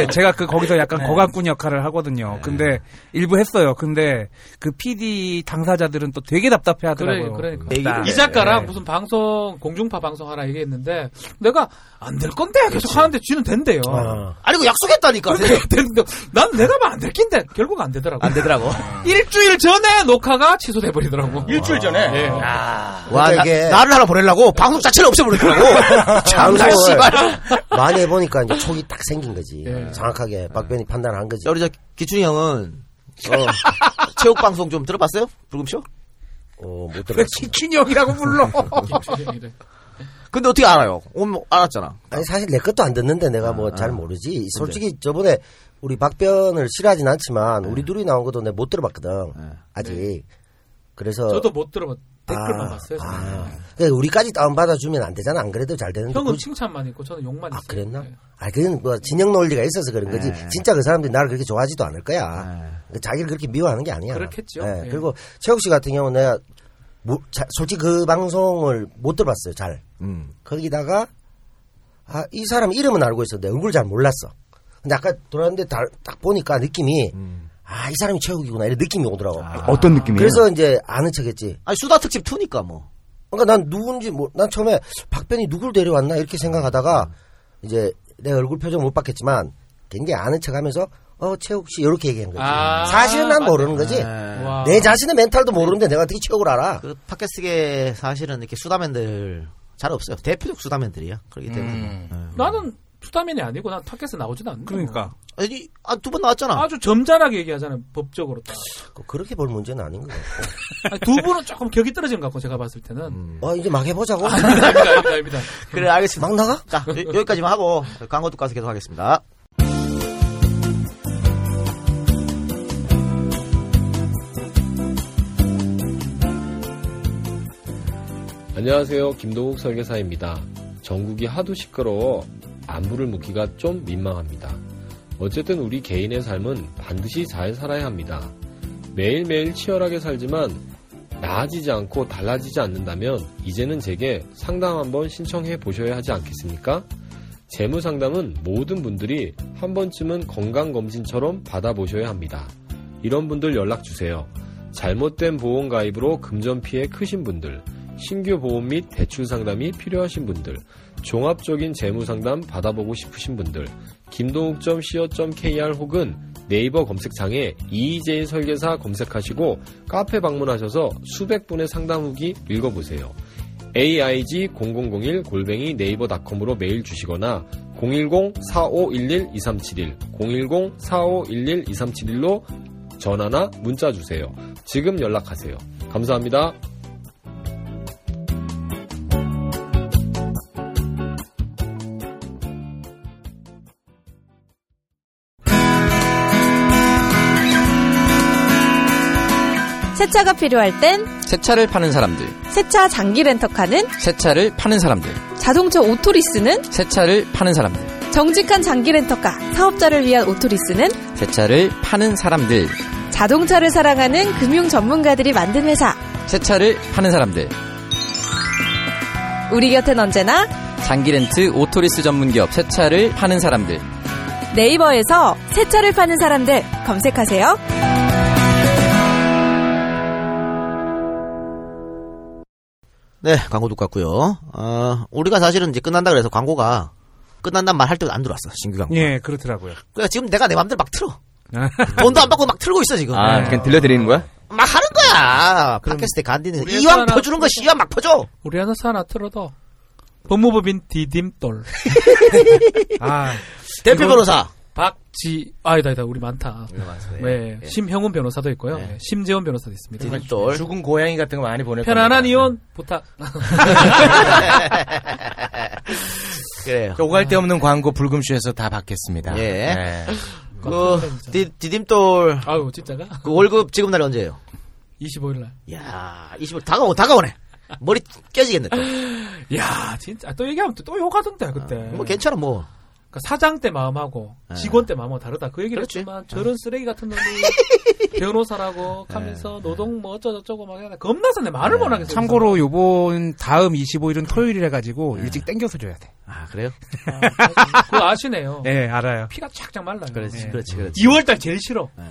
Speaker 10: 근데 제가 그 거기서 약간
Speaker 9: 네.
Speaker 10: 거각꾼 역할을 하거든요. 근데 일부 했어요. 근데 그 PD 당사자들은 또 되게 답답해 하더라고요. 네.
Speaker 9: 그래, 그러니까.
Speaker 11: 네.
Speaker 9: 이 작가랑 무슨 방송 공중파 방송 하라 얘기했는데 내가 안 될 건데 계속 하는데 쥐는 된대요.
Speaker 2: 아니 그 약속했다니까.
Speaker 9: 난 내가 봐 안될 낀데 결국 안 되더라고. 안
Speaker 2: 되더라고.
Speaker 9: 일주일 전에 녹화가 취소돼 버리더라고. 예.
Speaker 4: 일주일 전에.
Speaker 2: 와, 나,
Speaker 11: 이게-
Speaker 2: 나를 하나 보내려고 방송 자체를 없애버리더라고. 장사
Speaker 11: 예. 방송을
Speaker 2: 씨발. 예.
Speaker 11: 많이 해보니까 이제 촉이 딱 생긴 거지. 정확하게 박변이 판단한 거지.
Speaker 2: 우리 저 기춘이 형은 어, 체육 방송 좀 들어봤어요? 불금쇼?
Speaker 11: 어, 못
Speaker 2: 들었어.
Speaker 10: 기춘형이라고 불러.
Speaker 2: 근데 어떻게 알아요? 오늘 알았잖아. 아,
Speaker 11: 아니 사실 내 것도 안 듣는데 내가 뭐 잘 모르지. 솔직히 저번에
Speaker 2: 예.
Speaker 11: 우리 박변을 싫어하진 않지만 우리 둘이 나온 것도 내가 못 들어봤거든. 아직. 그래서
Speaker 9: 저도 뭐 못 들어봤 댓글만
Speaker 11: 아,
Speaker 9: 봤어요. 저는.
Speaker 11: 그러니까 우리까지 다운 받아주면 안 되잖아. 안 그래도 잘 되는데.
Speaker 9: 형은
Speaker 11: 굳이-
Speaker 9: 칭찬만 있고 저는 욕만 있어요. 예.
Speaker 11: 그랬나? 아, 그건 뭐 진영 논리가 있어서 그런 거지.
Speaker 9: 네.
Speaker 11: 진짜 그 사람들이 나를 그렇게 좋아하지도 않을 거야. 그러니까 자기를 그렇게 미워하는 게 아니야.
Speaker 9: 그렇겠죠.
Speaker 11: 예,
Speaker 9: 예.
Speaker 11: 그리고 최욱 씨 같은 경우는 내가 뭐- 자- 솔직히 그 방송을 못 들어봤어요. 잘.
Speaker 2: 음.
Speaker 11: 거기다가 아, 이 사람 이름은 알고 있었는데 얼굴 잘 몰랐어. 근데 아까 돌아왔는데 다- 딱 보니까 느낌이
Speaker 2: 음.
Speaker 11: 아, 이 사람이 최욱이구나 이런 느낌이 오더라고.
Speaker 12: 어떤 느낌이에요?
Speaker 11: 그래서 이제 아는 척했지.
Speaker 2: 아. 아니 수다 특집 2니까 뭐.
Speaker 11: 그러니까 난 누군지 뭐 난 처음에 박변이 누굴 데려왔나 이렇게 생각하다가
Speaker 2: 음.
Speaker 11: 이제 내 얼굴 표정 못 봤겠지만 굉장히 아는 척하면서 어 최욱 씨 이렇게 얘기한 거지.
Speaker 2: 아, 네.
Speaker 11: 사실은 난 모르는 거지. 내 자신의 멘탈도 모르는데 내가 어떻게 최욱을 알아?
Speaker 2: 그 팟캐스트계 사실은 이렇게 수다맨들 잘 없어요. 대표적 수다맨들이야. 그렇기 때문에. 네. 예.
Speaker 9: 나는 투다맨이 아니고 난 타켓에 나오진 않는
Speaker 10: 그러니까.
Speaker 2: 아니, 아, 두 번 나왔잖아.
Speaker 9: 뭐. 아주 점잖하게 얘기하잖아요. 법적으로. 딱.
Speaker 11: 그렇게 볼 문제는 아닌 것 같고.
Speaker 9: 아니, 두 분은 조금 격이 떨어진 것 같고 제가 봤을 때는.
Speaker 2: 음.
Speaker 11: 어 이제 막 해보자고.
Speaker 9: 아닙니다, 아닙니다, 아닙니다.
Speaker 2: 그래 알겠습니다.
Speaker 11: 막 나가?
Speaker 2: 자 여- 여기까지만 하고 광고 듣고 와서 계속하겠습니다.
Speaker 16: 안녕하세요. 김동욱 설계사입니다. 전국이 하도 시끄러워 안부를 묻기가 좀 민망합니다. 어쨌든 우리 개인의 삶은 반드시 잘 살아야 합니다. 매일매일 치열하게 살지만 나아지지 않고 달라지지 않는다면 이제는 제게 상담 한번 신청해 보셔야 하지 않겠습니까? 재무 상담은 모든 분들이 한 번쯤은 건강검진처럼 받아보셔야 합니다. 이런 분들 연락 주세요. 잘못된 보험 가입으로 금전 피해 크신 분들, 신규 보험 및 대출 상담이 필요하신 분들, 종합적인 재무 상담 받아보고 싶으신 분들, 김동욱.co.kr 혹은 네이버 검색창에 이재 설계사 검색하시고 카페 방문하셔서 수백 분의 상담 후기 읽어보세요. aig0001 골뱅이 네이버닷컴으로 메일 주시거나 010-4511-2371, 010-4511-2371로 전화나 문자 주세요. 지금 연락하세요. 감사합니다.
Speaker 17: 세차가 필요할 땐
Speaker 15: 세차를 파는 사람들,
Speaker 17: 세차 장기 렌터카는
Speaker 15: 세차를 파는 사람들,
Speaker 17: 자동차 오토리스는
Speaker 15: 세차를 파는 사람들,
Speaker 17: 정직한 장기 렌터카 사업자를 위한 오토리스는
Speaker 15: 세차를 파는 사람들,
Speaker 17: 자동차를 사랑하는 금융 전문가들이 만든 회사
Speaker 15: 세차를 파는 사람들.
Speaker 17: 우리 곁엔 언제나
Speaker 15: 장기렌트 오토리스 전문기업 세차를 파는 사람들.
Speaker 17: 네이버에서 세차를 파는 사람들 검색하세요.
Speaker 2: 네, 광고 듣고 왔고요. 어, 우리가 사실은 이제 끝난다 그래서 광고가 끝난단 말 할 때도 안 들어왔어, 신규
Speaker 11: 네.
Speaker 2: 광고.
Speaker 10: 예, 그렇더라고요.
Speaker 2: 그러니까 지금 내가 내 맘대로 막 틀어. 돈도 안 받고 막 틀고 있어, 지금.
Speaker 11: 네.
Speaker 12: 아, 그냥 들려드리는 거야?
Speaker 2: 막 하는 거야! 팟캐스트 간디는.
Speaker 9: 우리
Speaker 2: 이왕
Speaker 9: 하나
Speaker 2: 퍼주는 거 씨야, 막 퍼줘!
Speaker 9: 우리 하나 하나 틀어도 법무법인 디딤돌. 아,
Speaker 2: 대표 변호사.
Speaker 9: 박지 아니다 아니다 우리 많다.
Speaker 4: 많습니다.
Speaker 9: 네,
Speaker 4: 예.
Speaker 9: 심형훈 변호사도 있고요. 네, 심재원 변호사도 있습니다.
Speaker 2: 네.
Speaker 4: 정말 죽은 고양이 같은 거 많이 보낼
Speaker 9: 편안한
Speaker 4: 겁니다.
Speaker 9: 이혼 부탁.
Speaker 2: 그래요.
Speaker 4: 오갈 데 없는 광고 불금쇼에서 다 받겠습니다.
Speaker 2: 예.
Speaker 4: 네.
Speaker 2: 그, 디, 디딤돌.
Speaker 9: 아유, 진짜가?
Speaker 2: 그 월급 지금 날이 언제예요?
Speaker 9: 25일 날.
Speaker 2: 야 20일 다가오, 다가오네. 머리 깨지겠네, 또.
Speaker 9: 야 진짜 아, 또 얘기하면 또, 또 욕하던데 그때.
Speaker 2: 뭐 괜찮아, 뭐.
Speaker 9: 그러니까 사장 때 마음하고
Speaker 2: 예.
Speaker 9: 직원 때 마음하고 다르다. 그 얘기를
Speaker 2: 그렇지. 네.
Speaker 9: 했지만 저런 쓰레기 같은 놈이 변호사라고 하면서
Speaker 2: 네.
Speaker 9: 노동 뭐 어쩌고저쩌고 막 해야 겁나서 내 말을 못 하겠어.
Speaker 10: 네. 참고로 요번 다음 25일은 토요일이라 가지고
Speaker 9: 네.
Speaker 10: 일찍 땡겨서 줘야 돼.
Speaker 2: 아, 그래요?
Speaker 9: 그거 아시네요.
Speaker 10: 네, 알아요.
Speaker 9: 피가 착착 말라요.
Speaker 2: 그렇지,
Speaker 9: 예.
Speaker 2: 그렇지, 그렇지.
Speaker 9: 2월달 제일 싫어.
Speaker 2: 네.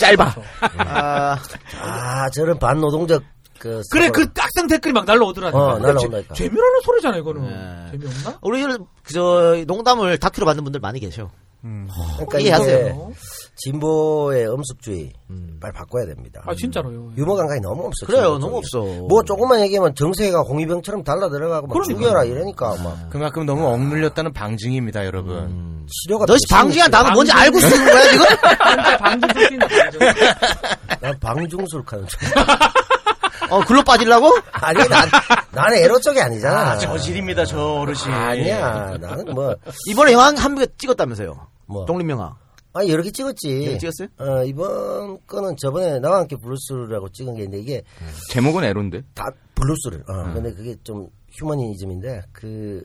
Speaker 2: 짧아.
Speaker 11: 아, 아, 저런 반노동적 그
Speaker 9: 그래,
Speaker 11: 사고를-
Speaker 9: 그 딱상 댓글이 막 날라오더라니까.
Speaker 11: 어,
Speaker 9: 근데
Speaker 11: 날라온다니까.
Speaker 9: 재- 재미라는 소리잖아, 이거는.
Speaker 2: 네.
Speaker 9: 재미없나?
Speaker 2: 우리 저 농담을 다큐로 받는 분들 많이 계셔. 어,
Speaker 9: 어,
Speaker 11: 그러니까
Speaker 2: 이해하세요.
Speaker 11: 이제 진보의 음습주의 빨리 바꿔야 됩니다. 음.
Speaker 9: 아, 진짜로요.
Speaker 11: 유머 감각이 너무 없어. 진보
Speaker 2: 그래요, 너무
Speaker 11: 쪽이.
Speaker 2: 없어.
Speaker 11: 뭐 조금만 얘기하면 정세가 공이병처럼 달라 들어가고 막 죽여라 이러니까 막
Speaker 4: 그만큼 너무 억눌렸다는 방증입니다, 여러분.
Speaker 11: 치료가
Speaker 2: 너희
Speaker 11: 음.
Speaker 2: 방지한 단어 뭔지 알고 쓰는 거야 지금?
Speaker 11: 난 방중술 하는 줄.
Speaker 2: 어 글로 빠질라고?
Speaker 11: 아니 난 나는 에로 쪽이 아니잖아.
Speaker 4: 아, 저질입니다, 저 어르신.
Speaker 11: 아니야 나는 뭐
Speaker 2: 이번에 영화 한개 찍었다면서요?
Speaker 11: 뭐?
Speaker 2: 독립영화.
Speaker 11: 아 여러 개 찍었지.
Speaker 12: 여러 개 찍었어요?
Speaker 11: 어, 이번 거는 저번에 나와 함께 블루스라고 찍은 게 있는데 이게
Speaker 12: 네. 제목은 에로인데. 음.
Speaker 11: 다 블루스를. 어, 근데 그게 좀 휴머니즘인데 그.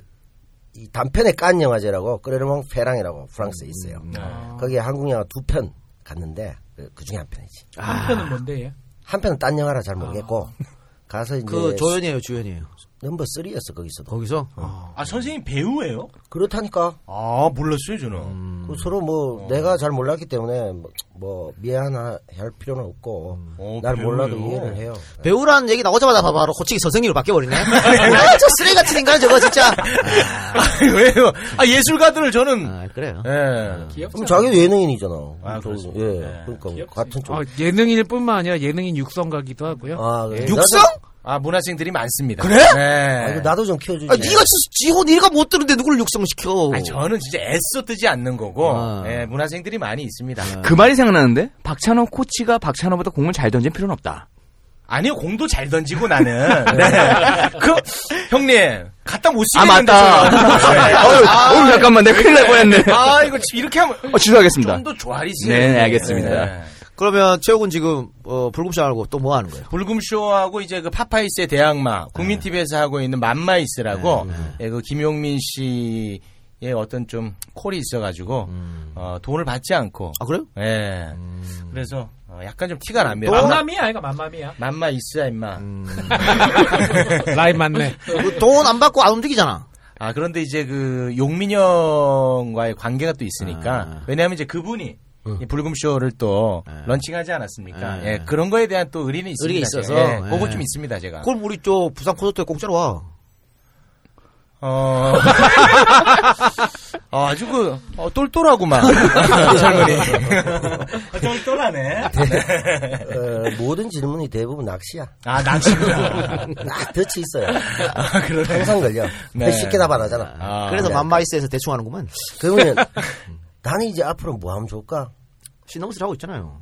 Speaker 11: 이 단편의 깐 영화제라고 끄레르몽 페랑이라고 프랑스에 있어요.
Speaker 12: 음, 네.
Speaker 11: 거기에 한국 영화 두 편 갔는데 그 중에 한 편이지.
Speaker 2: 아.
Speaker 12: 아,
Speaker 9: 한 편은 뭔데 얘?
Speaker 11: 한 편은 딴 영화라 잘 모르겠고 가서 이제
Speaker 2: 그 조연이에요, 주연이에요.
Speaker 11: 넘버 3였어 거기서.
Speaker 2: 거기서?
Speaker 4: 아 선생님 배우예요?
Speaker 11: 그렇다니까.
Speaker 4: 아 몰랐어요 저는.
Speaker 2: 음.
Speaker 4: 어.
Speaker 11: 그 서로 뭐 내가 잘 몰랐기 때문에 뭐, 뭐 미안할 필요는 없고
Speaker 2: 음.
Speaker 4: 어,
Speaker 11: 날 몰라도
Speaker 2: 배우예요.
Speaker 11: 이해를 해요.
Speaker 2: 배우라는 얘기 나오자마자 봐 바로 호칭이 선생님으로 바뀌어버리네. 아, 저 쓰레기 같은 인간 저거 진짜.
Speaker 4: 왜요? 아 예술가들을 저는
Speaker 2: 아,
Speaker 11: 아,
Speaker 2: 그래요. 아,
Speaker 11: 그럼 자기 예능인이잖아. 저- 예.
Speaker 4: 네.
Speaker 11: 그러니까 같은 쪽.
Speaker 10: 아, 예능인일 뿐만 아니라 예능인 육성가기도 하고요.
Speaker 11: 아, 그래.
Speaker 4: 예. 아 문화생들이 많습니다.
Speaker 10: 그래?
Speaker 4: 네.
Speaker 10: 아이고,
Speaker 11: 나도 좀 키워주지.
Speaker 2: 아, 네가 지호 네가 못 뜨는데 누구를 육성시켜?
Speaker 4: 아니, 저는 진짜 애써 뜨지 않는 거고 예, 문화생들이 많이 있습니다.
Speaker 12: 그 말이 생각나는데 박찬호 코치가 박찬호보다 공을 잘 던질 필요는 없다.
Speaker 4: 아니요 공도 잘 던지고 나는 네. 그 형님 갖다 못 쓰게 네.
Speaker 12: 아, 맞다. 아, 어휴, 어휴, 잠깐만, 내 큰일 날 뻔했네.
Speaker 4: 아 이거 이렇게 하면
Speaker 12: 어, 취소하겠습니다.
Speaker 4: 좀더 조아리지
Speaker 12: 네, 알겠습니다.
Speaker 2: 그러면 최욱은 지금 어, 불금쇼 알고 또 뭐 하는 거예요?
Speaker 4: 불금쇼하고 이제 그 파파이스의 대항마 국민 TV에서 하고 있는 맘마이스라고
Speaker 12: 네,
Speaker 4: 예, 그 김용민 씨의 어떤 좀 콜이 있어가지고
Speaker 12: 음.
Speaker 4: 어, 돈을 받지 않고
Speaker 2: 아 그래요?
Speaker 4: 예 그래서 어, 약간 좀 티가
Speaker 2: 아,
Speaker 4: 납니다.
Speaker 9: 맘마미야 이거 맘마미야.
Speaker 4: 맘마이스야 임마
Speaker 10: 라인 맞네.
Speaker 2: 음. 그 돈 안 받고 안 움직이잖아.
Speaker 4: 아 그런데 이제 그 용민 형과의 관계가 또
Speaker 2: 아,
Speaker 4: 있으니까 왜냐하면 이제 그분이 이 불금쇼를 또 런칭하지 않았습니까?
Speaker 2: 어. 아.
Speaker 4: 예, 그런 거에 대한 또 의리는 있습니다.
Speaker 2: 의리 있어서
Speaker 4: 제가.
Speaker 11: 네.
Speaker 4: 예, 그거
Speaker 2: 예.
Speaker 4: 좀 있습니다 제가.
Speaker 2: 그럼 우리 저 부산 콘서트에 공짜로 와.
Speaker 4: 어. 아, 아주 그 어, 똘똘하구만 젊은이. 아, 똘똘하네.
Speaker 11: 어,
Speaker 2: 뭐
Speaker 11: 모든 질문이 대부분 낚시야.
Speaker 4: 아, 낚시구나.
Speaker 11: 낚 덫이 있어요.
Speaker 4: 아, 그러네. 네.
Speaker 11: 항상 걸려.
Speaker 2: 네.
Speaker 11: 쉽게 답 안 하잖아.
Speaker 2: 아. 그래서 맘마이스에서 대충 하는구만.
Speaker 11: 그러면 나는 이제 앞으로 뭐 하면 좋을까?
Speaker 2: 시너무스 하고 있잖아요.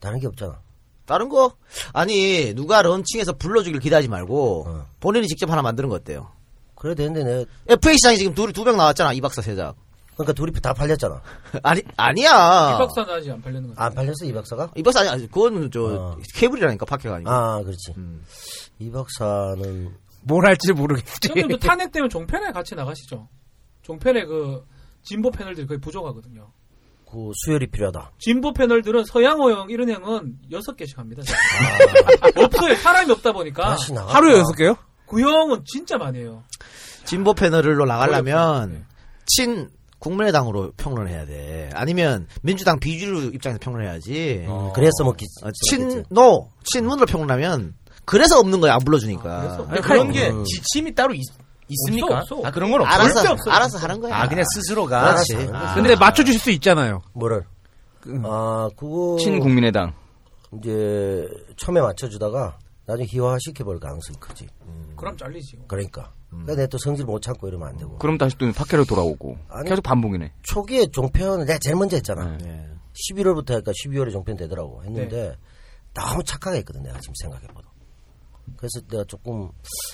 Speaker 11: 다른 게 없잖아.
Speaker 2: 다른 거 아니 누가 런칭해서 불러주길 기대하지 말고 본인이 직접 하나 만드는 거 어때요?
Speaker 11: 어. 그래야 되는데 내
Speaker 2: FA 시장이 지금 둘이 두 명 나왔잖아 이 박사 세작.
Speaker 11: 그러니까 둘이 다 팔렸잖아.
Speaker 2: 아니 아니야.
Speaker 9: 이 박사는 아직 안 팔리는 거야.
Speaker 11: 안 팔렸어 이 박사가? 어.
Speaker 2: 이 박사 아니, 아니 그건 저 케이블이라니까 파케가 아니고. 음.
Speaker 11: 아 그렇지. 이 박사는
Speaker 10: 뭘 할지 모르겠지.
Speaker 9: 형님
Speaker 11: 예.
Speaker 9: 도 탄핵 되면 종편에 같이 나가시죠. 종편에 그 진보 패널들이 거의 부족하거든요.
Speaker 11: 그 수혈이 필요하다.
Speaker 9: 진보 패널들은 서양호 형 이런 형은 여섯 개씩 합니다. 지금. 없어요. 사람이 없다 보니까
Speaker 2: 다시 나갔다. 하루에 여섯 개요?
Speaker 9: 그 형은 진짜 많이 해요.
Speaker 2: 진보 패널로 나가려면 친 국민의당으로 평론해야 돼. 아니면 민주당 비주류 입장에서 평론해야지. 어,
Speaker 11: 그래서 먹기.
Speaker 2: 친노 친문으로 평론하면 그래서 없는 거야 안 불러주니까. 음.
Speaker 4: 근데 그런 게 지침이 따로 있, 있습니까?
Speaker 2: 아, 없어, 없어.
Speaker 4: 아 그런 건 없어.
Speaker 2: 알아서,
Speaker 4: 절대 없어.
Speaker 2: 알아서 하는 거야.
Speaker 4: 아 그냥 스스로가.
Speaker 2: 그렇지.
Speaker 4: 아.
Speaker 10: 근데 맞춰주실 수 있잖아요. 음.
Speaker 11: 뭐를? 아 그거
Speaker 12: 친국민의당.
Speaker 11: 이제 처음에 맞춰주다가 나중에 희화 시켜볼 가능성이 크지.
Speaker 9: 그럼 잘리지.
Speaker 11: 그러니까. 그러니까 내가 또 성질 못 참고 이러면 안 되고.
Speaker 12: 음. 그럼 다시 또 파케로 돌아오고
Speaker 11: 아니.
Speaker 12: 계속 반복이네. 네.
Speaker 11: 초기에 종편을 내가 제일 먼저 했잖아.
Speaker 10: 네.
Speaker 11: 11월부터 하니까 12월에 종편 되더라고 했는데 너무 착하게 했거든 내가 지금 생각해봐도. 그래서 내가 조금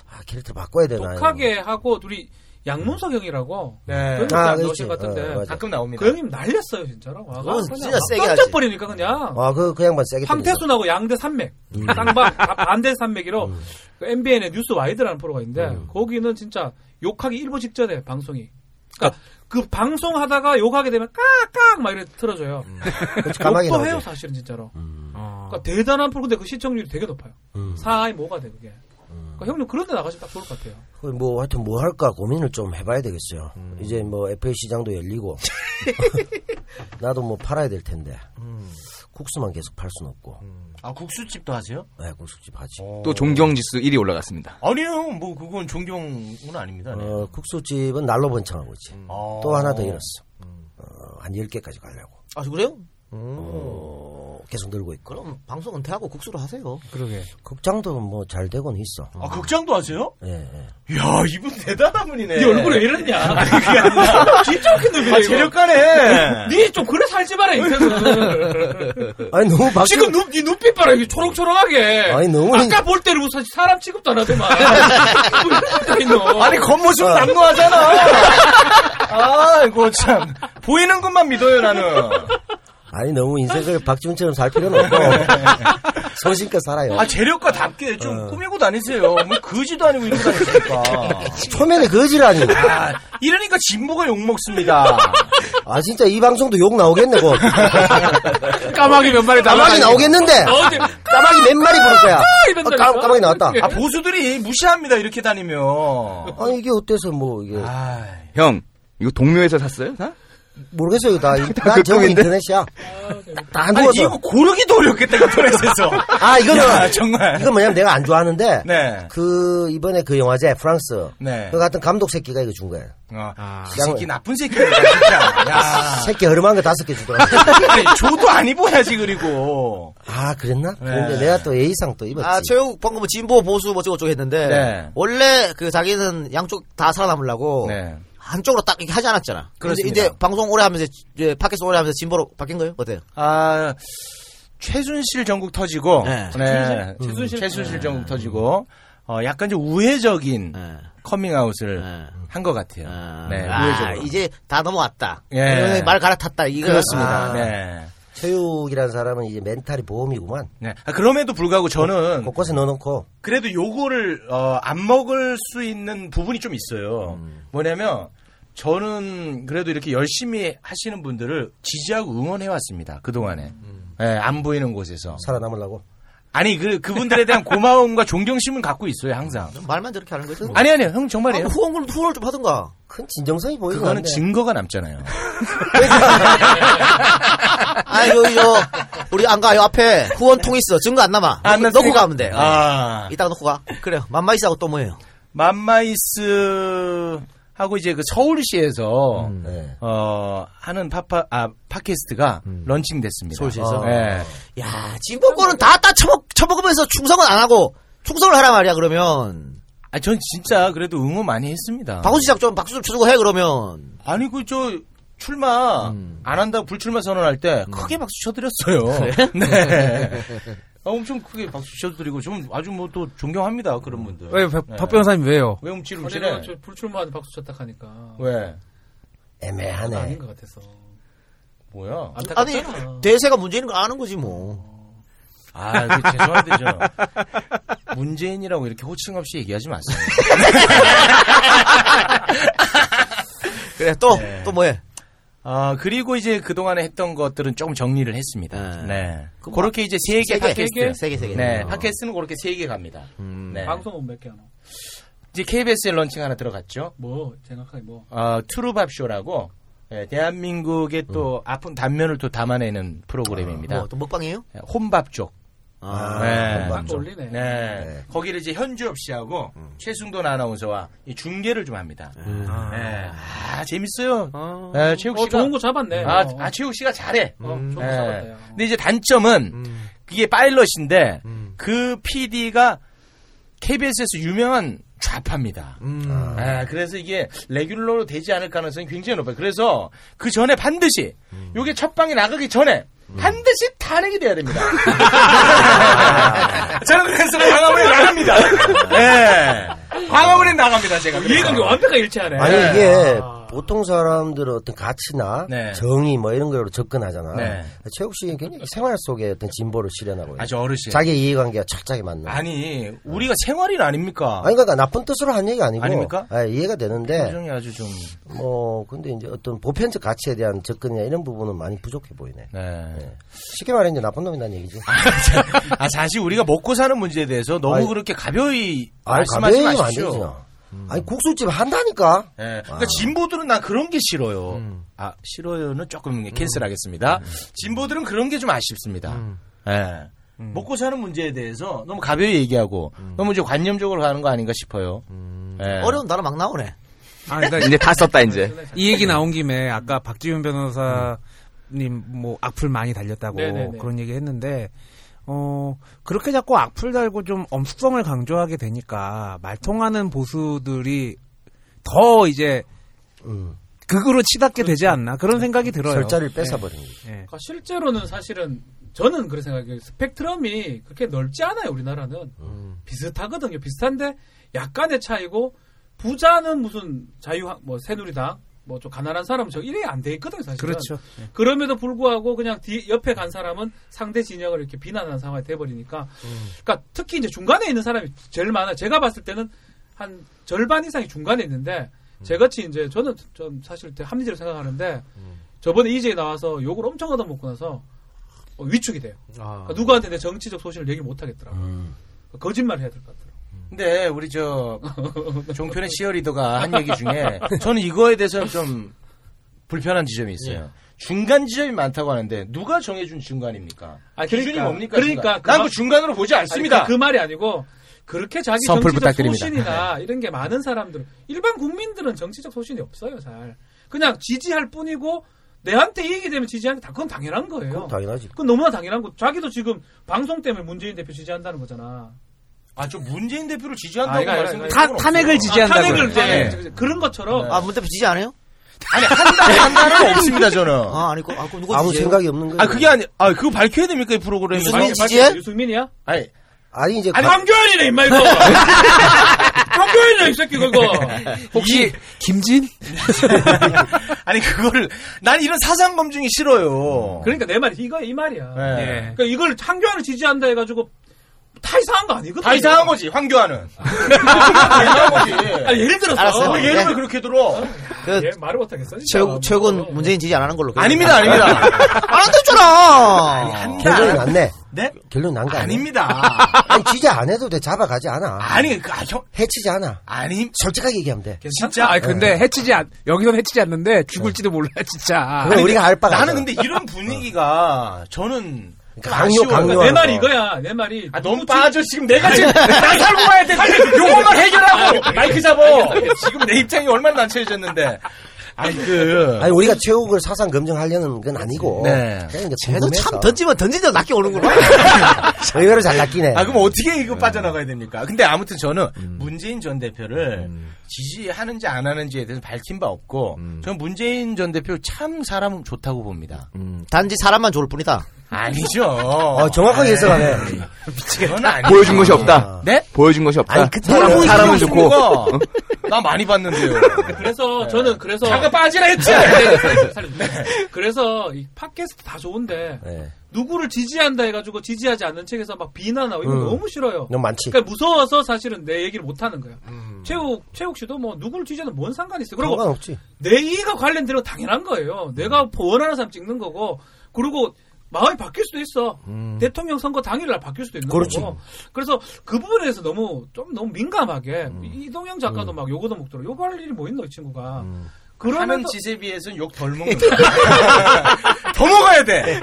Speaker 11: 아, 캐릭터 바꿔야 되나.
Speaker 9: 독하게 하고 둘이 양문석 형이라고
Speaker 11: 음. 네.
Speaker 9: 그
Speaker 11: 아,
Speaker 9: 형님
Speaker 11: 그렇지.
Speaker 9: 나오신 것
Speaker 11: 어,
Speaker 9: 같은데
Speaker 11: 맞아. 가끔
Speaker 4: 나옵니다.
Speaker 9: 그 형님 날렸어요 진짜로. 와,
Speaker 11: 그건
Speaker 9: 그냥
Speaker 11: 진짜 세게 하지.
Speaker 9: 깜짝 버리니까 그냥
Speaker 11: 아그 그 양반 세게 때리죠.
Speaker 9: 황태순하고 양대 산맥,
Speaker 4: 음.
Speaker 9: 쌍방 다 반대 산맥이로 MBN의 뉴스 와이드라는 프로가 있는데
Speaker 4: 음.
Speaker 9: 거기는 진짜 욕하기 일보 직전에 방송이.
Speaker 4: 아.
Speaker 9: 그러니까 그 방송 하다가 욕하게 되면 깍깍 막 이래 틀어줘요.
Speaker 4: 음.
Speaker 11: 그렇지, 음. 까마귀
Speaker 9: 욕도
Speaker 11: 나오죠.
Speaker 9: 해요 사실은 진짜로.
Speaker 4: 아.
Speaker 9: 그러니까 대단한 프로 근데 그 시청률이 되게 높아요.
Speaker 4: 음.
Speaker 9: 사이 뭐가 돼 그게. 그러니까 형님 그런 데 나가시면 딱 좋을 것 같아요.
Speaker 11: 그뭐 하여튼 뭐 할까 고민을 좀 해봐야 되겠어요.
Speaker 9: 음.
Speaker 11: 이제 뭐 FA 시장도 열리고 나도 뭐 팔아야 될 텐데
Speaker 9: 음.
Speaker 11: 국수만 계속 팔 수는 없고.
Speaker 4: 아 국수집도 하세요? 어.
Speaker 11: 네, 국수집 하지.
Speaker 9: 어.
Speaker 12: 또 존경지수 1위 올라갔습니다.
Speaker 4: 아니요, 뭐 그건 존경은 아닙니다. 네.
Speaker 11: 어, 국수집은 날로 번창하고 있지.
Speaker 9: 음.
Speaker 12: 아.
Speaker 11: 또 하나 더 잃었어. 어, 한 10개까지 가려고.
Speaker 9: 음.
Speaker 2: 아 그래요?
Speaker 11: 어, 계속 늘고 있고.
Speaker 2: 그럼 방송 은퇴하고 국수로 하세요.
Speaker 10: 그러게.
Speaker 11: 극장도 뭐 잘 되고는 있어.
Speaker 4: 아, 극장도 하세요?
Speaker 11: 예. 예.
Speaker 4: 야, 이분 대단한 분이네.
Speaker 11: 네 얼굴이 왜 이러냐?
Speaker 4: 아니, 그게 아니라.
Speaker 9: 진짜 웃긴 놈이네.
Speaker 4: 아, 재력가네.
Speaker 9: 니좀 그래 살지 마라, 인생을.
Speaker 11: 아니 너무 박
Speaker 9: 지금 눈, 네 눈빛 봐라, 이게 초롱초롱하게.
Speaker 11: 아니, 너무-
Speaker 9: 아까 볼 때는 무슨 사람 취급도 안 하더만. 뭐 이런 것도 있노.
Speaker 4: 아니, 어. 겉모습은 남루하잖아. 아이고, 참. 보이는 것만 믿어요, 나는.
Speaker 11: 아니 너무 인생을 박지훈처럼 살 필요는 없고 소신껏 살아요.
Speaker 4: 아, 재력가답게 좀 꾸미고 다니세요. 뭐, 거지도 아니고 이러고 다니니까.
Speaker 11: 아, 초면에 거지라니.
Speaker 4: 아, 이러니까 진보가 욕먹습니다.
Speaker 11: 아 진짜 이 방송도 욕 나오겠네 곧.
Speaker 4: 까마귀 몇 마리
Speaker 11: 까마귀 나오겠는데.
Speaker 4: 어디-
Speaker 11: 까마귀 몇 마리 부를 거야. 어, 까, 까마귀 나왔다.
Speaker 4: 아, 보수들이 무시합니다, 이렇게 다니면. 아.
Speaker 11: 아니 이게 어때서 뭐 이게
Speaker 12: 형, 이거 동묘에서 샀어요? 다?
Speaker 11: 모르겠어요 이거 다. 이- 난 전부
Speaker 12: 극혐인데?
Speaker 11: 인터넷이야. 다 안
Speaker 4: 아니,
Speaker 11: 구워서.
Speaker 4: 이거 고르기도 어렵겠다, 인터넷에서.
Speaker 11: 아 이거는
Speaker 4: 야, 정말.
Speaker 11: 이건 뭐냐면 내가 안 좋아하는데
Speaker 4: 네.
Speaker 11: 그 이번에 그 영화제 프랑스
Speaker 4: 네.
Speaker 11: 그 같은 감독 새끼가 이거 준 거예요.
Speaker 4: 어,
Speaker 2: 아.
Speaker 4: 이
Speaker 11: 양-
Speaker 4: 새끼 나쁜 새끼야, 진짜. 야.
Speaker 11: 새끼 허름한 거 다섯 개 주더라고.
Speaker 4: 아. 아니, 저도 안 입어야지, 그리고.
Speaker 11: 아 그랬나? 그런데
Speaker 2: 네.
Speaker 11: 내가 또 예의상 또 입었지.
Speaker 2: 아, 최욱 방금 뭐 진보 보수 뭐 저거 저거 했는데
Speaker 11: 네.
Speaker 2: 원래 그 자기는 양쪽 다 살아남으려고 한쪽으로 딱 이렇게 하지 않았잖아. 그래서
Speaker 4: 네. 그렇습니다.
Speaker 2: 이제 방송 오래 하면서 이제 팟캐스트 오래 하면서 진보로 바뀐 거예요? 어때요?
Speaker 4: 아, 최순실 전국 터지고,
Speaker 2: 네.
Speaker 4: 네.
Speaker 2: 최순실?
Speaker 4: 최순실, 전국 터지고, 어, 약간 좀 우회적인 커밍아웃을 한 것 같아요. 네,
Speaker 2: 네. 아,
Speaker 4: 우회적으로.
Speaker 2: 이제 다 넘어왔다.
Speaker 4: 예.
Speaker 2: 그러면 말 갈아탔다. 이거
Speaker 4: 그렇습니다.
Speaker 2: 아.
Speaker 4: 네.
Speaker 11: 체육이라는 사람은 이제 멘탈이 보험이구만.
Speaker 4: 네. 아, 그럼에도 불구하고 저는
Speaker 11: 곳곳에 넣어놓고
Speaker 4: 그래도 요거를 어, 안 먹을 수 있는 부분이 좀 있어요.
Speaker 2: 음.
Speaker 4: 뭐냐면 저는 그래도 이렇게 열심히 하시는 분들을 지지하고 응원해 왔습니다. 그 동안에
Speaker 2: 음.
Speaker 4: 안 보이는 곳에서
Speaker 11: 살아남으려고.
Speaker 4: 아니 그 그분들에 대한 고마움과 존경심은 갖고 있어요 항상.
Speaker 2: 말만 저렇게 하는 거죠?
Speaker 4: 아니 아니요 형
Speaker 2: 음.
Speaker 4: 정말이에요.
Speaker 2: 아, 후원금 후원을 좀 하든가.
Speaker 11: 큰 진정성이 보이는
Speaker 4: 그거는 증거가 남잖아요.
Speaker 2: 아, 요, 요, 우리 안 가요. 앞에 후원통 있어. 증거 안 남아. 넣고, 넣고 가면 돼.
Speaker 4: 아.
Speaker 2: 이따가 넣고 가. 그래요. 맘마이스하고 또 뭐예요?
Speaker 4: 맘마이스 하고 이제 그 서울시에서
Speaker 2: 음.
Speaker 4: 어 하는 파파 아 팟캐스트가 런칭됐습니다.
Speaker 2: 네. 서울시에서?
Speaker 4: 예.
Speaker 2: 야, 진보권은 다 따 쳐먹, 으면서 충성은 안 하고, 충성을 하라 말이야, 그러면.
Speaker 4: 아, 전 진짜 그래도 응원 많이 했습니다.
Speaker 2: 박원순 시작 좀 박수 좀 쳐주고 해, 그러면.
Speaker 4: 아니 그 저 출마
Speaker 2: 음.
Speaker 4: 안 한다고 불출마 선언할 때 크게 박수 쳐드렸어요.
Speaker 2: 그래?
Speaker 4: 네. 아, 엄청 크게 박수 쳐드리고 좀 아주 뭐 또 존경합니다 그런 분들. 네.
Speaker 10: 왜, 박- 박 변호사님 왜요?
Speaker 4: 왜 움찔
Speaker 9: 아니,
Speaker 4: 움찔해?
Speaker 9: 저 불출마한 박수 쳤다 하니까.
Speaker 4: 왜?
Speaker 11: 애매하네.
Speaker 9: 아닌 것 같아서.
Speaker 4: 뭐야?
Speaker 2: 아니, 대세가 문제인 걸 아는 거지, 뭐.
Speaker 4: 아, 그 죄송한데 저 문재인이라고 이렇게 호칭 없이 얘기하지 마세요.
Speaker 2: 그래, 또, 또 뭐해?
Speaker 4: 네. 아, 그리고 이제 그동안에 했던 것들은 조금 정리를 했습니다. 네. 그렇게 이제 세 개
Speaker 2: 세 개,
Speaker 4: 팟캐스트.
Speaker 2: 세 개, 세 개.
Speaker 4: 네.
Speaker 2: 어. 음.
Speaker 4: 팟캐스트는 그렇게 세 개 갑니다. 네.
Speaker 9: 방송은 몇 개 하노?
Speaker 4: 이제 KBS에 런칭 하나 들어갔죠.
Speaker 9: 뭐, 정확하게 뭐.
Speaker 4: 어, 트루밥쇼라고 예, 대한민국의 또 아픈 단면을 또 담아내는 프로그램입니다.
Speaker 2: 음. 뭐, 또 먹방이에요?
Speaker 4: 예, 혼밥 쪽.
Speaker 2: 아, 혼밥 쪽. 음.
Speaker 4: 네. 거기를 이제 현주엽 씨하고 최승돈 아나운서와 이 중계를 좀 합니다. 네. 아, 재밌어요. 네, 최욱
Speaker 9: 어,
Speaker 4: 씨가
Speaker 9: 좋은 거 잡았네.
Speaker 4: 아,
Speaker 9: 어.
Speaker 4: 아, 최욱 씨가 잘해.
Speaker 9: 어, 좋은 거
Speaker 4: 네.
Speaker 9: 잡았네요.
Speaker 4: 근데 이제 단점은
Speaker 2: 음.
Speaker 4: 그게 파일럿인데 그 PD가 KBS에서 유명한 좌파입니다.
Speaker 10: 음.
Speaker 4: 아, 그래서 이게 레귤러로 되지 않을 가능성이 굉장히 높아요. 그래서 그 전에 반드시 요게 첫 방에 나가기 전에 반드시 탄핵이 돼야 됩니다. 저는 그래서 광화문에 나갑니다. 예. 광화문에 나갑니다, 제가.
Speaker 9: 이해관계 완벽하게 일치하네.
Speaker 11: 아니 이게 보통 사람들의 어떤 가치나
Speaker 4: 네.
Speaker 11: 정의 뭐 이런 걸로 접근하잖아.
Speaker 4: 네.
Speaker 11: 최욱 씨는 굉장히 생활 속에 어떤 진보를 실현하고
Speaker 4: 아주 어르신.
Speaker 11: 자기 이해관계가 철저하게 맞는.
Speaker 4: 아니, 우리가 생활인 아닙니까?
Speaker 11: 아니 그러니까 나쁜 뜻으로 한 얘기 아니고
Speaker 4: 아닙니까?
Speaker 11: 아, 이해가 되는데
Speaker 4: 표정이 아주 좀
Speaker 11: 뭐 근데 이제 어떤 보편적 가치에 대한 접근이나 이런 부분은 많이 부족해 보이네. 예.
Speaker 4: 네.
Speaker 11: 쉽게 말해 이제 나쁜 놈이란 얘기죠.
Speaker 4: 아, 사실 우리가 먹고 사는 문제에 대해서 너무
Speaker 11: 아니,
Speaker 4: 그렇게 가벼이
Speaker 11: 아니,
Speaker 4: 말씀하지
Speaker 11: 가벼이
Speaker 4: 마십시오. 음.
Speaker 11: 아니죠. 아니 국수집 한다니까. 아,
Speaker 4: 예. 그러니까 진보들은 난 그런 게 싫어요. 아, 싫어요는 조금 캔슬하겠습니다. 진보들은 그런 게 좀 아쉽습니다. 예. 먹고 사는 문제에 대해서 너무 가벼이 얘기하고 너무 이제 관념적으로 가는 거 아닌가 음. 싶어요. 예.
Speaker 2: 네. 어려운 단어 막 나오네.
Speaker 10: 아, 그러니까
Speaker 4: 이제 다 썼다, 이제.
Speaker 10: 이 얘기 나온 김에 아까 박지윤 변호사 님, 뭐, 악플 많이 달렸다고
Speaker 9: 네네네.
Speaker 10: 그런 얘기 했는데, 어, 그렇게 자꾸 악플 달고 좀 엄숙성을 강조하게 되니까, 말통하는 보수들이 더 이제, 극으로 치닫게
Speaker 9: 그렇죠.
Speaker 10: 되지 않나 그런 생각이 들어요. 네.
Speaker 11: 절자를
Speaker 4: 예.
Speaker 9: 뺏어버린 그러니까 실제로는 사실은 저는 그런 생각이에요. 스펙트럼이 그렇게 넓지 않아요. 우리나라는 비슷하거든요. 비슷한데 약간의 차이고 부자는 무슨 자유 뭐 새누리당 뭐 좀 가난한 사람은 저 이래 안 돼 있거든요. 사실은
Speaker 10: 그렇죠.
Speaker 9: 네.
Speaker 10: 예.
Speaker 9: 그럼에도 불구하고 그냥 뒤 옆에 간 사람은 상대 진영을 이렇게 비난하는 상황이 돼버리니까
Speaker 11: 음.
Speaker 9: 그러니까 특히 이제 중간에 있는 사람이 제일 많아. 제가 봤을 때는 한 절반 이상이 중간에 있는데 제같이 이제 저는 좀 사실 되게 합리적으로 생각하는데 저번에 이제 나와서 욕을 엄청 얻어먹고 나서 어, 위축이 돼요.
Speaker 11: 아.
Speaker 9: 그러니까
Speaker 10: 아.
Speaker 9: 누구한테 내 정치적 소신을 얘기 못
Speaker 10: 음.
Speaker 9: 하겠더라고. 그러니까 거짓말 해야 될 것 같아요.
Speaker 4: 근데 우리 저 종편의 시어리더가 한 얘기 중에 저는 이거에 대해서 좀 불편한 지점이 있어요.
Speaker 9: 예.
Speaker 4: 중간 지점이 많다고 하는데 누가 정해준 중간입니까?
Speaker 9: 아,
Speaker 4: 기준이
Speaker 9: 그러니까.
Speaker 4: 뭡니까?
Speaker 9: 그러니까 그
Speaker 4: 난그 뭐
Speaker 9: 말-
Speaker 4: 중간으로 보지
Speaker 9: 아니,
Speaker 4: 않습니다.
Speaker 9: 그, 그 말이 아니고 그렇게 자기
Speaker 4: 선풀
Speaker 9: 정치적
Speaker 4: 부탁드립니다.
Speaker 9: 소신이나 이런 게 많은 사람들 일반 국민들은 정치적 소신이 없어요. 잘 그냥 지지할 뿐이고 내한테 이익이 되면 지지하는 게 다- 그건 당연한 거예요.
Speaker 11: 그건 당연하지.
Speaker 9: 그건 너무나 당연한 거. 자기도 지금 방송 때문에 문재인 대표 지지한다는 거잖아.
Speaker 4: 아, 저 문재인 대표를
Speaker 9: 아,
Speaker 4: 지지한다고
Speaker 9: 이거, 이거,
Speaker 4: 말씀드린
Speaker 9: 이거.
Speaker 4: 건
Speaker 9: 타- 탄핵을
Speaker 4: 없어요.
Speaker 9: 지지한다고요.
Speaker 4: 아, 탄핵을
Speaker 9: 네.
Speaker 4: 지지-
Speaker 9: 그런 것처럼
Speaker 2: 아, 문대표 지지 안 해요?
Speaker 4: 아니, 그 한다, 한다는 없습니다, 저는.
Speaker 2: 아, 아니, 그, 아, 그럼 누가
Speaker 4: 아무
Speaker 2: 지지해요?
Speaker 4: 생각이 없는 아, 그게 아니, 아, 그거 밝혀야 됩니까, 이 프로그램에?
Speaker 2: 유승민
Speaker 4: 밝-
Speaker 2: 지지해?
Speaker 4: 밝혀야-
Speaker 9: 유승민이야?
Speaker 4: 아니.
Speaker 11: 아니, 이제.
Speaker 4: 아니, 황교안이네, 임마, 이거. 황교안이네, 이 새끼, 그거. 혹시,
Speaker 10: 김진?
Speaker 4: 아니, 그거를, 난 이런 사상 검증이 싫어요.
Speaker 9: 그러니까 내 말이 이거 이 말이야.
Speaker 4: 네. 예.
Speaker 9: 그러니까 이걸 황교안을 지지한다 해가지고 다 이상한 거 아니거든.
Speaker 4: 다 이상한 거지, 황교안은.
Speaker 9: 아니, 예를 들어서
Speaker 2: 알았어요.
Speaker 9: 뭐
Speaker 2: 네.
Speaker 9: 예를
Speaker 4: 그렇게 들어.
Speaker 2: 그-
Speaker 9: 얘 말을 못하겠어. 진짜.
Speaker 2: 최고, 최고는 문재인 지지 안 하는 걸로.
Speaker 4: 아닙니다, 아닙니다.
Speaker 2: 안 한다잖아!
Speaker 11: 결론이 났네.
Speaker 4: 네?
Speaker 11: 결론 난 거 아니야?
Speaker 4: 아닙니다.
Speaker 11: 아니, 지지 안 해도 돼. 잡아가지 않아.
Speaker 4: 아니, 그, 아, 형.
Speaker 11: 해치지 않아.
Speaker 4: 아니.
Speaker 11: 솔직하게 얘기하면 돼.
Speaker 10: 진짜? 아 근데 해치지 않, 여기선 해치지 않는데 죽을지도 몰라, 진짜.
Speaker 11: 네. 그건 우리가 알 바가
Speaker 4: 나는
Speaker 11: 없잖아.
Speaker 4: 근데 이런 분위기가, 저는.
Speaker 11: 강요, 강요.
Speaker 9: 내 말이 이거야. 내 말이.
Speaker 4: 아, 너무 빠져. 지금 내가 지금, 나 살고 가야 돼. 빨리 요것만 해결하고! 마이크 잡어! 지금 내 입장이 얼마나 난처해졌는데. 아니, 그.
Speaker 11: 아니 우리가 최욱을 사상 검증하려는 건 아니고
Speaker 4: 네.
Speaker 11: 그냥 이제
Speaker 4: 쟤도
Speaker 11: 궁금해서.
Speaker 4: 참
Speaker 2: 던지면 던진 대로 낚여 오는구나.
Speaker 4: 네.
Speaker 11: 의외로 잘 낚이네. 음.
Speaker 4: 아, 그럼 어떻게 이거 빠져나가야 됩니까? 근데 아무튼 저는 문재인 전 대표를 지지하는지 안 하는지에 대해서 밝힌 바 없고,
Speaker 11: 음.
Speaker 4: 저는 문재인 전 대표 참 사람 좋다고 봅니다.
Speaker 11: 음.
Speaker 2: 단지 사람만 좋을 뿐이다.
Speaker 4: 아니죠.
Speaker 11: 어,
Speaker 4: 아,
Speaker 11: 정확하게 해석하네.
Speaker 4: 미치겠다.
Speaker 3: 보여준 것이 없다.
Speaker 4: 네?
Speaker 3: 보여준 것이 없다.
Speaker 4: 아니, 그때 뭘 보여준
Speaker 3: 사람은
Speaker 4: 것이
Speaker 3: 좋고.
Speaker 4: 없습니까? 나 많이 봤는데요.
Speaker 9: 그래서 저는 그래서 네,
Speaker 4: 잠깐 빠지라 네. 했지!
Speaker 9: 그래서 이 팟캐스트 다 좋은데
Speaker 11: 네.
Speaker 9: 누구를 지지한다 해가지고 지지하지 않는 책에서 막 비난하고 이거
Speaker 11: 음.
Speaker 9: 너무 싫어요.
Speaker 11: 너무 많지.
Speaker 9: 그러니까 무서워서 사실은 내 얘기를 못 하는 거야.
Speaker 4: 음.
Speaker 9: 최욱 최욱 씨도 뭐 누구를 지지하는 뭔 상관이 있어? 그리고
Speaker 11: 상관없지.
Speaker 9: 내 이해가 관련되는 건 당연한 거예요. 내가 원하는 사람 찍는 거고 그리고 마음이 바뀔 수도 있어. 대통령 선거 당일날 바뀔 수도 있는
Speaker 11: 그렇지.
Speaker 9: 거고. 그래서 그 부분에서 너무 좀 너무 민감하게
Speaker 4: 음.
Speaker 9: 이동영 작가도 막 요거도 먹더라. 요거할 일이 뭐 있노 이 친구가.
Speaker 4: 음. 하는
Speaker 9: 그러면서
Speaker 4: 짓에 비해서는 욕 덜 먹는다. 더 먹어야 돼!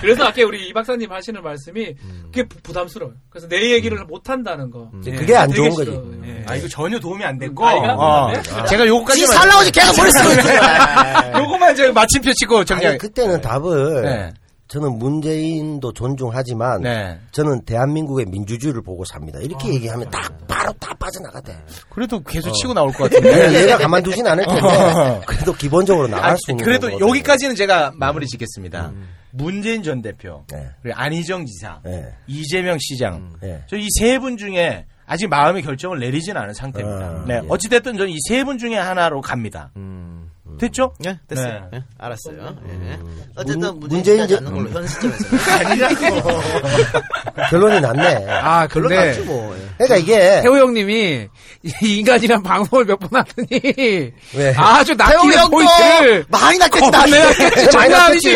Speaker 9: 그래서 아까 우리 이 박사님 하시는 말씀이
Speaker 4: 음.
Speaker 9: 그게 부- 부담스러워요. 그래서 내 얘기를 못 한다는 거.
Speaker 4: 예. 네.
Speaker 11: 그게 안 좋은 거지.
Speaker 4: 아, 이거 전혀 도움이 안 됐고.
Speaker 9: 아, 이거 안
Speaker 4: 어.
Speaker 9: 됐네?
Speaker 4: 제가 요거까지.
Speaker 11: 지 살라오지 계속 머리 쓰고
Speaker 4: 요거만 제가 마침표 치고 정리할
Speaker 11: 아니, 그때는 답을
Speaker 4: 네.
Speaker 11: 저는 문재인도 존중하지만
Speaker 4: 네.
Speaker 11: 저는 대한민국의 민주주의를 보고 삽니다. 이렇게 얘기하면 딱 바로 다 빠져나가대. 어.
Speaker 4: 그래도 계속 치고 나올 것 같은데. 어.
Speaker 11: 얘가 가만두진 않을 텐데 그래도 기본적으로 나갈
Speaker 4: 아,
Speaker 11: 수 있는
Speaker 4: 그래도
Speaker 11: 거거든. 음.
Speaker 4: 여기까지는 제가 마무리 짓겠습니다. 문재인 전 대표, 그리고 안희정 지사,
Speaker 11: 네. 음.
Speaker 4: 이재명 시장, 저 이 세 분 중에 아직 마음의 결정을 내리진 않은 상태입니다.
Speaker 11: 아,
Speaker 4: 네,
Speaker 11: 예.
Speaker 4: 어찌됐든 저는 이 세 분 중에 하나로 갑니다.
Speaker 11: 음.
Speaker 4: 됐죠?
Speaker 2: 네, 됐어요. 예, 알았어요.
Speaker 4: 음.
Speaker 2: 예. 어쨌든
Speaker 11: 문-
Speaker 2: 문재인 지지
Speaker 11: 문재인
Speaker 2: 음. 않는 걸로
Speaker 11: 전-
Speaker 2: 현 시점에서.
Speaker 11: 결론이 났네.
Speaker 10: 아, 근데.
Speaker 11: 그러니까 이게
Speaker 10: 태호 형님이 이 인간이란 방송을 몇 번 하더니
Speaker 11: 왜?
Speaker 10: 아주
Speaker 11: 태호
Speaker 10: 낚이는
Speaker 11: 형도
Speaker 10: 포인트를 어,
Speaker 11: 많이 낚였다.
Speaker 10: 거네.
Speaker 11: 많이
Speaker 10: 장난
Speaker 11: 낚였지.
Speaker 10: 아니지.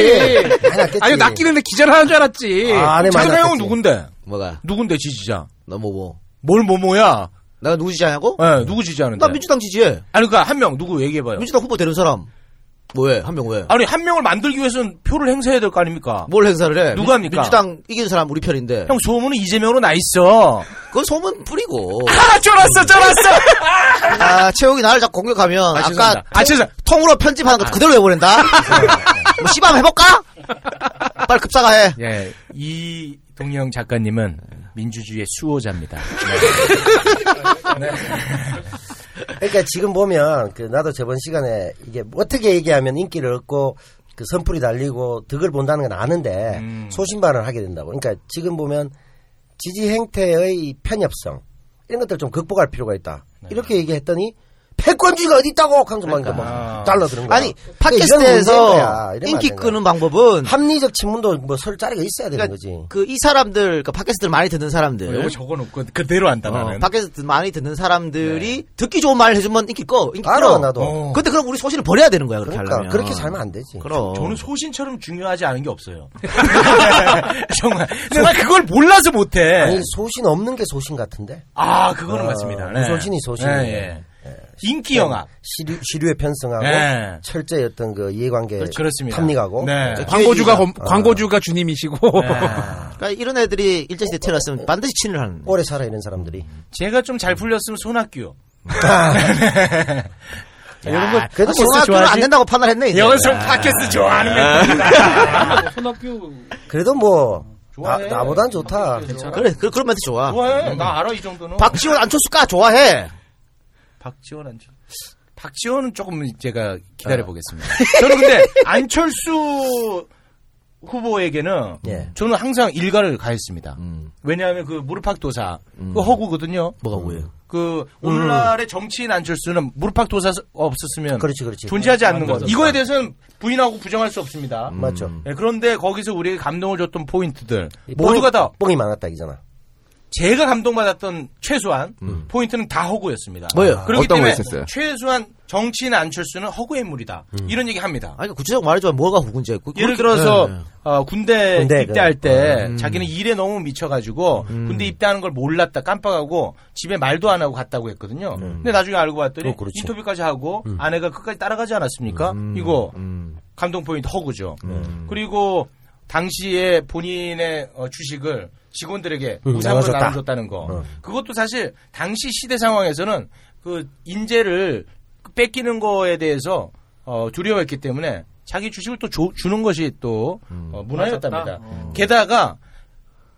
Speaker 11: 많이 낚였지. 아,
Speaker 10: 아니 낚이는데 기절하는 줄 알았지.
Speaker 4: 최근 형은 누군데?
Speaker 2: 뭐가?
Speaker 4: 누군데 지지자?
Speaker 2: 너 뭐뭐?
Speaker 4: 뭘 뭐뭐야?
Speaker 2: 내가 누구 지지하냐고?
Speaker 4: 네, 누구 지지하는데?
Speaker 2: 나 민주당 지지해.
Speaker 4: 아니 그러니까 한 명 누구 얘기해봐요.
Speaker 2: 민주당 후보 되는 사람. 왜? 한 명 왜?
Speaker 4: 아니 한 명을 만들기 위해서는 표를 행사해야 될 거 아닙니까?
Speaker 2: 뭘 행사를 해?
Speaker 4: 누가 합니까?
Speaker 2: 민주당 이긴 사람 우리 편인데.
Speaker 4: 형 소문은 이재명으로 나 있어.
Speaker 2: 그건 소문 뿌리고.
Speaker 4: 아, 쫄았어, 쫄았어.
Speaker 2: 아, 채욱이 나를 자꾸 공격하면 아, 까
Speaker 4: 죄송합니다. 아, 죄송-
Speaker 2: 통으로 편집하는 거 그대로 해버린다. 뭐 씨발 해볼까? 빨리 급사가 해.
Speaker 4: 예, 이 동영 작가님은 민주주의의 수호자입니다.
Speaker 2: 네.
Speaker 11: 그러니까 지금 보면 그 나도 저번 시간에 이게 어떻게 얘기하면 인기를 얻고 그 선풀이 달리고 득을 본다는 건 아는데
Speaker 4: 음.
Speaker 11: 소신발언을 하게 된다고. 그러니까 지금 보면 지지 행태의 이 편협성 이런 것들 좀 극복할 필요가 있다.
Speaker 4: 네.
Speaker 11: 이렇게 얘기했더니 패권주의가 어디 있다고 하면서 막,
Speaker 4: 그러니까.
Speaker 11: 이렇게 막 잘라드는 거야.
Speaker 2: 아니,
Speaker 11: 그러니까 이런 문제인 거야.
Speaker 2: 팟캐스트에서
Speaker 11: 이러면
Speaker 2: 인기
Speaker 11: 안 되는 거야.
Speaker 2: 끄는 방법은
Speaker 11: 합리적 친문도 뭐 설 자리가 있어야 되는 거지.
Speaker 2: 그 이 사람들, 그 팟캐스트를 많이 듣는 사람들.
Speaker 4: 이거 적어놓고 그대로 한다 나는. 네.
Speaker 2: 팟캐스트 많이 듣는 사람들이 듣기 좋은 말 해주면 인기 꺼. 인기
Speaker 11: 알아,
Speaker 2: 끌어.
Speaker 11: 나도.
Speaker 2: 어. 근데 그럼 우리 소신을 버려야 되는 거야, 그렇게
Speaker 11: 그러니까
Speaker 2: 하려면.
Speaker 11: 그렇게 살면 안 되지.
Speaker 2: 그럼.
Speaker 4: 저는 소신처럼 중요하지 않은 게 없어요. 정말. 내가 그걸 몰라서 못해.
Speaker 11: 아니 소신 없는 게 소신 같은데. 어,
Speaker 4: 아, 그거는 맞습니다. 네.
Speaker 11: 소신이 소신.
Speaker 4: 예, 예. 인기 영화.
Speaker 11: 시류, 시류에 편승하고
Speaker 4: 네.
Speaker 11: 철저히 어떤 그 이해관계
Speaker 4: 그렇- 그렇습니다.
Speaker 11: 탐닉하고
Speaker 4: 네.
Speaker 10: 광고주가 검-
Speaker 11: 아.
Speaker 10: 광고주가 주님이시고
Speaker 2: 그러니까 이런 애들이 일제시대 태어났으면 반드시 친을 하는.
Speaker 11: 오래 살아 이런 사람들이.
Speaker 4: 제가 좀 잘 풀렸으면 손학규요.
Speaker 11: 예.
Speaker 2: 야,
Speaker 4: 이런 거
Speaker 2: 그래도
Speaker 4: 팟캐스트
Speaker 2: 손학규는
Speaker 4: 좋아하지?
Speaker 2: 안 된다고 판단했네. 이제.
Speaker 4: 여기서 팟캐스트 좋아하는
Speaker 2: 아.
Speaker 9: 손학규
Speaker 11: 그래도 뭐 나, 보단 좋다.
Speaker 2: 그래, 그, 그런 멘트 좋아.
Speaker 4: 좋아해. 음. 나 알아 이 정도는.
Speaker 2: 박지원 안철수가 좋아해.
Speaker 4: 박지원 안철. 박지원은 조금 제가 기다려 보겠습니다. 아. 저는 근데 안철수 후보에게는
Speaker 11: 예.
Speaker 4: 저는 항상 일가를 가했습니다. 왜냐하면 그 무릎팍도사 그 허구거든요.
Speaker 2: 뭐가 뭐예요?
Speaker 4: 그 오늘날의 정치인 안철수는 무릎팍도사 없었으면
Speaker 11: 그렇지, 그렇지.
Speaker 4: 존재하지 않는
Speaker 11: 맞아,
Speaker 4: 것.
Speaker 11: 맞아.
Speaker 4: 이거에 대해서는 부인하고 부정할 수 없습니다.
Speaker 11: 맞죠.
Speaker 4: 예, 그런데 거기서 우리에게 감동을 줬던 포인트들
Speaker 11: 이
Speaker 4: 모두가 다
Speaker 11: 뽕이- 뽕이 많았다 이잖아.
Speaker 4: 제가 감동받았던 최소한 포인트는 다 허구였습니다.
Speaker 2: 뭐예요?
Speaker 4: 그렇기
Speaker 2: 어떤 거
Speaker 4: 때문에
Speaker 2: 있었어요?
Speaker 4: 최소한 정치인 안철수는 허구의 물이다. 이런 얘기 합니다.
Speaker 2: 아니, 구체적으로 말해주면 뭐가 후군지야. 그- 그렇게-
Speaker 4: 예를 들어서
Speaker 2: 네.
Speaker 4: 어, 군대,
Speaker 2: 군대,
Speaker 4: 입대할
Speaker 2: 그-
Speaker 4: 때
Speaker 2: 음.
Speaker 4: 자기는 일에 너무 미쳐가지고 군대 입대하는 걸 몰랐다 깜빡하고 집에 말도 안 하고 갔다고 했거든요. 근데 나중에 알고
Speaker 2: 네.
Speaker 4: 봤더니
Speaker 2: 어, 음. 그렇지.
Speaker 4: 인터뷰까지 하고 아내가 끝까지 따라가지 않았습니까?
Speaker 2: 음.
Speaker 4: 이거 감동 포인트 허구죠.
Speaker 2: 네.
Speaker 4: 그리고 당시에 본인의 어, 주식을 직원들에게
Speaker 11: 음,
Speaker 4: 무상으로
Speaker 11: 나눠줬다.
Speaker 4: 네.
Speaker 11: 어.
Speaker 4: 나눠줬다는 거. 그것도 사실 당시 시대 상황에서는 그 인재를 뺏기는 거에 대해서 어, 두려워했기 때문에 자기 주식을 또 줘- 주는 것이 또 어, 문화였답니다. 게다가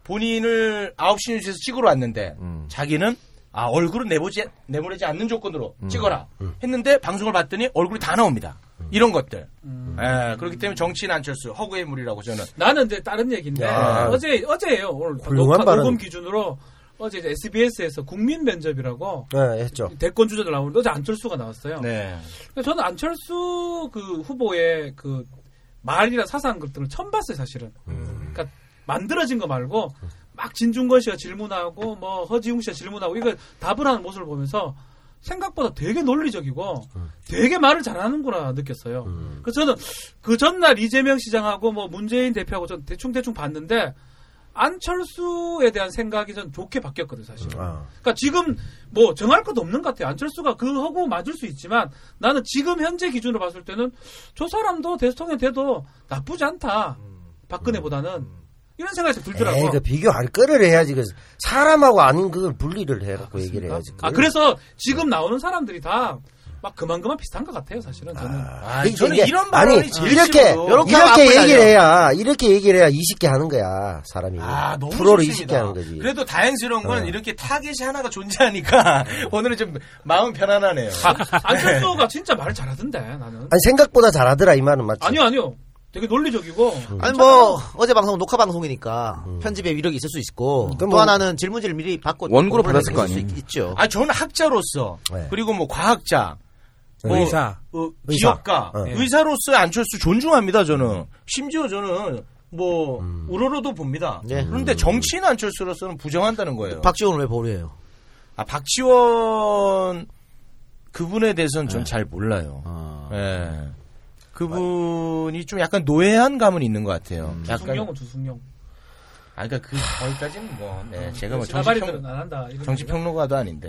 Speaker 4: 본인을 9시 뉴스에서 찍으러 왔는데 자기는 아 얼굴은 내보지 내보내지 않는 조건으로 찍어라 했는데 방송을 봤더니 얼굴이 다 나옵니다. 이런 것들. 예, 그렇기 때문에 정치인 안철수 허구의 물이라고 저는.
Speaker 9: 나는 이제 다른 얘기인데
Speaker 4: 야.
Speaker 9: 어제 어제예요 오늘
Speaker 4: 훌륭한
Speaker 9: 녹화
Speaker 4: 발언.
Speaker 9: 녹음 기준으로 어제 SBS에서 국민 면접이라고
Speaker 11: 네, 했죠.
Speaker 9: 대권 주자들 나오는데 어제 안철수가 나왔어요.
Speaker 4: 네.
Speaker 9: 근데 저는 안철수 그 후보의 그 말이나 사상 것들을 처음 봤어요 사실은. 그러니까 만들어진 거 말고 막 진중권 씨가 질문하고 뭐 허지웅 씨가 질문하고 이걸 답을 하는 모습을 보면서 생각보다 되게 논리적이고 되게 말을 잘하는구나 느꼈어요. 그래서 저는 그 전날 이재명 시장하고 뭐 문재인 대표하고 전 대충 대충 봤는데 안철수에 대한 생각이 전 좋게 바뀌었거든 요 사실.
Speaker 11: 아.
Speaker 9: 그러니까 지금 뭐 정할 것도 없는 것 같아요. 안철수가 그 허구 맞을 수 있지만 나는 지금 현재 기준으로 봤을 때는 저 사람도 대통령 돼도 나쁘지 않다.
Speaker 11: 음.
Speaker 9: 박근혜보다는 이런 생각이 들더라고.
Speaker 11: 에이, 그 비교할 거를 해야지. 그 사람하고 아닌 그걸 분리를 해갖고 얘기를 해야지.
Speaker 9: 아 그래서 지금 나오는 사람들이 다 막 그만 그만 비슷한 것 같아요. 사실은 저는.
Speaker 11: 아니, 그 이게- 아니, 이렇게 이렇게 얘기를 해야 이렇게 얘기를 해야 20개 하는 거야 사람이.
Speaker 4: 아, 너무
Speaker 11: 프로를
Speaker 4: 좋습니다.
Speaker 11: 20개 하는 거지.
Speaker 4: 그래도 다행스러운 건
Speaker 11: 어.
Speaker 4: 이렇게 타겟이 하나가 존재하니까 오늘은 좀 마음 편안하네요.
Speaker 9: 아, 안철수가 진짜 말을 잘하던데 나는.
Speaker 11: 아니 생각보다 잘하더라 이 말은 맞지.
Speaker 9: 아니요 아니요. 되게 논리적이고.
Speaker 2: 아니 뭐 어제 방송 녹화 방송이니까 편집에 위력이 있을 수 있고 또
Speaker 4: 뭐-
Speaker 2: 하나는 질문지를 미리 받고
Speaker 4: 원고로
Speaker 2: 공부를
Speaker 4: 받았을 거
Speaker 2: 했을 수
Speaker 4: 아니에요?
Speaker 2: 있- 있죠.
Speaker 4: 아, 저는 학자로서 그리고 뭐 과학자, 뭐,
Speaker 2: 의사.
Speaker 4: 어,
Speaker 2: 의사.
Speaker 4: 기업가,
Speaker 2: 어.
Speaker 4: 의사로서 안철수 존중합니다. 저는 심지어 저는 뭐 우러러도 봅니다.
Speaker 2: 네.
Speaker 4: 그런데 정치인 안철수로서는 부정한다는 거예요.
Speaker 2: 박지원을 왜 보류해요?
Speaker 4: 아 박지원 그분에 대해서는
Speaker 2: 네.
Speaker 4: 전 잘 몰라요.
Speaker 2: 아.
Speaker 4: 예.
Speaker 2: 음.
Speaker 4: 그분이 좀 약간 노예한 감은 있는 것 같아요. 약간
Speaker 9: 주승용은 주승용.
Speaker 4: 아, 그러니까 그 거기까지는 뭐,
Speaker 11: 음.
Speaker 4: 네, 제가 뭐
Speaker 9: 나발이들은
Speaker 4: 정치평
Speaker 9: 안 한다. 이런
Speaker 4: 정치평론가도 아닌데.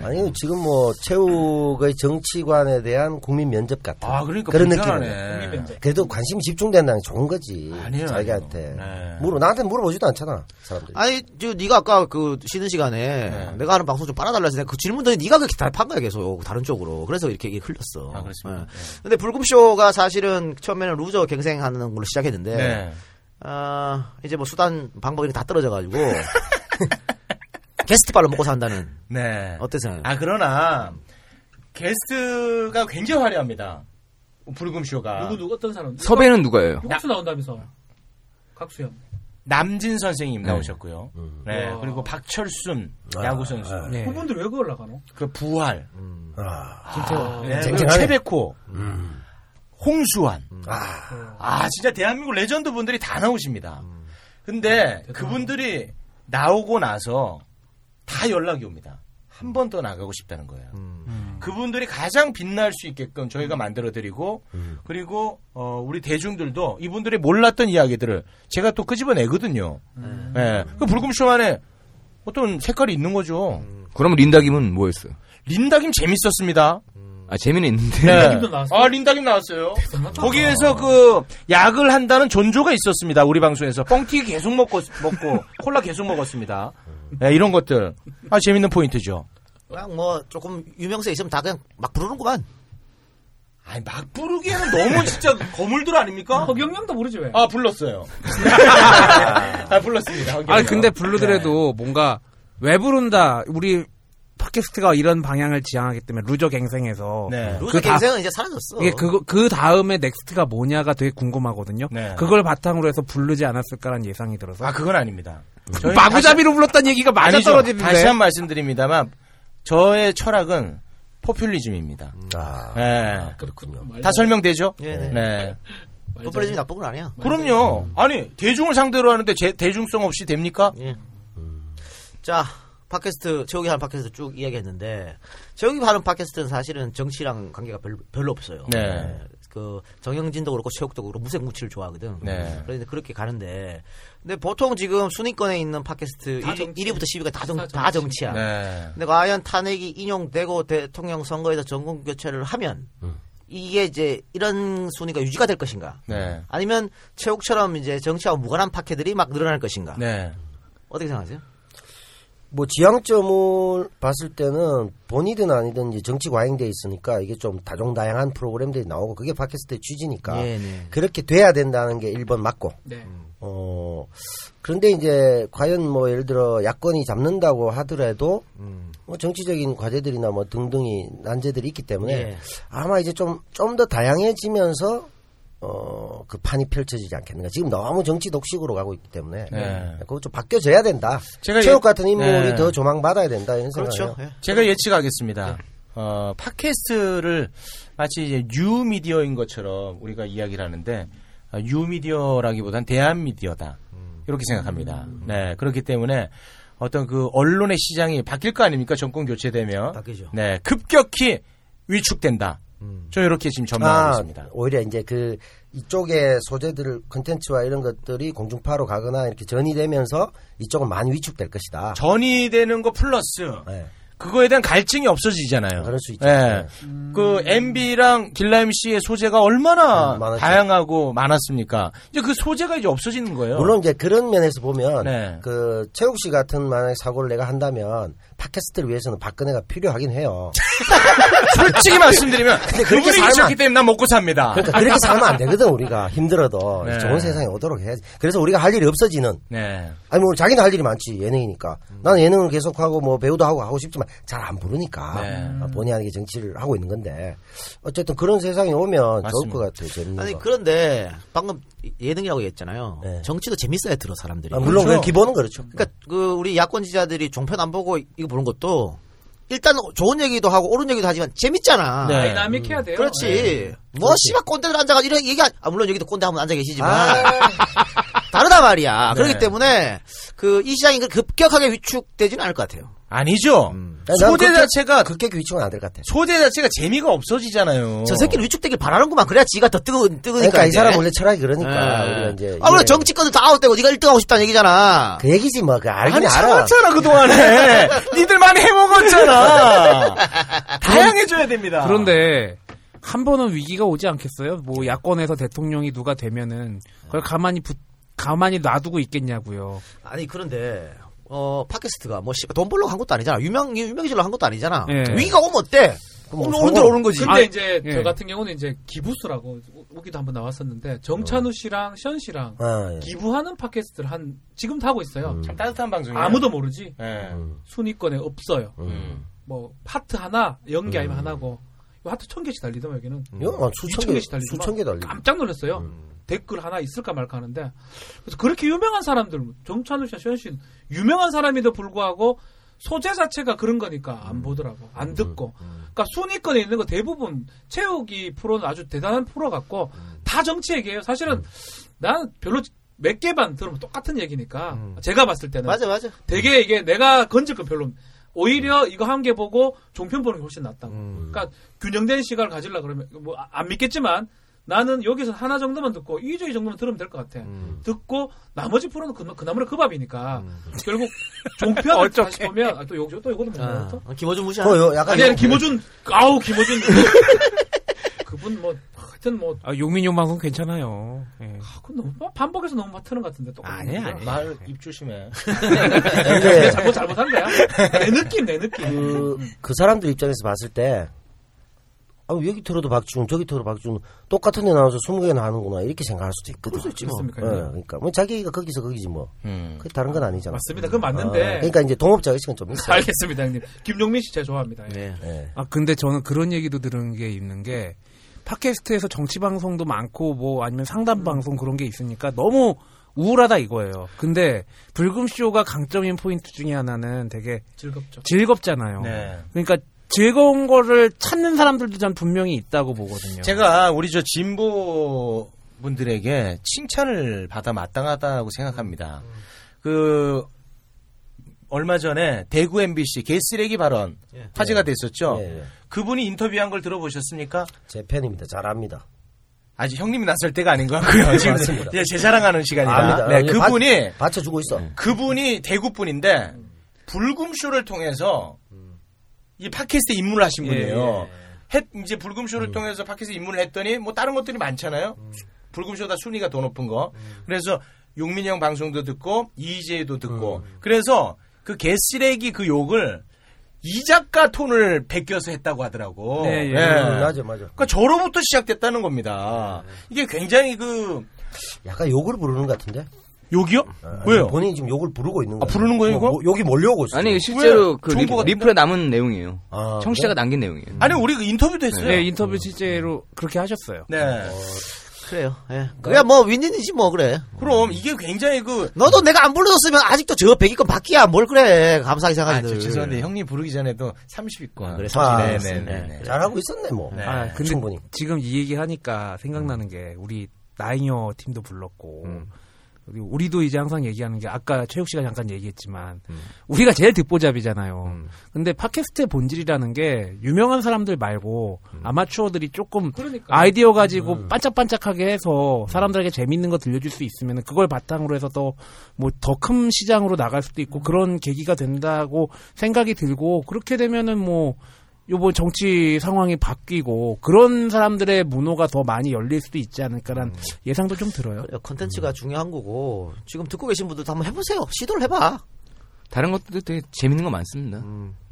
Speaker 11: 아니 지금 뭐 최욱의 정치관에 대한 국민 면접 같은
Speaker 4: 아, 그러니까
Speaker 11: 런
Speaker 4: 불편하네.
Speaker 11: 느낌이네.
Speaker 4: 국민 면접.
Speaker 11: 그래도 관심 집중된다는 게 좋은 거지.
Speaker 2: 아니에요,
Speaker 11: 자기한테
Speaker 4: 네.
Speaker 11: 물어 나한테 물어보지도 않잖아 사람들이.
Speaker 2: 아니, 저 네가 아까 그 쉬는 시간에
Speaker 4: 네.
Speaker 2: 내가 하는 방송 좀 빨아달라 해서 내가 그 질문들 네가 그렇게 다판 거야 계속 다른 쪽으로. 그래서 이렇게 이게 흘렀어. 아, 그렇습니다.
Speaker 4: 네.
Speaker 2: 근데 불금쇼가 사실은 처음에는 루저 갱생하는 걸로 시작했는데
Speaker 4: 네.
Speaker 2: 아, 이제 뭐 수단 방법이 다 떨어져 가지고 게스트 발로 먹고 산다는.
Speaker 4: 네.
Speaker 2: 어땠어요?
Speaker 4: 아 그러나 게스트가 굉장히 화려합니다. 불금쇼가
Speaker 9: 누구 누구 어떤 사람?
Speaker 12: 섭외는 누가예요?
Speaker 9: 육수 나온다면서.
Speaker 4: 어.
Speaker 9: 각수형.
Speaker 4: 남진 선생님
Speaker 12: 네.
Speaker 4: 나오셨고요.
Speaker 2: 음.
Speaker 4: 네
Speaker 9: 와.
Speaker 4: 그리고 박철순
Speaker 2: 아,
Speaker 4: 야구 선수.
Speaker 11: 예.
Speaker 4: 네.
Speaker 9: 그분들 왜 그걸 나가노?
Speaker 4: 그 부활.
Speaker 2: 음.
Speaker 9: 아, 김태호.
Speaker 4: 네, 그리고
Speaker 9: 쨍쨍하네.
Speaker 4: 최백호. 홍수환.
Speaker 11: 아.
Speaker 4: 아, 진짜 대한민국 레전드 분들이 다 나오십니다. 근데 그분들이 나오고 나서 다 연락이 옵니다. 한 번 더 나가고 싶다는 거예요. 그분들이 가장 빛날 수 있게끔 저희가 만들어드리고 그리고 어, 우리 대중들도 이분들이 몰랐던 이야기들을 제가 또 끄집어내거든요.
Speaker 11: 음.
Speaker 4: 예. 그 불금쇼 안에 어떤 색깔이 있는 거죠.
Speaker 3: 어?
Speaker 12: 그러면 린다김은 뭐였어요?
Speaker 4: 린다김 재밌었습니다.
Speaker 12: 아 재미는 있는데.
Speaker 4: 나왔어요. 아, 린다김 나왔어요. 거기에서 그 약을 한다는 존조가 있었습니다. 우리 방송에서 뻥튀기 계속 먹고 먹고 콜라 계속 먹었습니다. 네, 이런 것들 아 재밌는 포인트죠.
Speaker 2: 그냥 뭐 조금 유명세 있으면 다 그냥 막 부르는구만.
Speaker 4: 아니 막 부르기에는 너무 진짜 거물들 아닙니까?
Speaker 9: 허경영도 모르지 왜?
Speaker 4: 아 불렀어요. 아 불렀습니다. 허경영.
Speaker 10: 아 근데 부르더라도
Speaker 4: 네.
Speaker 10: 뭔가 왜 부른다 우리 팟캐스트가 이런 방향을 지향하기 때문에 루저 갱생에서
Speaker 2: 네.
Speaker 10: 그
Speaker 2: 루저
Speaker 10: 다-
Speaker 2: 갱생은 이제 사라졌어.
Speaker 10: 이게 그거 그 다음에 넥스트가 뭐냐가 되게 궁금하거든요.
Speaker 4: 네.
Speaker 10: 그걸 바탕으로 해서 부르지 않았을까라는 예상이 들어서.
Speaker 4: 아 그건 아닙니다. 저희
Speaker 10: 마구잡이로 불렀다는 얘기가 맞아
Speaker 4: 아니죠.
Speaker 10: 떨어지는데.
Speaker 4: 다시 한 말씀드립니다만 저의 철학은 포퓰리즘입니다. 네. 다 설명되죠?
Speaker 2: 네네.
Speaker 4: 네.
Speaker 2: 포퓰리즘이 나쁜 건 아니야.
Speaker 4: 그럼요. 아니 대중을 상대로 하는데 제- 대중성 없이 됩니까? 음.
Speaker 2: 자, 팟캐스트, 최욱이 하는 팟캐스트 쭉 이야기했는데, 최욱이 하는 팟캐스트는 사실은 정치랑 관계가 별로, 별로 없어요.
Speaker 4: 네.
Speaker 2: 그, 정영진도 그렇고, 최욱도 그렇고, 무색무취를 좋아하거든.
Speaker 4: 네.
Speaker 2: 그런데 그렇게 가는데, 근데 보통 지금 순위권에 있는 팟캐스트 1위, 부터 10위가 다, 정, 치야
Speaker 4: 네.
Speaker 2: 근데 과연 탄핵이 인용되고 대통령 선거에서 정권교체를 하면, 이게 이제 이런 순위가 유지가 될 것인가?
Speaker 4: 네.
Speaker 2: 아니면 최욱처럼 이제 정치하고 무관한 팟캐들이 막 늘어날 것인가?
Speaker 4: 네.
Speaker 2: 어떻게 생각하세요?
Speaker 11: 뭐 지향점을 봤을 때는 본이든 아니든 이제 정치 과잉돼 있으니까 이게 좀 다종다양한 프로그램들이 나오고 그게 팟캐스트의 취지니까
Speaker 2: 예, 네.
Speaker 11: 그렇게 돼야 된다는 게 1번 맞고
Speaker 9: 네.
Speaker 2: 음,
Speaker 11: 어 그런데 이제 과연 뭐 예를 들어 야권이 잡는다고 하더라도
Speaker 2: 음.
Speaker 11: 뭐 정치적인 과제들이나 뭐 등등이 난제들이 있기 때문에
Speaker 2: 예.
Speaker 11: 아마 이제 좀 좀 더 다양해지면서 어 그 판이 펼쳐지지 않겠는가 지금 너무 정치 독식으로 가고 있기 때문에
Speaker 4: 네.
Speaker 11: 그거 좀 바뀌어져야 된다.
Speaker 4: 제가
Speaker 11: 체육
Speaker 4: 예-
Speaker 11: 같은 인물이
Speaker 4: 네.
Speaker 11: 더 조망받아야 된다 이런 생각을
Speaker 4: 그렇죠.
Speaker 11: 해요.
Speaker 4: 제가 예측하겠습니다. 어, 팟캐스트를 마치 이제 뉴미디어인 것처럼 우리가 이야기를 하는데 아, 뉴미디어라기보단 대한미디어다. 이렇게 생각합니다. 네. 그렇기 때문에 어떤 그 언론의 시장이 바뀔 거 아닙니까? 정권 교체되면.
Speaker 2: 바뀌죠.
Speaker 4: 네. 급격히 위축된다. 저 이렇게 지금
Speaker 11: 음.
Speaker 4: 전망하고
Speaker 11: 아,
Speaker 4: 있습니다.
Speaker 11: 오히려 이제 그 이쪽의 소재들을 컨텐츠와 이런 것들이 공중파로 가거나 이렇게 전이 되면서 이쪽은 많이 위축될 것이다.
Speaker 4: 전이 되는 거 플러스 그거에 대한 갈증이 없어지잖아요. 네. 그럴 수 있죠. 예. 그 MB랑 길라임 씨의 소재가
Speaker 11: 음,
Speaker 4: 얼마나 다양하고 많았습니까? 이제 그 소재가 이제 없어지는 거예요.
Speaker 11: 물론 이제 그런 면에서 보면
Speaker 4: 네.
Speaker 11: 그 최욱 씨 같은 만약 사고를 내가 한다면 팟캐스트를 위해서는 박근혜가 필요하긴 해요.
Speaker 4: 솔직히 말씀드리면
Speaker 11: 근데
Speaker 4: 그분이
Speaker 11: 그렇게 살면
Speaker 4: 계셨기
Speaker 11: 안-
Speaker 4: 때문에 난 먹고 삽니다.
Speaker 11: 그러니까 그렇게 살면 안 되거든 우리가 힘들어도
Speaker 4: 아. 네.
Speaker 11: 좋은 세상에 오도록 해야지. 그래서 우리가 할 일이 없어지는
Speaker 4: 네.
Speaker 11: 아니 뭐 자기는 할 일이 많지 예능이니까 나는 예능을 계속하고 뭐 배우도 하고 하고 싶지만 잘 안 부르니까 아, 본의 아니게 정치를 하고 있는 건데 어쨌든 그런 세상이 오면 좋을
Speaker 2: 맞습니다.
Speaker 11: 것 같아요 재밌는
Speaker 2: 아니
Speaker 11: 거.
Speaker 2: 그런데 방금 예능이라고 했잖아요. 정치도 재밌어야 들어 사람들이.
Speaker 11: 아, 물론 그 기본은 그렇죠.
Speaker 2: 그러니까 그 우리 야권 지자들이 종편 안 보고 이거 보는 것도 일단 좋은 얘기도 하고 옳은 얘기도 하지만 재밌잖아.
Speaker 9: 네. 다이나믹해야 돼요.
Speaker 2: 그렇지.
Speaker 9: 네.
Speaker 2: 뭐 씨발 꼰대들 앉아가 이런 얘기 안- 아 물론 여기도 꼰대 한번 앉아 계시지만 다르다 말이야.
Speaker 4: 네.
Speaker 2: 그렇기 때문에 그 이 시장이 급격하게 위축되지는 그 않을 것 같아요.
Speaker 4: 아니죠.
Speaker 11: 아니, 난
Speaker 4: 소재
Speaker 11: 그렇게-
Speaker 4: 자체가
Speaker 11: 그렇게 위축은 안될 것 같아.
Speaker 4: 소재 자체가 재미가 없어지잖아요.
Speaker 2: 저 새끼는 위축되길 바라는구만. 그래야 지가 더 뜨거, 뜨거니까.
Speaker 11: 그러니까 이
Speaker 2: 이제.
Speaker 11: 사람 원래 철학이 그러니까
Speaker 2: 예.
Speaker 11: 우리가 이제
Speaker 2: 아, 그래, 정치권들 다 아웃되고 니가 1등하고 싶다는 얘기잖아.
Speaker 11: 그 얘기지 뭐. 그 알긴
Speaker 2: 아니,
Speaker 11: 알아.
Speaker 2: 참았잖아, 그동안에.
Speaker 4: 니들 많이 해먹었잖아. 다양해져야 됩니다.
Speaker 10: 그런데 한 번은 위기가 오지 않겠어요? 뭐 야권에서 대통령이 누가 되면은 그걸 가만히 붙 가만히 놔두고 있겠냐고요.
Speaker 2: 아니, 그런데, 어, 팟캐스트가 뭐, 씨, 돈 벌려고 한 것도 아니잖아. 유명, 유명해지려고 한 것도 아니잖아.
Speaker 10: 예.
Speaker 2: 위기가 오면 어때?
Speaker 11: 뭐
Speaker 2: 오늘, 오는 대로 아, 오는 거지.
Speaker 4: 아,
Speaker 9: 근데 이제
Speaker 4: 예.
Speaker 9: 저 같은 경우는 이제 기부수라고 오- 오기도 한번 나왔었는데 정찬우 씨랑 션 씨랑
Speaker 11: 어. 아, 예. 음.
Speaker 9: 기부하는 팟캐스트를 한 지금도 하고 있어요.
Speaker 4: 참 따뜻한 방송이에요.
Speaker 9: 아무도 모르지.
Speaker 4: 음.
Speaker 9: 순위권에 없어요.
Speaker 11: 음.
Speaker 9: 뭐 파트 하나 연기 아니면 하나고 이거 하트 천 개씩 달리더만 여기는.
Speaker 11: 야, 음. 뭐, 수천 개,
Speaker 9: 달리더만
Speaker 11: 수천 개 달리고.
Speaker 9: 깜짝 놀랐어요. 댓글 하나 있을까 말까 하는데 그래서 그렇게 유명한 사람들 정찬우 씨나 션 씨는 유명한 사람에도 불구하고 소재 자체가 그런 거니까 안 보더라고 안 듣고 그러니까 순위권에 있는 거 대부분 체육이 프로는 아주 대단한 프로 같고 다 정치 얘기예요 사실은 난 별로 몇 개만 들으면 똑같은 얘기니까 제가 봤을 때는
Speaker 2: 맞아, 맞아.
Speaker 9: 되게 이게 내가 건질 건 별로 없- 오히려 이거 한 개 보고 종편 보는 게 훨씬 낫다고
Speaker 2: 음.
Speaker 9: 그러니까 균형된 시간을 가지려 그러면 뭐 안 믿겠지만 나는 여기서 하나 정도만 듣고 이주이 정도만 들으면 될 것 같아
Speaker 2: 음.
Speaker 9: 듣고 나머지 프로는 그나- 그나마나 그 밥이니까 결국 종편을 다시 보면 아, 또 여기 또 이거도
Speaker 2: 아,
Speaker 9: 뭐야 또
Speaker 2: 김호준 무시하는.
Speaker 9: 어, 요- 약간 아니, 아니, 김호준, 아우 김호준 그분 뭐 하여튼 뭐
Speaker 10: 아, 용민용 방송 괜찮아요. 예.
Speaker 9: 그건 너무 바- 반복해서 너무 맡트는 것 같은데 또
Speaker 10: 아니, 아니.
Speaker 4: 말 입조심해.
Speaker 9: 내가 잘못 잘못한 거야 내 느낌 내 느낌
Speaker 11: 그, 그 사람들 입장에서 봤을 때, 아, 여기 틀어도 박지훈, 저기 틀어도 박지훈, 똑같은 데 나와서 20개나 하는구나, 이렇게 생각할 수도 있거든. 그럴 수
Speaker 9: 있지 뭐. 그렇습니까?
Speaker 11: 그러니까. 뭐 자기가 거기서 거기지 뭐.
Speaker 4: 음.
Speaker 11: 그게 다른 건 아니잖아.
Speaker 9: 맞습니다. 그건 맞는데.
Speaker 11: 어, 그러니까 이제 동업자 의식은 좀 있어.
Speaker 9: 알겠습니다 형님 김용민 씨 제가 좋아합니다 예.
Speaker 2: 네.
Speaker 10: 아 근데 저는 그런 얘기도 들은 게 있는 게 팟캐스트에서 정치 방송도 많고 뭐 아니면 상담 방송 그런 게 있으니까 너무 우울하다 이거예요. 근데 불금쇼가 강점인 포인트 중에 하나는 되게
Speaker 9: 즐겁죠.
Speaker 10: 즐겁잖아요.
Speaker 4: 네.
Speaker 10: 그러니까 즐거운 거를 찾는 사람들도 전 분명히 있다고 보거든요.
Speaker 4: 제가 우리 저 진보 분들에게 칭찬을 받아 마땅하다고 생각합니다.
Speaker 11: 음.
Speaker 4: 그 얼마 전에 대구 MBC 개쓰레기 발언
Speaker 9: 예.
Speaker 4: 화제가 됐었죠. 그분이 인터뷰한 걸 들어보셨습니까?
Speaker 11: 예, 제 팬입니다. 잘 압니다. 네,
Speaker 4: 아직 형님이 나설 때가 아닌 것 같고요. 지금
Speaker 11: 맞습니다.
Speaker 4: 이제 제 자랑하는 시간이다.
Speaker 11: 압니다.
Speaker 4: 네,
Speaker 11: 아,
Speaker 4: 그분이 음.
Speaker 11: 받- 받쳐주고 있어.
Speaker 4: 그분이 대구 분인데
Speaker 11: 음.
Speaker 4: 불금쇼를 통해서 이 팟캐스트 에 입문을 하신
Speaker 11: 예,
Speaker 4: 분이에요. 했- 이제 불금쇼를
Speaker 11: 음.
Speaker 4: 통해서 팟캐스트 입문을 했더니 뭐 다른 것들이 많잖아요. 불금쇼다 순위가 더 높은 거.
Speaker 11: 음.
Speaker 4: 그래서 용민형 방송도 듣고 이재도 듣고
Speaker 11: 음.
Speaker 4: 그래서 그 개쓰레기 그 욕을 이 작가 톤을 베껴서 했다고 하더라고.
Speaker 3: 네,
Speaker 11: 예, 예.
Speaker 4: 예.
Speaker 11: 맞아, 맞아.
Speaker 4: 그러니까 저로부터 시작됐다는 겁니다. 이게 굉장히 그
Speaker 11: 네. 약간 욕을 부르는 것 같은데?
Speaker 4: 욕이요? 아,
Speaker 11: 왜요? 본인이 지금 욕을 부르고 있는 거야.
Speaker 3: 부르는 거예요, 이거?
Speaker 11: 뭐, 뭐, 욕이 몰려오고 있어.
Speaker 3: 아니 실제로 그 리, 리플에 남은 내용이에요. 청취자가 남긴 내용이에요.
Speaker 4: 아니 우리 그 인터뷰도
Speaker 3: 했어요.
Speaker 10: 네, 인터뷰 실제로 그렇게 하셨어요.
Speaker 4: 네.
Speaker 2: 그래요. 예.
Speaker 11: 그러니까
Speaker 2: 그래야 뭐 윈윈이지 뭐 그래.
Speaker 4: 그럼 이게 굉장히 그
Speaker 2: 너도 내가 안 불러줬으면 아직도 저 100위권 밖이야. 뭘 그래. 감사하게
Speaker 4: 아,
Speaker 2: 생각하는데.
Speaker 4: 저 죄송한데 형님 부르기 전에도 30위권.
Speaker 2: 네. 그래,
Speaker 11: 아,
Speaker 4: 네, 네,
Speaker 11: 알았어요.
Speaker 4: 네, 네. 음.
Speaker 11: 잘하고 있었네, 뭐.
Speaker 10: 아, 근데 지금 이 얘기 하니까 생각나는 게 우리 나이어 팀도 불렀고 그리고 우리도 이제 항상 얘기하는 게 아까 최욱 씨가 잠깐 얘기했지만
Speaker 4: 음.
Speaker 10: 우리가 제일 듣보잡이잖아요. 근데 팟캐스트의 본질이라는 게 유명한 사람들 말고
Speaker 4: 음.
Speaker 10: 아마추어들이 조금 아이디어 가지고 반짝반짝하게
Speaker 4: 음.
Speaker 10: 해서 사람들에게 재밌는 거 들려줄 수 있으면 그걸 바탕으로 해서 또 뭐 더 큰 시장으로 나갈 수도
Speaker 4: 음.
Speaker 10: 있고 그런 계기가 된다고 생각이 들고 그렇게 되면은 뭐 요번 정치 상황이 바뀌고 그런 사람들의 문호가 더 많이 열릴 수도 있지 않을까라는 예상도 좀 들어요.
Speaker 2: 음. 컨텐츠가 중요한 거고 지금 듣고 계신 분들도 한번 해보세요. 시도를 해봐.
Speaker 3: 다른 것도 되게 재밌는 거 많습니다.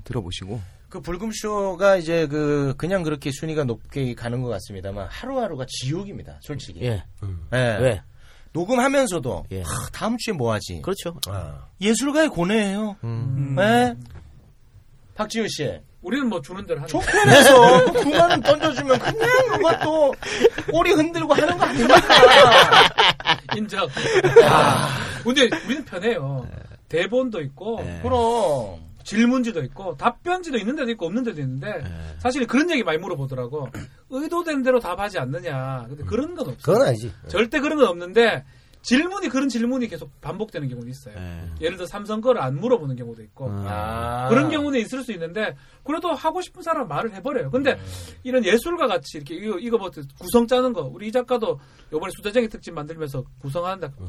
Speaker 3: 들어보시고.
Speaker 4: 그 불금쇼가 이제 그 그냥 그렇게 순위가 높게 가는 것 같습니다만 하루하루가 지옥입니다. 솔직히.
Speaker 2: 예.
Speaker 4: 예.
Speaker 2: 왜? 예.
Speaker 4: 녹음하면서도 아, 다음 주에 뭐 하지?
Speaker 2: 그렇죠. 음.
Speaker 4: 예술가의 고뇌예요. 예. 박지효 씨.
Speaker 9: 우리는 뭐 주는 대로 하는
Speaker 4: 조건에서 9만 원 던져주면 그냥 누가 또 꼬리 흔들고 하는 거 아닙니까?
Speaker 9: 인정. 아, 근데 우리는 편해요. 대본도 있고,
Speaker 4: 네. 그럼
Speaker 9: 질문지도 있고, 답변지도 있는 데도 있고 없는 데도 있는데
Speaker 4: 네.
Speaker 9: 사실 그런 얘기 많이 물어보더라고. 의도된 대로 답하지 않느냐. 근데 그런 건 없어.
Speaker 4: 음.
Speaker 11: 그건 아니지.
Speaker 9: 절대 그런 건 없는데 질문이 그런 질문이 계속 반복되는 경우는 있어요.
Speaker 4: 네.
Speaker 9: 예를 들어 삼성 거를 안 물어보는 경우도 있고
Speaker 4: 아.
Speaker 9: 그런 경우는 있을 수 있는데 그래도 하고 싶은 사람 말을 해버려요. 근데
Speaker 10: 네.
Speaker 9: 이런 예술과 같이 이렇게 이거 이거 뭐 구성 짜는 거 우리 이 작가도 요번에 수자쟁이 특집 만들면서 구성한다.
Speaker 10: 음.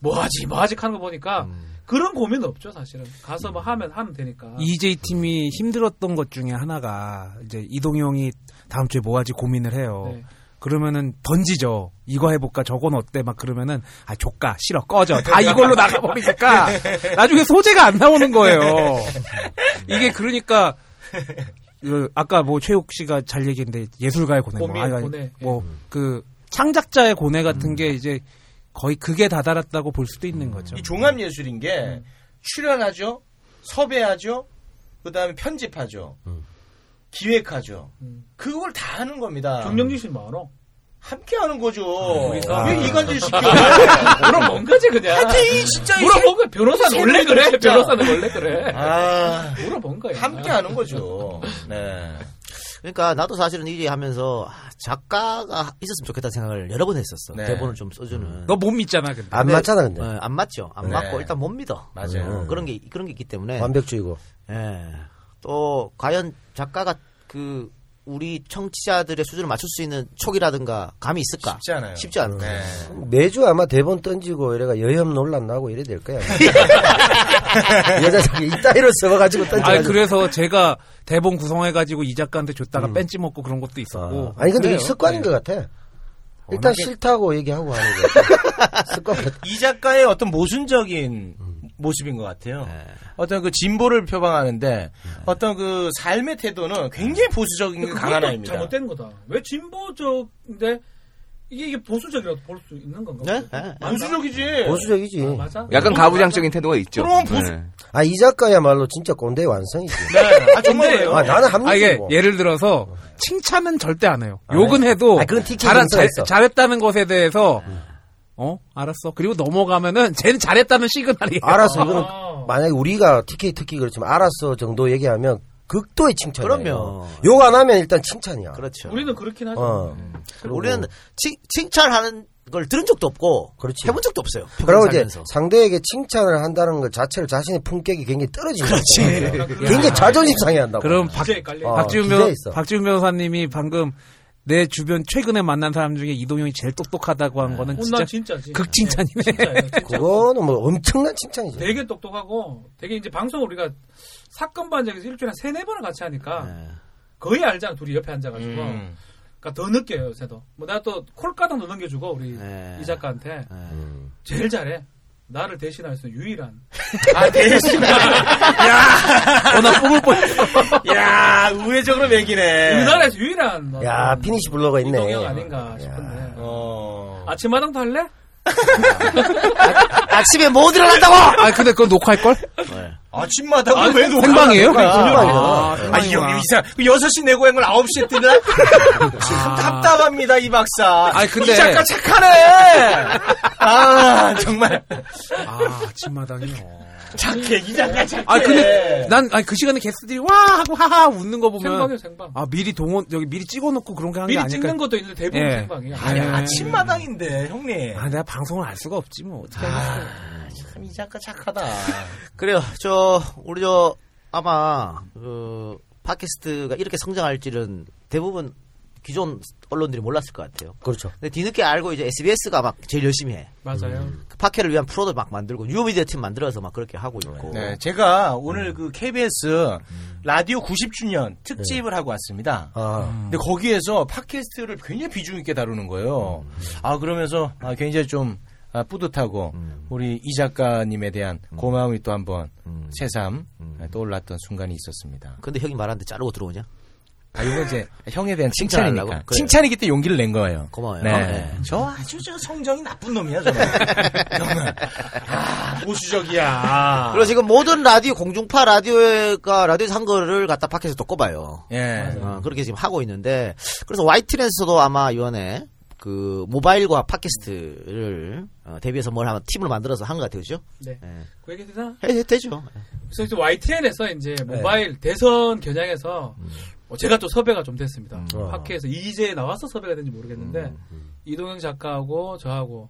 Speaker 9: 뭐하지 뭐하지 하는 거 보니까 그런 고민은 없죠 사실은 가서 뭐 하면 하면 되니까
Speaker 10: EJ 음. 팀이 힘들었던 것 중에 하나가 이제 이동형이 다음 주에 뭐 하지 고민을 해요.
Speaker 9: 네.
Speaker 10: 그러면 던지죠. 이거 해볼까? 저건 어때? 막 그러면은 아 조까 싫어 꺼져 다 이걸로 나가버리니까 나중에 소재가 안 나오는 거예요.
Speaker 9: 네.
Speaker 10: 이게 그러니까 그 아까 뭐 최욱 씨가 잘 얘기했는데 예술가의 고뇌, 뭐.
Speaker 9: 고민, 고뇌. 예. 음.
Speaker 10: 뭐그 창작자의 고뇌 같은 게 이제 거의 극에 다다랐다고 볼 수도 있는 거죠.
Speaker 4: 이 종합 예술인 게
Speaker 9: 음.
Speaker 4: 출연하죠, 섭외하죠, 그다음에 편집하죠, 기획하죠. 그걸 다 하는 겁니다.
Speaker 9: 음. 정영진 씨 많어.
Speaker 4: 함께 하는 거죠.
Speaker 9: 우리가.
Speaker 4: 왜 이간질 시켜?
Speaker 9: 물어본 거지, 그냥.
Speaker 4: 하여튼 이 진짜 이
Speaker 9: 물어본 거야. 변호사는
Speaker 4: 새-
Speaker 9: 원래 그래.
Speaker 4: 진짜.
Speaker 9: 변호사는 원래 그래.
Speaker 4: 아.
Speaker 9: 물어본 거야.
Speaker 4: 함께 하는 거죠. 네.
Speaker 2: 그러니까 나도 사실은 이제 하면서 아, 작가가 있었으면 좋겠다 생각을 여러 번 했었어.
Speaker 10: 네.
Speaker 2: 대본을 좀 써주는.
Speaker 10: 너 못 믿잖아 근데.
Speaker 2: 근데, 어, 안 맞죠. 안
Speaker 11: 네.
Speaker 2: 맞고 일단 못 믿어.
Speaker 11: 맞아요.
Speaker 2: 어, 그런 게 그런 게 있기 때문에
Speaker 11: 완벽주의고.
Speaker 2: 예. 또 과연 작가가 그 우리 청취자들의 수준을 맞출 수 있는 촉이라든가 감이 있을까? 쉽지
Speaker 4: 않아요.
Speaker 2: 쉽지 않고.
Speaker 11: 네. 매주 아마 대본 던지고 이래가 여혐 논란 나고 이래 될 거야. 여자들이 이따위로 써가지고 던져.
Speaker 10: 아 그래서 제가 대본 구성해가지고 이 작가한테 줬다가 뺀지 먹고 그런 것도 있었고.
Speaker 11: 음. 아니 근데
Speaker 10: 그래요.
Speaker 11: 이게 습관인
Speaker 10: 네.
Speaker 11: 것 같아. 일단
Speaker 10: 워낙에-
Speaker 11: 싫다고 얘기하고 하는 거.
Speaker 4: 이 작가의 어떤 모순적인 모습인 것 같아요.
Speaker 10: 네.
Speaker 4: 어떤 그 진보를 표방하는데 어떤 그 삶의 태도는 굉장히
Speaker 10: 네.
Speaker 4: 보수적인 게 강한
Speaker 9: 그것도
Speaker 4: 아입니다.
Speaker 9: 잘못된 거다. 왜 진보적인데 이게, 이게 보수적이라고 볼 수 있는 건가? 네?
Speaker 4: 보수적이지.
Speaker 11: 보수적이지.
Speaker 9: 맞아?
Speaker 12: 약간 가부장적인 태도가 있죠.
Speaker 11: 그럼 보수-
Speaker 12: 네.
Speaker 11: 아 이 작가야말로 진짜 꼰대 완성이지.
Speaker 4: 네, 아,
Speaker 11: 정말요. 아, 나는 합리적이고.
Speaker 10: 아, 이게 예를 들어서 칭찬은 절대 안 해요. 욕은 해도
Speaker 11: 아, 그건 TK
Speaker 10: 잘한- 잘,
Speaker 11: 정서였어. 음.
Speaker 10: 잘했다는 것에 대해서 어 알았어. 그리고 넘어가면은 쟤는 잘했다는 시그널이에요.
Speaker 11: 알아서 이거는 만약에 우리가 TK 특히 그렇지만 알았어 정도 얘기하면 극도의 칭찬이에요.
Speaker 2: 그럼요.
Speaker 11: 욕안 하면 일단 칭찬이야.
Speaker 2: 그렇죠.
Speaker 9: 우리는 그렇긴 하죠.
Speaker 11: 어.
Speaker 2: 그리고 음, 우리는 칭, 칭찬하는 걸 들은 적도 없고 해본 적도 없어요.
Speaker 11: 그리고 이제
Speaker 2: 살면서.
Speaker 11: 상대에게 칭찬을 한다는 것 자체를 자신의 품격이 굉장히 떨어지는
Speaker 2: 그렇지.
Speaker 11: 거거든요. 굉장히 자존심 상해한다고.
Speaker 10: 그럼 박,
Speaker 11: 어,
Speaker 10: 박지훈,
Speaker 11: 기대에
Speaker 10: 변,
Speaker 11: 있어.
Speaker 10: 박지훈 변호사님이 방금 내 주변 최근에 만난 사람 중에 이동영이 제일 똑똑하다고 한 거는
Speaker 9: 어,
Speaker 10: 진짜,
Speaker 9: 나 진짜지.
Speaker 10: 극칭찬이네.
Speaker 11: 그거는 뭐 엄청난 칭찬이죠.
Speaker 9: 되게 똑똑하고 되게 이제 방송 우리가 사건 반장에서 일주일에 한 세네 번을 같이 하니까 거의 알잖아 둘이 옆에 앉아가지고
Speaker 4: 음.
Speaker 9: 그러니까 더 느껴요 요새도 뭐 내가 또 콜가닥도 넘겨주고 우리 이 작가한테 제일 잘해 나를 대신할 수 있는 유일한
Speaker 4: 아, 대신할. 야!
Speaker 10: 어, 나 뽑을
Speaker 4: 뻔했어. 야,
Speaker 2: 아,
Speaker 4: 우회적으로 매기네.
Speaker 9: 우리나라에서 유일한
Speaker 11: 야 피니시 블로가 있네.
Speaker 9: 이동형 아닌가 싶은데
Speaker 2: 어.
Speaker 9: 아침마당도 할래?
Speaker 2: 아침에 못 일어난다고!
Speaker 10: 아 근데 그거 녹화할 걸?
Speaker 4: 아침마다
Speaker 10: 아,
Speaker 4: 왜 녹화를
Speaker 10: 생방이에요?
Speaker 4: 하는 거야?
Speaker 10: 생방이구나.
Speaker 4: 아,
Speaker 10: 아,
Speaker 4: 아니,
Speaker 10: 생방이구나.
Speaker 4: 여기 이상. 6시 내고한 걸 9시에 뜨나? 참 답답합니다, 이 박사.
Speaker 10: 아. 아니, 근데-
Speaker 4: 이 작가 착하네! 아, 정말.
Speaker 10: 아 아침마당이요.
Speaker 4: 착해, 이 작가 착해.
Speaker 10: 아 근데 난 아 그 시간에 게스트들이 와 하고 하하 웃는 거 보면
Speaker 9: 생방이에요, 생방.
Speaker 10: 아 미리 동원 여기 미리 찍어놓고 그런 게 한 게
Speaker 9: 미리
Speaker 10: 아닐까
Speaker 9: 찍는 것도 있는데 대부분
Speaker 10: 예.
Speaker 9: 생방이야.
Speaker 4: 아니,
Speaker 10: 예.
Speaker 4: 아침마당인데, 형님.
Speaker 10: 아 내가 방송을 알 수가 없지 뭐 어떻게
Speaker 9: 네.
Speaker 4: 참, 이 작가 착하다.
Speaker 2: 그래요. 저 우리 저 아마 그 팟캐스트가 이렇게 성장할지는 대부분 기존 언론들이 몰랐을 것 같아요.
Speaker 11: 그렇죠.
Speaker 2: 근데 뒤늦게 알고 이제 SBS가 막 제일 열심히 해.
Speaker 4: 음.
Speaker 9: 맞아요.
Speaker 11: 음.
Speaker 2: 그 팟캐를 위한 프로도 막 만들고 뉴미디어 팀 만들어서 막 그렇게 하고 있고.
Speaker 4: 네, 제가 오늘 그 KBS 라디오 90주년 특집을 하고 왔습니다. 근데 거기에서 팟캐스트를 굉장히 비중 있게 다루는 거예요. 아 그러면서 아, 굉장히 좀 아, 뿌듯하고 우리 이 작가님에 대한 고마움이 또 한번 새삼 아, 떠올랐던 순간이 있었습니다.
Speaker 2: 근데 형이 말하는데 자르고 들어오냐?
Speaker 4: 아 이거 이제 형에 대한
Speaker 2: 칭찬하려고?
Speaker 4: 칭찬이니까
Speaker 2: 그래.
Speaker 4: 칭찬이기 때 용기를 낸 거예요.
Speaker 2: 고마워요.
Speaker 4: 네.
Speaker 2: 네.
Speaker 4: 저 아주 저 성정이 나쁜 놈이야 저는. 정말. 아 보수적이야.
Speaker 2: 그리고 지금 모든 라디오 공중파 라디오가 라디오에서 한 거를 갖다 팟캐스트 또 꼽아요.
Speaker 4: 예.
Speaker 2: 어, 그렇게 지금 하고 있는데 그래서 YTN에서도 아마 이번에 그 모바일과 팟캐스트를 어, 대비해서 뭘 하면 팀을 만들어서 한 것 같아요, 그죠?
Speaker 9: 네.
Speaker 2: 예.
Speaker 9: 그 얘기 되나?
Speaker 2: 해, 되죠. 네.
Speaker 9: 그래서 이제 YTN에서 이제 모바일 대선 겨냥해서
Speaker 2: 음.
Speaker 9: 어, 제가 또 섭외가 좀 됐습니다.
Speaker 4: 아.
Speaker 2: 음,
Speaker 9: 학회에서 이제 나와서 섭외가 된지 모르겠는데 이동영 작가하고 저하고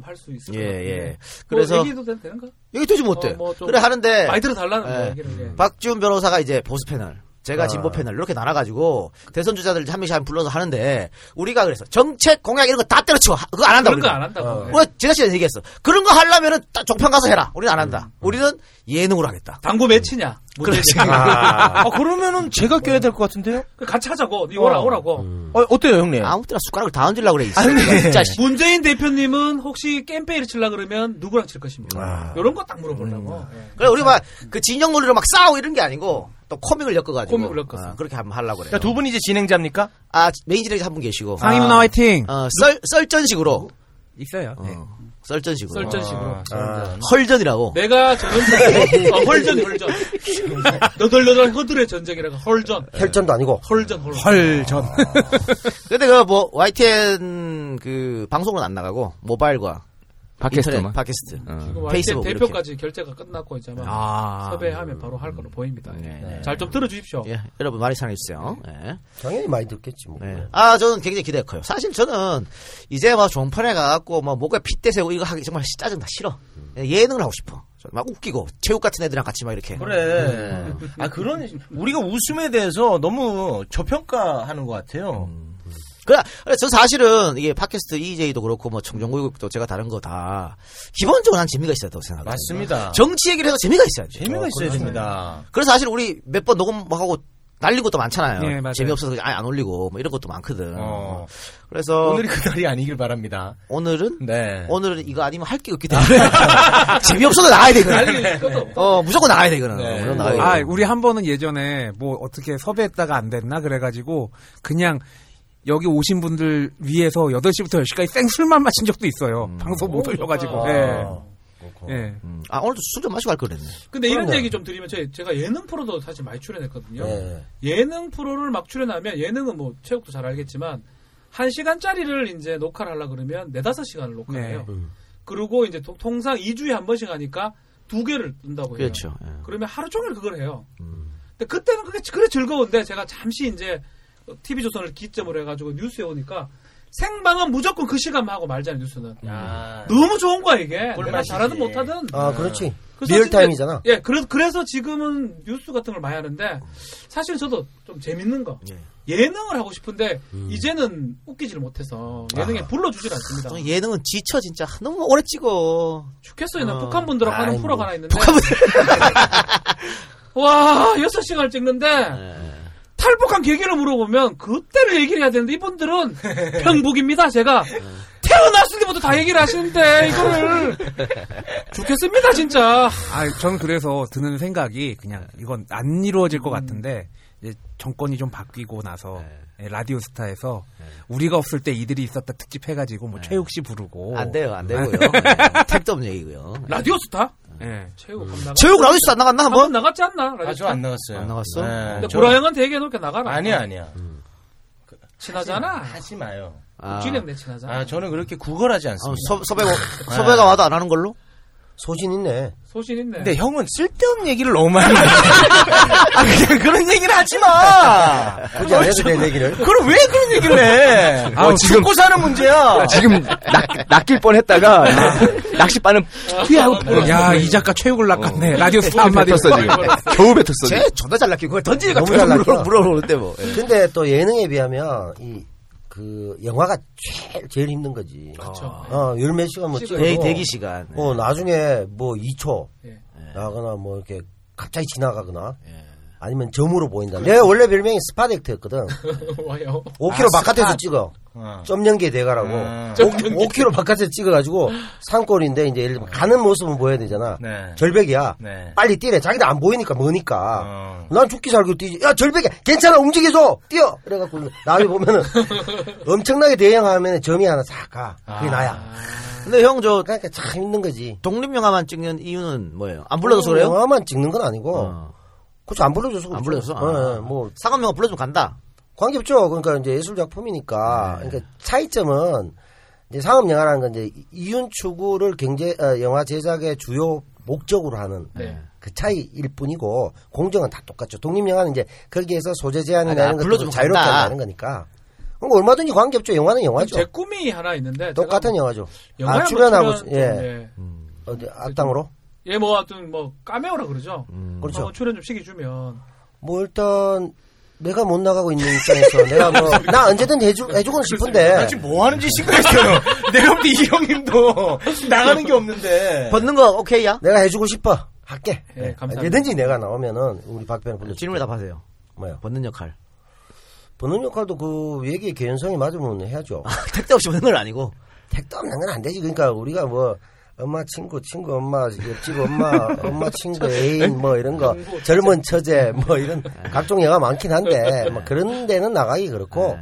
Speaker 9: 할 수 있을
Speaker 2: 예,
Speaker 9: 것 같아요.
Speaker 2: 예.
Speaker 9: 그래서
Speaker 2: 그래서
Speaker 9: 얘기도 되- 되는가?
Speaker 2: 얘기 되지 못해.
Speaker 9: 어, 뭐좀
Speaker 2: 그래 하는데
Speaker 9: 많이 들어달라는 거야.
Speaker 2: 예.
Speaker 9: 얘기를, 예.
Speaker 2: 박지훈 변호사가 이제 보수 패널, 제가
Speaker 9: 아.
Speaker 2: 진보 패널 이렇게 나눠가지고 대선 주자들 한 명씩 한 불러서 하는데 우리가 그래서 정책 공약 이런 거 다 때려치워 하- 그거 안 한다.
Speaker 9: 그런 거
Speaker 2: 우리는.
Speaker 9: 안 한다고.
Speaker 2: 어. 우리가 제작진에 얘기했어. 그런 거 하려면은 딱 종편 가서 해라. 우리는 안 한다. 우리는 예능으로 하겠다.
Speaker 9: 음. 당구 매치냐? 뭐
Speaker 2: 그렇지.
Speaker 4: 아, 그러면은 제가 껴야 될 것 같은데요?
Speaker 9: 그 같이 하자고. 네, 이거라
Speaker 4: 어.
Speaker 9: 오라고.
Speaker 4: 어, 어때요, 형님?
Speaker 2: 아무 때나 숟가락을 다 얹으려고 그래. 이
Speaker 4: 아니, 네.
Speaker 2: 진짜. 음. 씨.
Speaker 9: 문재인 대표님은 혹시 캠페인을 치려 그러면 누구랑 칠
Speaker 4: 아.
Speaker 9: 것입니까? 이런 거 딱
Speaker 4: 음.
Speaker 9: 물어보려고. 예.
Speaker 2: 그래 우리 막 그 진영 논리로 막 싸우고 이런 게 아니고 또 코믹을 엮어가지고
Speaker 9: 코믹을 엮었어.
Speaker 2: 아, 그렇게 한번 하려고 그래요.
Speaker 4: 그러니까 두 분이 이제 진행자입니까?
Speaker 2: 아 메인 진행자 한 분 계시고
Speaker 4: 상임 누나
Speaker 2: 아,
Speaker 4: 화이팅!
Speaker 2: 어, 썰 썰전식으로
Speaker 10: 있어요.
Speaker 2: 어, 썰전식으로.
Speaker 9: 썰전식으로.
Speaker 2: 아, 헐전이라고.
Speaker 9: 내가 저런 사람. 어, 헐전, 헐전. 너덜너덜 허들의 전쟁이라고 헐전.
Speaker 2: 예.
Speaker 11: 혈전도 아니고
Speaker 9: 헐전 헐전.
Speaker 10: 헐전.
Speaker 2: 아. 근데 그뭐 YTN 그 방송은 안 나가고 모바일과
Speaker 12: 팟캐스트만?
Speaker 2: 인터넷, 팟캐스트,
Speaker 9: 지금 와이튼
Speaker 2: 페이스북 이렇게.
Speaker 9: 대표까지 결제가 끝났고 이제 막
Speaker 2: 아. 네,
Speaker 9: 섭외하면 바로 할 거로 보입니다. 네. 잘 좀 들어주십시오.
Speaker 2: 예, 여러분 많이 사랑해 주세요. 예.
Speaker 11: 당연히 많이 듣겠지 뭐.
Speaker 2: 아, 저는 굉장히 기대가 커요. 사실 저는 이제 막 종편에 가갖고 막 목에 핏대 세고 이거 하기 정말 시- 짜증나 싫어. 예능을 하고 싶어. 저막 웃기고 체육 같은 애들이랑 같이 막 이렇게.
Speaker 4: 그래. 아, 그런, 우리가 웃음에 대해서 너무 저평가하는 것 같아요.
Speaker 2: 그래, 그래, 그러니까 저 사실은 이게 팟캐스트 EJ도 그렇고 뭐 청정구역도 제가 다른 거 다 기본적으로 난 재미가 있어야 된다고 생각해요.
Speaker 4: 맞습니다.
Speaker 2: 정치 얘기를 해서 재미가 있어야 돼.
Speaker 4: 재미가 있어야 됩니다.
Speaker 2: 그래서 사실 우리 몇 번 녹음하고 날린 것도 많잖아요.
Speaker 4: 네, 맞아요.
Speaker 2: 재미없어서 그냥 아예 안 올리고 뭐 이런 것도 많거든.
Speaker 4: 어.
Speaker 2: 그래서
Speaker 4: 오늘이 그날이 아니길 바랍니다.
Speaker 2: 오늘은
Speaker 4: 네.
Speaker 2: 오늘은 이거 아니면 할 게 없기 때문에 재미없어도 나가야 돼.
Speaker 10: 날릴 것도
Speaker 2: 이거는. 어 무조건 나가야 돼. 이거는.
Speaker 10: 네.
Speaker 2: 무조건 나가야 돼.
Speaker 10: 아, 우리 한 번은 예전에 뭐 어떻게 섭외했다가 안 됐나 그래가지고 그냥 여기 오신 분들 위해서 8시부터 10시까지 생술만 마신 적도 있어요.
Speaker 2: 음.
Speaker 10: 방송 못
Speaker 9: 오,
Speaker 10: 올려가지고.
Speaker 9: 좋다.
Speaker 10: 예.
Speaker 9: 그렇구나.
Speaker 10: 예.
Speaker 2: 아, 오늘도 술 좀 마시고 갈 걸 그랬네.
Speaker 9: 근데 이런 얘기 좀 드리면 제- 제가 예능 프로도 사실 많이 출연했거든요.
Speaker 2: 네.
Speaker 9: 예능 프로를 막 출연하면 예능은 뭐 체육도 잘 알겠지만 한 시간짜리를 이제 녹화를 하려 그러면 네다섯 시간을 녹화해요. 그리고 이제 통- 통상 2주에 한 번씩 하니까 두 개를 뜬다고 해요.
Speaker 2: 그렇죠. 예.
Speaker 9: 그러면 하루 종일 그걸 해요.
Speaker 11: 음.
Speaker 9: 근데 그때는 그게 그래 즐거운데 제가 잠시 이제 TV 조선을 기점으로 해가지고 뉴스에 오니까 생방은 무조건 그 시간만 하고 말잖아요 뉴스는. 너무 좋은 거야 이게. 내가
Speaker 11: 맛이지.
Speaker 9: 잘하든 못하든.
Speaker 11: 네. 아, 그렇지.
Speaker 9: 그래서
Speaker 11: 리얼타임이잖아.
Speaker 9: 진짜- 예, 그래, 그래서 지금은 뉴스 같은 걸 많이 하는데 사실 저도 좀 재밌는 거. 예. 능을 하고 싶은데
Speaker 11: 음.
Speaker 9: 이제는 웃기지를 못해서 예능에
Speaker 2: 아.
Speaker 9: 불러주질 않습니다.
Speaker 2: 저는 예능은 지쳐 진짜 너무 오래 찍어.
Speaker 9: 죽겠어요. 나
Speaker 2: 어.
Speaker 9: 북한 분들하고 하는
Speaker 2: 아이고.
Speaker 9: 프로가 하나 있는데. 와, 6시간을 찍는데
Speaker 11: 네.
Speaker 9: 탈북한 계기를 물어보면 그때를 얘기를 해야 되는데 이분들은 평북입니다. 제가 태어났을 때부터 다 얘기를 하시는데 이거를 죽겠습니다, 진짜.
Speaker 10: 아, 저는 그래서 드는 생각이 그냥
Speaker 2: 네.
Speaker 10: 이건 안 이루어질
Speaker 2: 음.
Speaker 10: 것 같은데 이제 정권이 좀 바뀌고 나서
Speaker 2: 네.
Speaker 10: 예, 라디오스타에서 우리가 없을 때 이들이 있었다 특집 해가지고 뭐 최욱 씨 부르고
Speaker 2: 네.
Speaker 10: 네.
Speaker 2: 안 돼요, 안 되고요. 예. 택도 없는 얘기고요. 네.
Speaker 9: 라디오스타? 네.
Speaker 10: 예.
Speaker 9: 최욱 한번 나가-
Speaker 2: 체육 라디오스타 안 나갔나 한번?
Speaker 9: 한번 나갔지 않나? 라디오스타?
Speaker 4: 저안 나갔어요.
Speaker 2: 안 나갔어? 음.
Speaker 4: 네.
Speaker 9: 근데
Speaker 4: 저-
Speaker 9: 고라형은 되게 해놓게 나가라.
Speaker 4: 아니야, 아니야.
Speaker 9: 친하잖아.
Speaker 4: 하지 마요.
Speaker 2: 아.
Speaker 9: 찌력 내 친하잖아.
Speaker 4: 아, 저는 그렇게 구걸하지 않습니다.
Speaker 2: 어, 섭- 섭외, 섭외가 와도 안 하는 걸로?
Speaker 11: 소신 있네.
Speaker 9: 소신 있네.
Speaker 4: 근데 형은 쓸데없는 얘기를 너무 많이 해. 아, 그냥 그런 얘기를 하지 마!
Speaker 11: 예. 굳이 안 해도 될 얘기를.
Speaker 4: 아, 그럼 왜 그런 얘기를 해?
Speaker 12: 아,
Speaker 4: 아,
Speaker 12: 지금- 아,
Speaker 4: 죽고 사는
Speaker 3: 아,
Speaker 4: 문제야.
Speaker 12: 지금 낚, 낚일 뻔 했다가 낚싯바는 후회하고
Speaker 10: 야, 이 작가 최욱을 낚았네. 라디오스타 한마디
Speaker 12: 뱉었어, 지금. 겨우 뱉었어. 지금.
Speaker 2: 네. 쟤 존나 잘 낚이고 그걸 던지니까
Speaker 11: 너무 잘 낚여.
Speaker 2: 물어- 물어보는데 뭐. 예.
Speaker 11: 근데 또 예능에 비하면 이 그 영화가 제일 제일 힘든 거지.
Speaker 9: 그렇죠.
Speaker 11: 어, 열몇 시간 뭐 찍고
Speaker 2: 대기- 대기 시간. 예.
Speaker 11: 어, 나중에 뭐 2초
Speaker 9: 예.
Speaker 11: 나거나 뭐 이렇게 갑자기 지나가거나
Speaker 2: 예.
Speaker 11: 아니면 점으로 보인다. 내가 원래 별명이 스파덱트였거든.
Speaker 9: 와요.
Speaker 11: 5km 바깥에서 찍어.
Speaker 4: 아, 어.
Speaker 11: 점 연계 대가라고.
Speaker 4: 음.
Speaker 11: 오 5km 바깥에서 찍어가지고 산골인데 이제 예를 들면 가는 모습은 보여야 되잖아.
Speaker 4: 네.
Speaker 11: 절벽이야.
Speaker 4: 네. 어.
Speaker 11: 빨리 뛰래. 자기도 안 보이니까 머니까. 난 죽기 살고 뛰지. 야 절벽이야. 괜찮아 움직여줘. 뛰어. 그래갖고 나를 보면은 엄청나게 대형하면 점이 하나 싹 가.
Speaker 9: 아.
Speaker 11: 그게 나야.
Speaker 2: 근데 형 저
Speaker 11: 그러니까 참 힘든 거지.
Speaker 2: 독립영화만 찍는 이유는 뭐예요? 안 불러줘서 그래요? 어.
Speaker 11: 영화만 찍는 건 아니고. 그렇죠. 안 불러줘서
Speaker 2: 안
Speaker 11: 그렇죠.
Speaker 2: 불러줘서?
Speaker 11: 예,
Speaker 2: 아.
Speaker 11: 예, 뭐
Speaker 2: 상업영화 불러주면 간다. 네.
Speaker 11: 관계없죠. 그러니까 이제 예술 작품이니까. 그러니까 차이점은 이제 상업 영화라는 건 이제 이윤 추구를 경제 어, 영화 제작의 주요 목적으로 하는
Speaker 9: 네.
Speaker 11: 그 차이일 뿐이고 공정은 다 똑같죠. 독립 영화는 이제 거기에서 소재 제한이나
Speaker 2: 아니,
Speaker 11: 이런 것들을
Speaker 2: 불러주면
Speaker 11: 자유롭게
Speaker 2: 간다.
Speaker 11: 한다는 거니까. 그럼 얼마든지 관계없죠. 영화는 영화죠.
Speaker 9: 제 꿈이 하나 있는데
Speaker 11: 똑같은 영화죠.
Speaker 9: 영화에
Speaker 11: 아, 출연하고
Speaker 9: 한번 출연
Speaker 11: 예.
Speaker 9: 좀, 예.
Speaker 2: 음.
Speaker 11: 어디 악당으로?
Speaker 9: 예, 뭐 하여튼 뭐 까메오라 그러죠. 뭐
Speaker 11: 그렇죠.
Speaker 9: 음. 한번 출연 좀 시켜 주면
Speaker 11: 뭐 일단 내가 못 나가고 있는 입장에서 내가 뭐 나 언제든 해주 해주고는 싶은데
Speaker 4: 나 지금 뭐 하는지 시끄럽어요. 내가 볼때이 형님도 나가는 게 없는데.
Speaker 2: 벗는 거 오케이야?
Speaker 11: 네. 내가 해주고 싶어. 할게.
Speaker 2: 예,
Speaker 11: 네.
Speaker 2: 감사합니다.
Speaker 11: 언제든지 내가 나오면은 우리 박변 불러.
Speaker 2: 아, 질문 답하세요.
Speaker 11: 뭐요?
Speaker 2: 벗는 역할.
Speaker 11: 보는 역할도 그 얘기의 개연성이 맞으면 해야죠.
Speaker 2: 아, 택도 없이 보는 건 아니고.
Speaker 11: 택도 없는 건 안 되지. 그러니까 우리가 뭐 엄마 친구, 친구 엄마, 옆집 엄마, 엄마 친구 애인 뭐 이런 거
Speaker 2: 네.
Speaker 11: 젊은 처제 뭐 이런 각종 영화 많긴
Speaker 2: 네.
Speaker 11: 한데 뭐 그런 데는 나가기 그렇고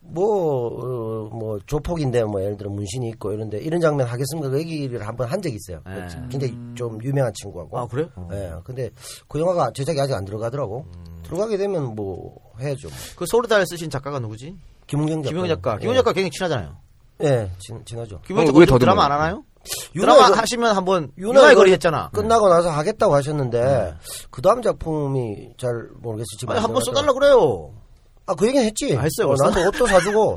Speaker 11: 뭐뭐 조폭인데 뭐 예를 들어 문신이 있고 이런데 이런 장면 하겠습니까? 그 얘기를 한번 한 적이 있어요. 굉장히 좀 유명한 친구하고.
Speaker 2: 네. 그렇죠. 아, 그래요?
Speaker 11: 예. 근데 그 영화가 제작이 아직 안 들어가더라고.
Speaker 2: 음.
Speaker 11: 들어가게 되면 뭐 해야죠. 뭐.
Speaker 2: 그 소르다를 쓰신 작가가 누구지?
Speaker 11: 김웅경 작가.
Speaker 2: 김용 작가. 김용
Speaker 11: 예.
Speaker 2: 작가 굉장히 친하잖아요.
Speaker 11: 예, 친, 친하죠.
Speaker 2: 김용 작가 요즘 드라마 안 하나요? 드라마 하시면 한번 유나의 거리 했잖아. 네.
Speaker 11: 끝나고 나서 하겠다고 하셨는데 그 다음 작품이 잘 모르겠어요.
Speaker 2: 아니, 한번 써달라 그래요.
Speaker 11: 아, 그 얘기는 했지.
Speaker 2: 했어요,
Speaker 11: 어,
Speaker 2: 벌써?
Speaker 11: 나한테 옷도 사주고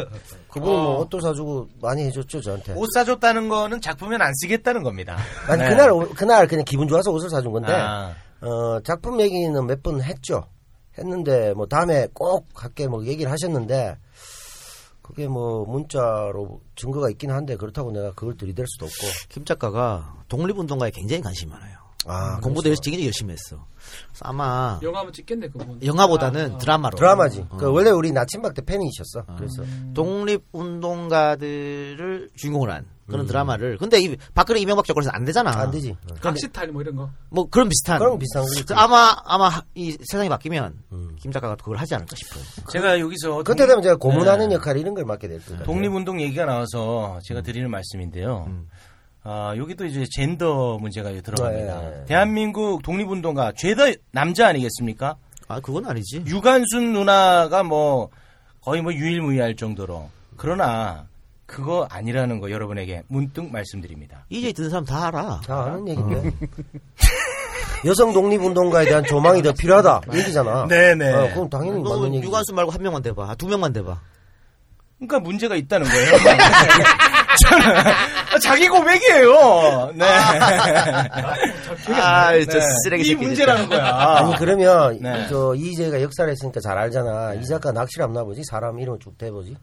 Speaker 11: 그분이 뭐
Speaker 4: 어.
Speaker 11: 옷도 사주고 많이 해줬죠 저한테.
Speaker 4: 옷 사줬다는 거는 작품엔 안 쓰겠다는 겁니다.
Speaker 11: 아니
Speaker 4: 네.
Speaker 11: 그날 오- 그날 그냥 기분 좋아서 옷을 사준 건데
Speaker 4: 아.
Speaker 11: 어, 작품 얘기는 몇 번 했죠. 했는데 뭐 다음에 꼭 할게 뭐 얘기를 하셨는데 그게 뭐 문자로 증거가 있긴 한데 그렇다고 내가 그걸 들이댈 수도 없고.
Speaker 2: 김 작가가 독립운동가에 굉장히 관심이 많아요.
Speaker 11: 아,
Speaker 2: 공부도 열심히, 굉장히 열심히 했어. 그래서 아마
Speaker 9: 영화 한번 찍겠네, 그분.
Speaker 2: 영화보다는 드라마로.
Speaker 11: 드라마지.
Speaker 2: 어.
Speaker 11: 그 원래 우리 나침박 때 팬이셨어. 그래서
Speaker 2: 독립운동가들을 주인공을 한 그런
Speaker 11: 음.
Speaker 2: 드라마를. 근데 이 박근혜 이명박 정권에서 안 되잖아.
Speaker 11: 안 되지.
Speaker 9: 각시탈 뭐 이런 거.
Speaker 2: 뭐 그런 비슷한.
Speaker 11: 그런 비슷한 음. 거겠지.
Speaker 2: 그래서 아마 아마 이 세상이 바뀌면 김 작가가 그걸 하지 않을까 싶어요.
Speaker 11: 음.
Speaker 4: 제가 여기서
Speaker 11: 그때 되면 제가 고문하는
Speaker 4: 네.
Speaker 11: 역할 이런 걸 맡게 될
Speaker 2: 그-
Speaker 11: 거예요.
Speaker 2: 네.
Speaker 4: 독립운동 얘기가 나와서
Speaker 2: 음.
Speaker 4: 제가 드리는 말씀인데요. 아, 여기도 이제 젠더 문제가 이제 들어갑니다.
Speaker 11: 네.
Speaker 4: 대한민국 독립운동가 죄다 남자 아니겠습니까?
Speaker 2: 아, 그건 아니지.
Speaker 4: 유관순 누나가 뭐 거의 뭐 유일무이할 정도로 그러나 그거 아니라는 거 여러분에게 문득 말씀드립니다.
Speaker 2: 이제 듣는 사람 다 알아.
Speaker 11: 다 아는 얘기인데. 네? 여성 독립운동가에 대한 조망이 더 필요하다 이 얘기잖아.
Speaker 4: 네,
Speaker 11: 어, 그럼 당연히
Speaker 2: 너
Speaker 11: 맞는 얘기.
Speaker 2: 유관순 말고 한 명만 대봐. 두 명만 대봐.
Speaker 4: 그러니까 문제가 있다는 거예요. 저는 자기 고백이에요. 네.
Speaker 2: 아, 저
Speaker 9: 네.
Speaker 2: 쓰레기
Speaker 4: 이
Speaker 2: 새끼
Speaker 4: 문제라는
Speaker 2: 진짜.
Speaker 4: 거야.
Speaker 11: 아니 그러면
Speaker 4: 네.
Speaker 11: 저 이재가 역사를 했으니까 잘 알잖아.
Speaker 9: 네.
Speaker 11: 이 작가 낚시를 안 나보지 사람 이름 쭉 대보지.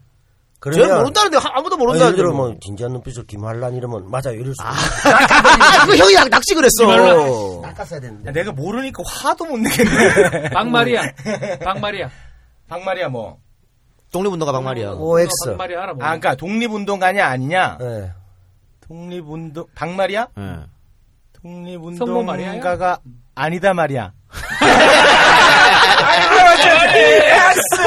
Speaker 2: 쟤 모른다는데 하- 아무도 모른다는데
Speaker 11: 아, 예를 들어
Speaker 2: 뭐.
Speaker 11: 뭐 진지한 눈빛으로 김한란 이러면 맞아 이럴 수. 아,
Speaker 2: 아, 그거 형이 낚- 낚시 그랬어.
Speaker 11: 낚았어야 되는데.
Speaker 4: 내가 모르니까 화도 못 내겠네.
Speaker 9: 박마리아. 박마리아.
Speaker 4: 박마리아 뭐.
Speaker 2: 독립운동가 박마리아.
Speaker 11: OX.
Speaker 9: 박마리아 알아, 뭐.
Speaker 4: 아, 그러니까 독립운동가냐 아니냐.
Speaker 11: 어, 네.
Speaker 4: 독립운동 박마리아?
Speaker 2: 네.
Speaker 9: 성모 마리아야?
Speaker 4: 독립운동가가 아니다 말이야. 아,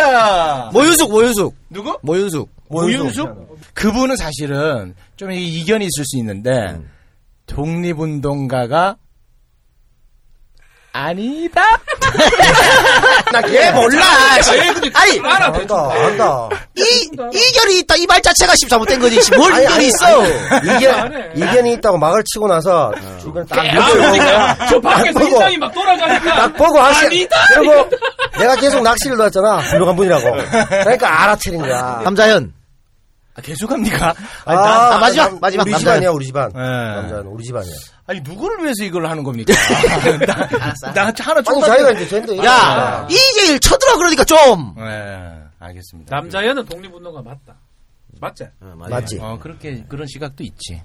Speaker 2: 아. 모윤숙, 모윤숙.
Speaker 4: 누구?
Speaker 2: 모윤숙.
Speaker 4: 모윤숙? 그분은 사실은 좀 이- 이견이 있을 수 있는데 독립운동가가 아니다. 아,
Speaker 2: 나 걔 몰라. 아니,
Speaker 11: 알아, 안다, 안다.
Speaker 2: 이, 이견이 있다. 이 말 자체가 씨 잘못된 거지. 씨. 뭘
Speaker 11: 아니,
Speaker 2: 이견이
Speaker 11: 아니,
Speaker 2: 있어.
Speaker 11: 아니, 이견, 이견이 있다고 막을 치고 나서 주변 딱 보고
Speaker 9: 저그 밖에서
Speaker 11: 딱 보고,
Speaker 9: 인상이 막 돌아가니까.
Speaker 11: 딱 보고 하시 뭐- 그리고 내가 계속 낚시를 넣었잖아 유명한 분이라고 그러니까 알아채린 거야
Speaker 2: 감자현.
Speaker 4: 아, 계속 합니까? 아니, 나-
Speaker 11: 아,
Speaker 2: 아, 마지막,
Speaker 11: 남-
Speaker 2: 마지막,
Speaker 11: 우리
Speaker 2: 남자는.
Speaker 11: 집안이야 우리 집안
Speaker 4: 네.
Speaker 11: 남자는 우리 집안이야
Speaker 4: 아니 누구를 위해서 이걸 하는 겁니까? 나, 나 하나
Speaker 11: 아니
Speaker 4: 좀
Speaker 11: 자기가 이제 젠더
Speaker 2: 야, 이제일 쳐들어 그러니까 좀.
Speaker 4: 아. 네, 알겠습니다.
Speaker 9: 남자애는 독립운동가 맞다. 맞지?
Speaker 11: 네, 맞지?
Speaker 4: 어, 그렇게 그런 시각도 있지.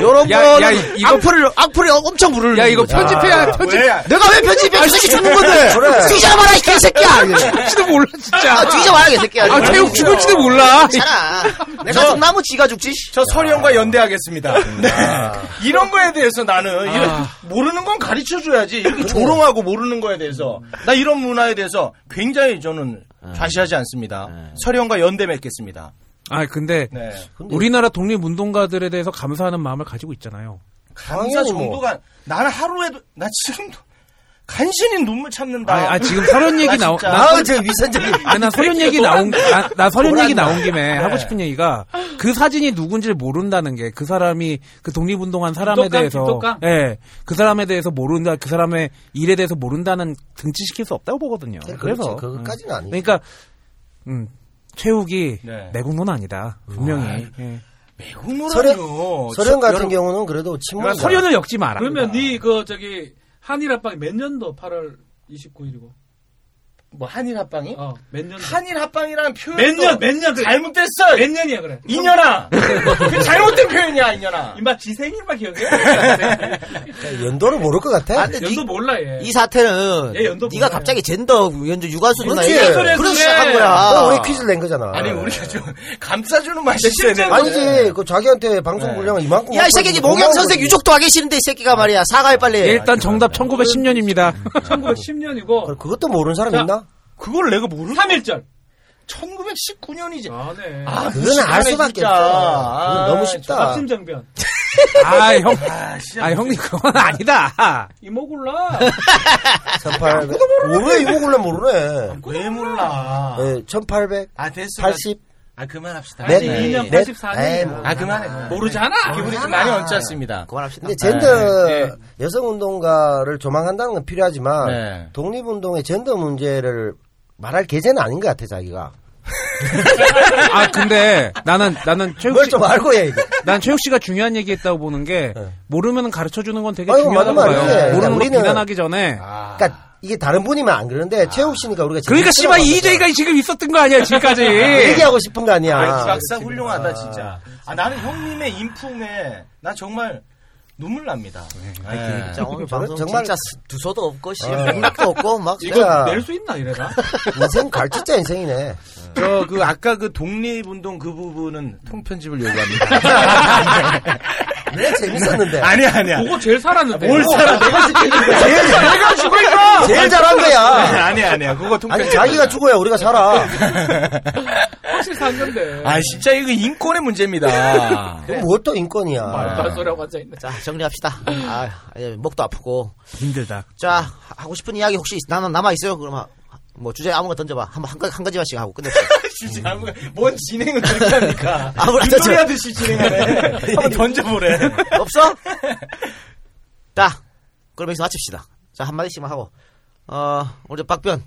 Speaker 2: 요런
Speaker 4: 야,
Speaker 2: 거는 악플을 악플이 엄청 부르는 야 이거
Speaker 12: 편집해야 편집.
Speaker 2: 내가 왜 편집해? 이 새끼 죽는 건데.
Speaker 12: 그래.
Speaker 2: 뒤져봐라 이 개새끼야. 이래.
Speaker 12: 지도 몰라 진짜.
Speaker 2: 아, 뒤져봐라 이 개새끼야.
Speaker 12: 아, 체육 죽을지도 몰라.
Speaker 2: 괜찮아. 내가 성나무 지가 아. 죽지.
Speaker 4: 저 서령과 연대하겠습니다. 네.
Speaker 11: 아,
Speaker 4: 이런 거에 대해서 나는
Speaker 2: 아.
Speaker 4: 이런- 모르는 건 가르쳐 줘야지. 이렇게 조롱하고 모르는 거에 대해서 나 이런 문화에 대해서 굉장히 저는 좌시하지 않습니다. 서령과 연대 맺겠습니다.
Speaker 10: 아 근데
Speaker 4: 네.
Speaker 10: 우리나라 독립운동가들에 대해서
Speaker 11: 뭐.
Speaker 10: 감사하는 마음을 가지고 있잖아요.
Speaker 4: 감사 정도가 나는 하루에도 나 지금도 간신히 눈물 참는다.
Speaker 10: 아, 아, 지금 서른 얘기 나오-
Speaker 4: 나 진짜.
Speaker 10: 나 서른-
Speaker 4: 아우, 저 위선적인.
Speaker 10: 아니, 나 서른 얘기 나온 나, 나 서른 얘기
Speaker 4: 돌았나.
Speaker 10: 나온 김에
Speaker 4: 네.
Speaker 10: 하고 싶은 얘기가 그 사진이 누군지를 모른다는 게 그 사람이 그 독립운동한 사람에
Speaker 9: 김독감,
Speaker 10: 대해서
Speaker 9: 김독감?
Speaker 10: 예. 그 사람에 대해서 모른다 그 사람의 일에 대해서 모른다는 등치시킬 수 없다고 보거든요.
Speaker 11: 네, 그렇지,
Speaker 10: 그래서
Speaker 11: 그것까지는
Speaker 10: 음.
Speaker 11: 아니죠.
Speaker 10: 그러니까 음. 최욱이
Speaker 11: 네.
Speaker 10: 매국노는 아니다. 분명히. 예.
Speaker 11: 서련, 서련 같은 경우는 그래도
Speaker 4: 어,
Speaker 11: 친문.
Speaker 10: 그러니까 서련을 엮지 마라.
Speaker 9: 그러면 니 그 저기 한일 합방이 몇 년도 8월 29일이고
Speaker 4: 뭐 한일 합방이?
Speaker 9: 어몇 년?
Speaker 4: 한일 합방이라는 표현
Speaker 9: 몇 년, 몇 년, 그래.
Speaker 4: 잘못됐어.
Speaker 9: 몇 년이야 그래?
Speaker 4: 이년아. 그 잘못된 표현이야 이년아.
Speaker 9: 인마 지 생일만 기억해?
Speaker 11: 아, 그러니까 연도를 모를 것 같아.
Speaker 9: 연도 몰라 얘.
Speaker 2: 이 사태는
Speaker 9: 얘 연도
Speaker 2: 네가 갑자기 젠더 연주 유관수 누나
Speaker 11: 그렇지.
Speaker 2: 얘기해.
Speaker 11: 그래,
Speaker 2: 그래서 아.
Speaker 11: 그래.
Speaker 2: 시작한 거야.
Speaker 11: 어, 우리 퀴즈 낸 거잖아.
Speaker 4: 아니 우리가 좀 감싸주는 맛이 있어야
Speaker 11: 아니지, 그 자기한테 방송 분량을 이만큼.
Speaker 2: 야, 이 새끼 이제 몽양 선생 유족도 하기 싫은데 이 새끼가 말이야. 사과해 빨리.
Speaker 10: 예, 일단 정답 1910년입니다.
Speaker 9: 1910년이고.
Speaker 11: 네. 그것도 모르는 사람
Speaker 9: 자,
Speaker 11: 있나?
Speaker 4: 그걸 내가 모르는
Speaker 9: 3일절.
Speaker 4: 1919년이지.
Speaker 9: 아네.
Speaker 4: 아,
Speaker 11: 그건 알 수밖에 없어. 그건 너무 쉽다.
Speaker 9: 갑심정변.
Speaker 10: 아, 형.
Speaker 4: 진짜
Speaker 10: 아, 형님 그건 아니다.
Speaker 9: 이모골라.
Speaker 11: 1800. 왜 이모굴레 모르네.
Speaker 4: 왜 몰라?
Speaker 11: 네, 1800.
Speaker 4: 아 됐어.
Speaker 11: 80.
Speaker 4: 아 그만합시다.
Speaker 11: 넷, 넷. 에이, 뭐.
Speaker 4: 네. 아 네. 그만해.
Speaker 9: 모르잖아.
Speaker 4: 기분이 좀
Speaker 11: 모르잖아.
Speaker 4: 많이 얹혔습니다. 네.
Speaker 2: 그만합시다.
Speaker 11: 근데 젠더 여성 운동가를 조망한다는 건 필요하지만
Speaker 4: 네.
Speaker 11: 독립 운동의 젠더 문제를 말할 계제는 아닌 것 같아 자기가.
Speaker 10: 아 근데 나는 나는 최욱
Speaker 11: 뭘좀 알고 해, 이거.
Speaker 10: 난 최욱 씨가 중요한 얘기했다고 보는 게 모르면 가르쳐 주는 건 되게
Speaker 11: 아유,
Speaker 10: 중요한
Speaker 11: 맞는 말이지.
Speaker 10: 거예요.
Speaker 11: 그러니까
Speaker 10: 모르는 거
Speaker 11: 우리는-
Speaker 10: 비난하기 전에.
Speaker 11: 그러니까 이게 다른 분이면 안 그러는데 최욱 씨니까 우리가
Speaker 10: 그러니까
Speaker 11: 지금
Speaker 10: 씨발 이재희가 지금 있었던 거 아니야 지금까지.
Speaker 11: 얘기하고 싶은 거 아니야.
Speaker 4: 아, 박사 훌륭하다 진짜. 아 나는 형님의 인품에 나 정말 눈물 납니다. 네.
Speaker 2: 진짜 오늘
Speaker 4: 저는
Speaker 2: 방송
Speaker 4: 정말-
Speaker 2: 진짜 수- 두서도 없고 씨
Speaker 4: 아.
Speaker 2: 맥락도 없고 막
Speaker 4: 이거 낼
Speaker 11: 수
Speaker 9: 있나 이래가?
Speaker 11: 인생 갈 진짜 인생이네.
Speaker 4: 저 그 아까 그 독립운동 그 부분은 통편집을 요구합니다.
Speaker 2: 네,
Speaker 11: 왜 재밌었는데?
Speaker 4: 아니 아니야.
Speaker 9: 그거 제일 살았는데.
Speaker 4: 그러니까 네.
Speaker 9: 어.
Speaker 4: 뭘 살아?
Speaker 11: 네
Speaker 4: 내가 지금 제일 내가 죽을 거.
Speaker 11: 제일 잘한 거야.
Speaker 4: 아니 아니야. 그거 통편.
Speaker 11: 아니 자기가 죽어야 우리가 살아.
Speaker 9: 확실히 산 건데.
Speaker 4: 아 진짜 이거 인권의 문제입니다.
Speaker 11: 그럼 뭐또 인권이야.
Speaker 9: 말도 안 소리하고 앉아있네.
Speaker 2: 자 정리합시다. 아 예, 목도 아프고
Speaker 10: 힘들다.
Speaker 2: 자 하- 하고 싶은 이야기 혹시 남아 남아 있어요? 그럼 하- 뭐 주제 아무거나 던져봐. 한번 한, 가- 한 가지만씩 하고 끝냅시다.
Speaker 4: 주제 아무거나 뭔 진행을 그렇게 합니까?
Speaker 2: 아무나
Speaker 4: 빗소리 하듯이 진행하네. 한번 던져보래.
Speaker 2: 없어? 자 그럼 여기서 마칩시다. 자 한마디씩만 하고 어 우리 박변.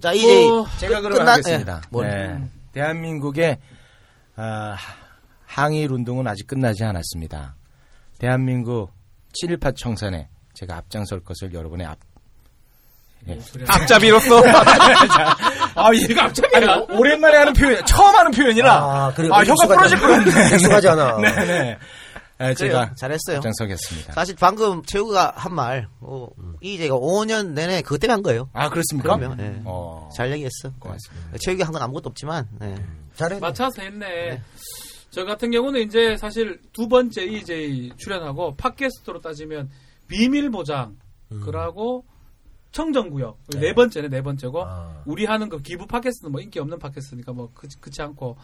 Speaker 2: 자 이제
Speaker 4: 제가
Speaker 2: 끝-
Speaker 4: 그럼
Speaker 2: 끝난-
Speaker 4: 하겠습니다.
Speaker 2: 예, 뭘.
Speaker 4: 네. 대한민국의 아, 항일 운동은 아직 끝나지 않았습니다. 대한민국 7.18 청산에 제가 앞장설 것을 여러분의 앞 예.
Speaker 10: 앞잡이로서.
Speaker 4: 자, 아 얘가 앞잡이야. 아니, 오랜만에 하는 표현, 처음 하는 표현이라. 아,
Speaker 11: 그리고
Speaker 4: 혀가
Speaker 11: 익숙하지
Speaker 4: 부러질
Speaker 11: 않아.
Speaker 4: 뻔했네.
Speaker 11: 익숙하지 않아.
Speaker 4: 네네. 아, 제가
Speaker 2: 그래요. 잘했어요.
Speaker 4: 앞장서겠습니다.
Speaker 2: 아, 사실 방금 최우가 한 말, 어, 이제가 5년 내내 그것 때문에 한 거예요.
Speaker 4: 아 그렇습니까?
Speaker 2: 그러면, 예. 잘 얘기했어. 고맙습니다. 최우가 한 건 아무것도 없지만, 예.
Speaker 4: 음.
Speaker 2: 잘해.
Speaker 9: 맞춰서 했네. 저 같은 경우는 이제 사실 두 번째 EJ 출연하고 팟캐스트로 따지면 비밀 보장 그러고 청정구역
Speaker 10: 음. 네. 아.
Speaker 9: 네 번째네 네 번째고 우리 하는 그 기부 팟캐스트는 뭐 인기 없는 팟캐스트니까 뭐 그치, 그치 않고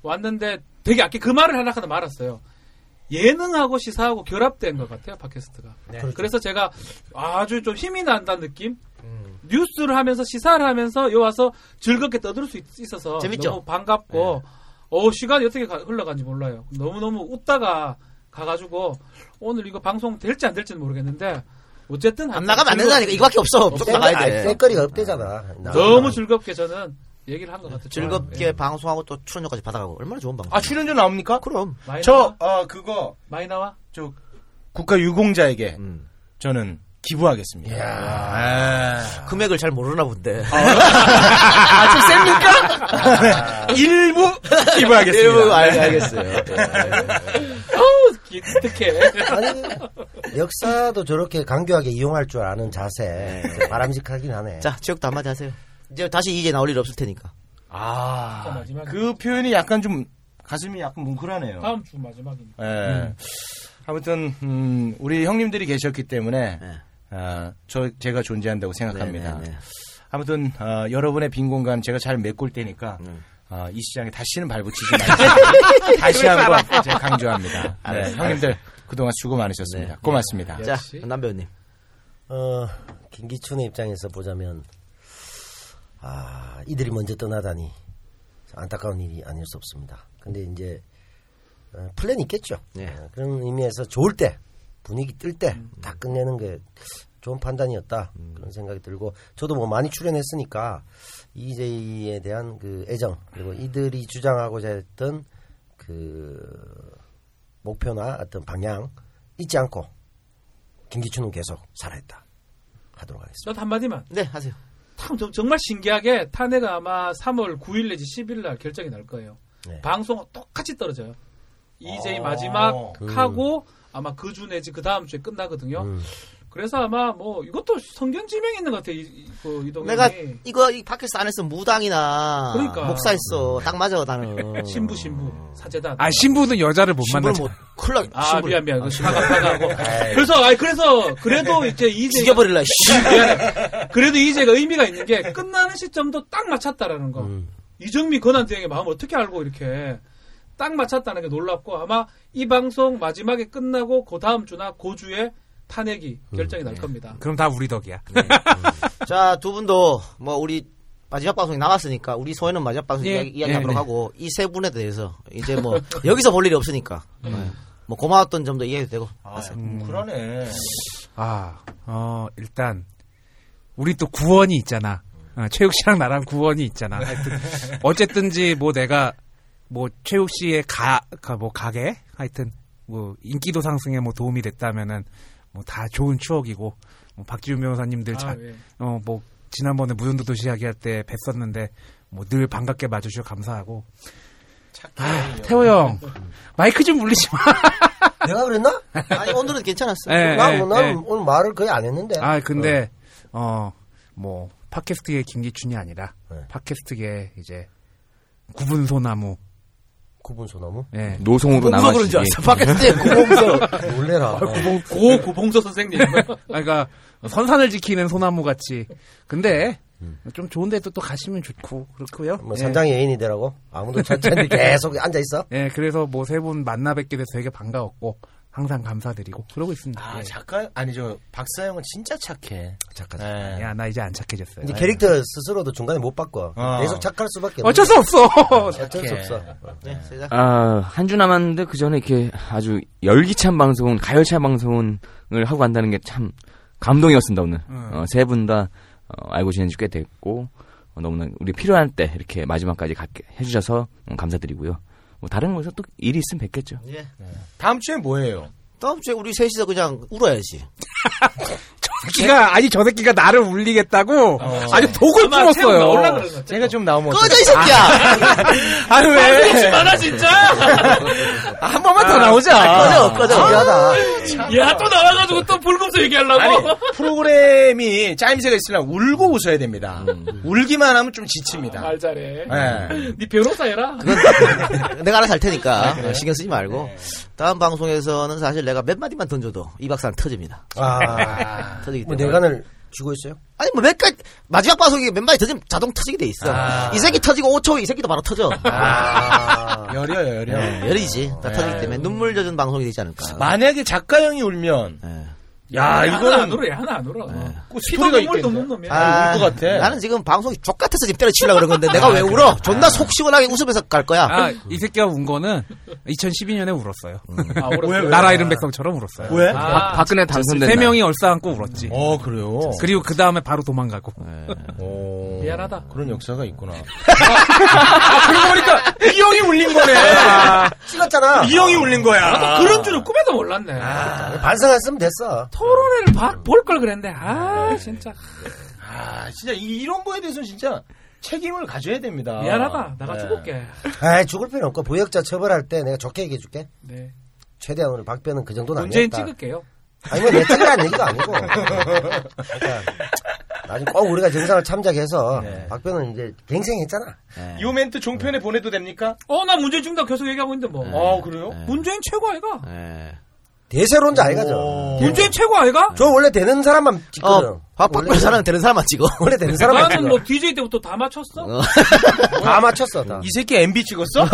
Speaker 9: 왔는데 되게 아까 그 말을 하나 하다 말았어요. 예능하고 시사하고 결합된 것 같아요 팟캐스트가.
Speaker 10: 네. 그렇죠.
Speaker 9: 그래서 제가 아주 좀 힘이 난다는 느낌.
Speaker 10: 음.
Speaker 9: 뉴스를 하면서 시사를 하면서 여기 와서 즐겁게 떠들 수 있, 어서
Speaker 2: 재밌죠?
Speaker 9: 너무
Speaker 10: 네.
Speaker 9: 반갑고 어 시간이 어떻게 가- 흘러간지 몰라요. 너무 너무 웃다가 가가지고 오늘 이거 방송 될지 안 될지는 모르겠는데 어쨌든 안
Speaker 2: 나가면 안 된다니까. 이거밖에 없어. 무조건 나가야 돼.
Speaker 11: 셀거리가 없대잖아.
Speaker 9: 너무 즐겁게 저는 얘기를 한 것 같아요. 예.
Speaker 4: 어, 예.
Speaker 2: 즐겁게 방송하고 또 출연료까지 받아가고 얼마나 좋은 방송.
Speaker 4: 아 출연료 나옵니까?
Speaker 2: 그럼.
Speaker 9: 많이
Speaker 4: 저 아, 그거
Speaker 9: 많이 나와?
Speaker 4: 저 국가 유공자에게
Speaker 2: 음.
Speaker 4: 저는 기부하겠습니다.
Speaker 2: 금액을 잘 모르나 본데.
Speaker 4: 아, 좀 셉니까? 아, 일부 기부하겠습니다.
Speaker 2: 일부 알- 알겠어요.
Speaker 9: 어우 기특해.
Speaker 11: 역사도 저렇게 강교하게 이용할 줄 아는 자세 바람직하긴 하네.
Speaker 2: 네. 자, 최욱도 한마디 하세요. 이제 다시 이제 나올 일 없을 테니까.
Speaker 4: 아, 그 표현이 약간 좀 가슴이 약간 뭉클하네요.
Speaker 9: 다음 주 마지막이니까.
Speaker 4: 예.
Speaker 10: 음.
Speaker 4: 아무튼 음, 우리 형님들이 계셨기 때문에
Speaker 10: 네.
Speaker 4: 아, 저 제가 존재한다고 생각합니다. 아무튼 어, 여러분의 빈 공간 제가 잘 메꿀 테니까
Speaker 10: 네.
Speaker 4: 아, 이 시장에 다시는 발붙이지 마세요. 다시 한번 제가 강조합니다. 네,
Speaker 2: 알았어요.
Speaker 10: 네.
Speaker 4: 형님들 그동안 수고 많으셨습니다.
Speaker 2: 네.
Speaker 4: 고맙습니다.
Speaker 2: 자, 남배우님.
Speaker 11: 어, 김기춘의 입장에서 보자면 아 이들이 먼저 떠나다니 안타까운 일이 아닐 수 없습니다. 근데 이제 어, 플랜이 있겠죠. 어, 그런 의미에서 좋을 때 분위기 뜰 때 다 끝내는 게 좋은 판단이었다 그런 생각이 들고 저도 뭐 많이 출연했으니까 EJ에 대한 그 애정 그리고 이들이 주장하고자 했던 그 목표나 어떤 방향 잊지 않고 김기춘은 계속 살아있다 하도록 하겠습니다.
Speaker 9: 저도 한마디만.
Speaker 2: 네, 하세요.
Speaker 9: 참, 정- 정말 신기하게 탄핵은 아마 3월 9일 내지 10일 날 결정이 날 거예요.
Speaker 2: 네.
Speaker 9: 방송 똑같이 떨어져요. 이제
Speaker 4: 어.
Speaker 9: 마지막
Speaker 4: 음.
Speaker 9: 하고 아마 그 주 내지 그 다음 주에 끝나거든요.
Speaker 2: 그 음.
Speaker 9: 그래서 아마 뭐 이것도 성견지명이 있는 것 같아요. 이, 이- 그 이동이.
Speaker 2: 내가 이거 이 밖에서 안 했으면 무당이나
Speaker 9: 그러니까.
Speaker 2: 목사 했어. 딱 맞아 나는.
Speaker 9: 신부 신부 사제단.
Speaker 10: 아 신부는 여자를 못
Speaker 2: 신부를
Speaker 10: 만나죠.
Speaker 2: 못- 큰일 나.
Speaker 9: 아,
Speaker 2: 신부를-
Speaker 9: 미안 미안. 그
Speaker 2: 신부.
Speaker 9: 사과 사과하고. 그래서 아 그래서 그래도 이제 이제
Speaker 2: 죽여버릴라, 씨.
Speaker 9: 미안해. 그래도 이제가 의미가 있는 게 끝나는 시점도 딱 맞췄다라는 거.
Speaker 4: 음.
Speaker 9: 이정미 권한대행의 마음 어떻게 알고 이렇게 딱 맞췄다는 게 놀랍고 아마 이 방송 마지막에 끝나고 그 다음 주나 그 주에 탄핵이
Speaker 4: 음.
Speaker 9: 결정이 날 겁니다.
Speaker 10: 그럼 다 우리 덕이야.
Speaker 2: 자, 두 분도 뭐 우리 마지막 방송이 남았으니까 우리 소회는 마지막 방송
Speaker 10: 예.
Speaker 2: 이야기, 이야기
Speaker 10: 예,
Speaker 2: 하도록
Speaker 10: 네.
Speaker 2: 하고 이 세 분에 대해서 이제 뭐 여기서 볼 일이 없으니까
Speaker 9: 음.
Speaker 2: 네. 뭐 고마웠던 점도 이해도 되고.
Speaker 4: 음, 그러네.
Speaker 10: 아, 어, 일단, 우리 또 구원이 있잖아. 어, 최욱 씨랑 나랑 구원이 있잖아. 하여튼, 어쨌든지 뭐 내가, 뭐 최욱 씨의 가, 가, 뭐 가게? 하여튼, 뭐 인기도 상승에 뭐 도움이 됐다면은, 뭐 다 좋은 추억이고, 뭐 박지훈 변호사님들
Speaker 9: 아,
Speaker 10: 자,
Speaker 9: 예.
Speaker 10: 어, 뭐, 지난번에 무전도 도시 이야기할 때 뵀었는데, 뭐 늘 반갑게 맞아주셔 감사하고. 아, 태호 형, 마이크 좀 물리지 마.
Speaker 11: 내가 그랬나?
Speaker 2: 아니 오늘은 괜찮았어.
Speaker 10: 예,
Speaker 11: 나, 뭐,
Speaker 10: 예,
Speaker 11: 나
Speaker 10: 예.
Speaker 11: 오늘 말을 거의 안 했는데.
Speaker 10: 아 근데 어 뭐 팟캐스트계 김기춘이 아니라
Speaker 11: 네.
Speaker 10: 팟캐스트계 이제 구분 소나무
Speaker 11: 구분 소나무
Speaker 10: 예
Speaker 12: 노송으로 구봉서 그런 줄 남아시기. 알았어. 팟캐스트의 구봉서.
Speaker 11: 놀래라. 어.
Speaker 10: 아, 구봉 고 구봉서 선생님 아, 그러니까 선산을 지키는 소나무 같이 근데 좀 좋은 데도 또 가시면 좋고 그렇고요
Speaker 11: 음. 뭐 선장 예인이 되라고 아무도 찾지 계속 앉아 있어.
Speaker 10: 예 그래서 뭐 세 분 만나 뵙게 돼서 되게 반가웠고 항상 감사드리고 그러고 있습니다
Speaker 4: 아, 작가 아니죠. 박사 형은 진짜 착해. 네.
Speaker 11: 작가.
Speaker 10: 야나 이제 안 착해졌어요
Speaker 11: 이제
Speaker 10: 아,
Speaker 2: 예.
Speaker 11: 캐릭터 스스로도 중간에 못 바꿔.
Speaker 10: 어.
Speaker 11: 계속 착할 수밖에.
Speaker 10: 어쩔 수 없어.
Speaker 11: 어쩔 수 없어. 네,
Speaker 12: 아, 한 주 남았는데 그 전에 이렇게 아주 열기찬 방송, 가열찬 방송을 하고 간다는 게 참 감동이었습니다, 오늘. 어,
Speaker 10: 음.
Speaker 12: 세 분 다 어, 알고 지낸 지 꽤 됐고, 어, 너무나 우리 필요한 때 이렇게 마지막까지 갖게 해주셔서 음, 감사드리고요. 뭐 다른 곳에서 또 일이 있으면 뵙겠죠.
Speaker 2: 예.
Speaker 4: 네. 다음 주에 뭐예요?
Speaker 2: 다음 주에 우리 셋이서 그냥 울어야지.
Speaker 10: 새끼가 아니 저 새끼가 나를 울리겠다고 아주 독을
Speaker 4: 아마 태우고 나오려고
Speaker 10: 풀었어요.
Speaker 4: 그러는 어. 제가 좀 나오면
Speaker 2: 꺼져,
Speaker 4: 어떡해.
Speaker 2: 이 새끼야!
Speaker 4: 아, 아니 왜?
Speaker 9: 방송 많아, 진짜!
Speaker 4: 아, 한 번만 더 나오자.
Speaker 9: 꺼져, 꺼져.
Speaker 2: 아,
Speaker 4: 미안하다.
Speaker 9: 야 또 나와가지고 또 불금서 얘기하려고.
Speaker 4: 아니 프로그램이 짜임새가 있으려면 울고 웃어야 됩니다.
Speaker 2: 음.
Speaker 4: 울기만 하면 좀 지칩니다.
Speaker 9: 말 잘해.
Speaker 4: 네.
Speaker 9: 네 변호사 해라.
Speaker 2: 내가 알아서 할 테니까
Speaker 4: 아, 그래요? 네.
Speaker 2: 어, 신경 쓰지 말고 다음 방송에서는 사실 내가 몇 마디만 던져도 이 박사는 터집니다.
Speaker 11: 아.
Speaker 2: 터지기
Speaker 11: 뭐
Speaker 2: 때문에.
Speaker 11: 내관을 쥐고 있어요?
Speaker 2: 아니 뭐 몇 가지 마지막 방송이 몇 마디 던지면 자동 터지게 돼 있어.
Speaker 11: 아.
Speaker 2: 이 새끼 터지고 5초 이 새끼도 바로 터져.
Speaker 4: 아, 열려요, 열려.
Speaker 2: 예, 열이지. 아. 다 터지기 때문에 눈물 젖은 방송이 되지 않을까. 네.
Speaker 4: 만약에 작가 형이 울면, 야,
Speaker 9: 하나 안
Speaker 4: 이거는
Speaker 9: 울어, 얘 하나 안 울어.
Speaker 4: 그
Speaker 9: 피도
Speaker 4: 스토리가
Speaker 9: 눈물도
Speaker 4: 있겠네.
Speaker 9: 없는 놈이야.
Speaker 2: 아,
Speaker 4: 울것 같아.
Speaker 2: 나는 지금 방송이 족같아서 지금 때려치려고 그런 건데 내가 왜 울어? 존나 속 시원하게 웃으면서 갈 거야.
Speaker 10: 아, 이 새끼가 운 거는 2012년에 울었어요.
Speaker 4: 아, 울었어요? 왜, 왜?
Speaker 10: 나라 이름 백성처럼 울었어요. 아.
Speaker 4: 왜?
Speaker 12: 박- 박근혜 당선된
Speaker 10: 세
Speaker 12: 날.
Speaker 10: 명이 얼싸안고 울었지.
Speaker 4: 어, 그래요?
Speaker 10: 그리고 그 다음에 바로 도망가고. 네.
Speaker 4: 오,
Speaker 9: 미안하다.
Speaker 10: 아,
Speaker 4: 그런 역사가 있구나.
Speaker 9: 아,
Speaker 4: 그러고 보니까 이 형이 울린 거네.
Speaker 11: 아. 찍었잖아.
Speaker 4: 이 형이 울린 거야.
Speaker 9: 나도 그런 줄은 꿈에도 몰랐네.
Speaker 2: 아.
Speaker 11: 반성했으면 됐어.
Speaker 9: 토론회를 볼 걸 그랬는데, 아, 진짜.
Speaker 4: 아, 진짜 이, 런 거에 대해서 는 진짜 책임을 가져야 됩니다.
Speaker 9: 미안하다.
Speaker 2: 네.
Speaker 11: 네.
Speaker 9: 나가 죽을게.
Speaker 11: 아 죽을 필요 없고 부역자 처벌할 때 내가 좋게 얘기해 줄게.
Speaker 9: 네.
Speaker 11: 최대한 오늘 박변은 그 정도는
Speaker 9: 문재인
Speaker 11: 아니었다.
Speaker 9: 찍을게요.
Speaker 11: 아니 뭐내 찍으라는 얘기가 아니고. 그러니까 나중에 꼭 우리가 정상을 참작해서 박변은 이제 갱생했잖아.
Speaker 4: 이 네. 멘트 종편에 보내도 됩니까?
Speaker 9: 어, 나 문재인 중다 계속 얘기하고 있는데
Speaker 11: 네.
Speaker 9: 뭐.
Speaker 4: 아, 그래요?
Speaker 9: 문재인 최고 아이가?
Speaker 11: 대세론자 아이가죠. 네.
Speaker 9: 문재인 최고 아이가?
Speaker 11: 저 원래 되는 사람만 찍거든.
Speaker 2: 어, 박박별 사람 되는 사람만 찍어.
Speaker 11: 원래 되는 사람만
Speaker 9: 나는
Speaker 11: 찍어.
Speaker 9: 뭐 DJ 때부터 다 맞췄어?
Speaker 11: 다 맞췄어 다.
Speaker 4: 이 새끼 MB 찍었어?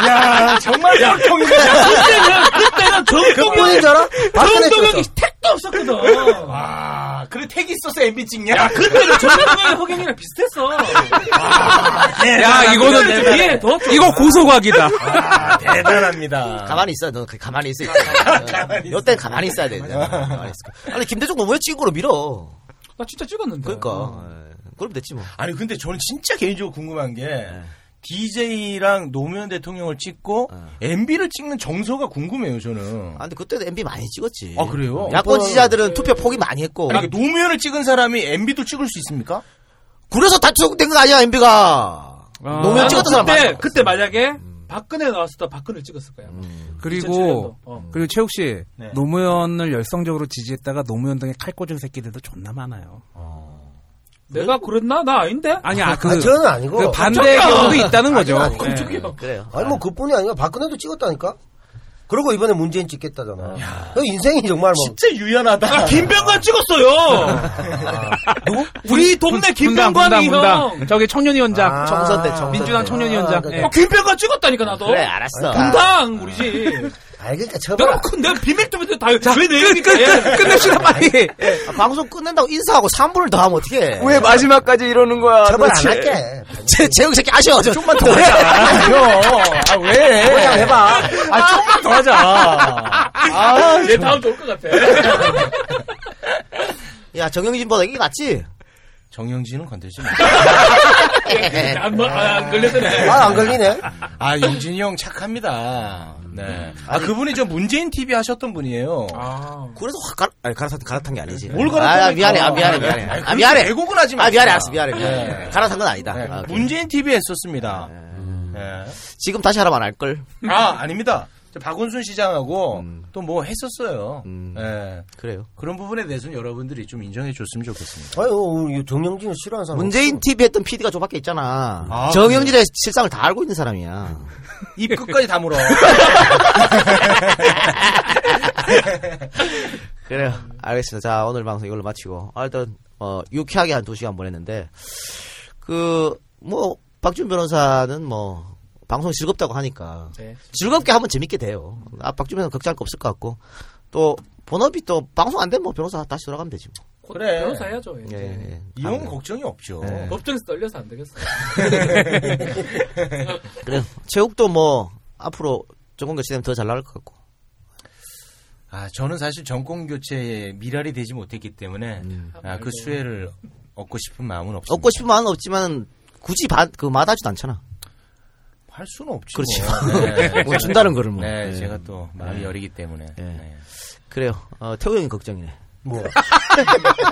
Speaker 4: 야, 정말 역경이네.
Speaker 9: 그때는, 그때는 정동영.
Speaker 11: 그뿐인 줄 알아? 박근혜
Speaker 9: 정동영이
Speaker 11: 찍었어.
Speaker 9: 택도 없었거든.
Speaker 4: 와, 아, 그래 택이 있어서 MB 찍냐?
Speaker 9: 야, 그때는 정명이 허경이랑 비슷했어.
Speaker 4: 아, 예,
Speaker 10: 야, 이거는
Speaker 4: 네,
Speaker 9: 위에 더
Speaker 10: 이거 고소각이다.
Speaker 4: 아, 대단합니다.
Speaker 2: 가만히 있어. 너 그- 가만히 있어. 가만히 요때 가만히 있어야 돼. 가만히 있어. 아니 김대중 뭐 너왜 찍으로 밀어?
Speaker 9: 나 진짜 찍었는데. 어.
Speaker 2: 그러니까. 예. 그럼 됐지 뭐.
Speaker 4: 아니 근데 저는 진짜 개인적으로 궁금한 게 DJ랑 노무현 대통령을 찍고 MB를 찍는 정서가 궁금해요 저는.
Speaker 2: 예. 아 근데 그때도 MB 많이 찍었지. 어,
Speaker 4: 아 그래요?
Speaker 2: 야권 지지자들은 투표 포기 많이 했고.
Speaker 4: 아니, 그러니까 노무현을 찍은 사람이 MB도 찍을 수 있습니까?
Speaker 2: 그래서 다 찍된 거 아니야 MB가.
Speaker 9: 아.
Speaker 2: 노무현 찍었던 사람
Speaker 9: 그때,
Speaker 2: 많아.
Speaker 9: 그때 만약에 박근혜 나왔을 때 박근혜 찍었을 거야.
Speaker 10: 그리고
Speaker 9: 2007년도. 어.
Speaker 10: 음. 그리고 최욱 씨
Speaker 9: 네.
Speaker 10: 노무현을 열성적으로 지지했다가 노무현 등의 칼꽂은 새끼들도 존나 많아요.
Speaker 9: 내가 그랬나? 나 아닌데?
Speaker 10: 아니, 아, 그-
Speaker 11: 아, 저는 아니고.
Speaker 10: 그 반대의 경우도 있다는 거죠. 깜짝이야.
Speaker 2: 그래요.
Speaker 11: 아니, 뭐, 그뿐이 아니라 박근혜도 찍었다니까? 그리고 이번에 문재인 찍겠다잖아. 그 인생이 정말 뭐.
Speaker 4: 진짜 유연하다.
Speaker 9: 아, 김병관 찍었어요.
Speaker 10: 그
Speaker 9: 우리 동네 김병관이 형.
Speaker 10: 저기 청년위원장
Speaker 9: 아, 청선 때, 청선
Speaker 10: 민주당
Speaker 9: 때.
Speaker 10: 청년위원장.
Speaker 9: 어, 김병관 찍었다니까 나도. 아,
Speaker 10: 그래, 알았어.
Speaker 9: 분당 우리 집.
Speaker 11: 아, 그러니까
Speaker 9: 내가 그- 내가 비밀투비도 다왜 내니까
Speaker 2: 끝냅시다 빨리. 방송 끝낸다고 인사하고 3분을 더 하면 어떡해.
Speaker 3: 왜 마지막까지 이러는 거야?
Speaker 2: 저번 안
Speaker 3: 도대체?
Speaker 2: 할게. 제, 제육 새끼 아쉬워. 저.
Speaker 3: 좀만 더 하자. 아, 왜?
Speaker 2: 그냥 해봐.
Speaker 3: 아, 좀만 더 하자.
Speaker 9: 아, 내 다음 좋을 것 같아.
Speaker 2: 야, 정영진보다 이게 낫지?
Speaker 4: 정영진은 건들지 뭐. 마. 네.
Speaker 16: 예.
Speaker 9: 안, 안 걸렸네.
Speaker 11: 아, 안 걸리네.
Speaker 4: 아 영진이 형 착합니다. 네. 아 그분이 저 문재인 TV 하셨던 분이에요.
Speaker 9: 아.
Speaker 2: 그래서 확 갈, 아니, 갈아탄, 갈아탄 게 아니지.
Speaker 4: 예. 뭘
Speaker 2: 아,
Speaker 4: 갈아탄
Speaker 2: 아, 미안해, 아,
Speaker 4: 거야.
Speaker 2: 미안해, 미안해.
Speaker 4: 아니,
Speaker 2: 아, 미안해.
Speaker 4: 그렇게 왜곡은 하지 마.
Speaker 2: 아, 미안해, 알았어, 미안해. 미안해.
Speaker 4: 네.
Speaker 2: 갈아탄 건 아니다.
Speaker 4: 네.
Speaker 2: 아, 그래. 예.
Speaker 4: 문재인 TV 했었습니다. 네.
Speaker 2: 지금 다시 하라면 안 할걸.
Speaker 4: 아 아닙니다. 저 박원순 시장하고 또 뭐 했었어요. 예.
Speaker 2: 음. 그래요.
Speaker 4: 그런 부분에 대해서는 여러분들이 좀 인정해 줬으면 좋겠습니다.
Speaker 11: 아유, 정영진을 싫어하는 사람.
Speaker 2: 문재인 TV 했던 PD가 저밖에 있잖아.
Speaker 4: 아,
Speaker 2: 정영진의 실상을 다 알고 있는 사람이야.
Speaker 4: 입 끝까지 다물어.
Speaker 2: 그래요. 알겠습니다. 자, 오늘 방송 이걸로 마치고. 아, 일단, 어, 유쾌하게 한 두 시간 보냈는데, 그, 뭐, 박준 변호사는 뭐, 방송 즐겁다고 하니까.
Speaker 9: 네.
Speaker 2: 즐겁게 하면 재밌게 돼요. 아, 박준 변호사 걱정할 거 없을 것 같고. 또, 본업이 또, 방송 안 되면 뭐, 변호사 다시 돌아가면 되지 뭐.
Speaker 4: 그래.
Speaker 9: 변호사 해야죠. 이제.
Speaker 4: 어, 예. 이용 걱정이 없죠.
Speaker 2: 예.
Speaker 9: 법정에서 떨려서 안 되겠어.
Speaker 2: 그래요. 체육도 뭐, 앞으로 조금 교체되면 더 잘 나갈 것 같고.
Speaker 4: 아, 저는 사실 정권 교체에 미랄이 되지 못했기 때문에 아,
Speaker 9: 네.
Speaker 4: 그 수혜를 얻고 싶은 마음은 없습니다.
Speaker 2: 얻고 싶은 마음은 없지만, 굳이 바, 그, 마다하지도 않잖아.
Speaker 4: 할 수는 없지.
Speaker 2: 그렇지.
Speaker 3: 그렇죠.
Speaker 4: 네.
Speaker 2: 뭐 준다는 거를 뭐.
Speaker 4: 네,
Speaker 2: 네.
Speaker 4: 제가 또 마음이
Speaker 2: 네.
Speaker 4: 여리기 때문에. 네.
Speaker 2: 그래요. 어, 태우 형이 걱정이네.
Speaker 11: 뭐.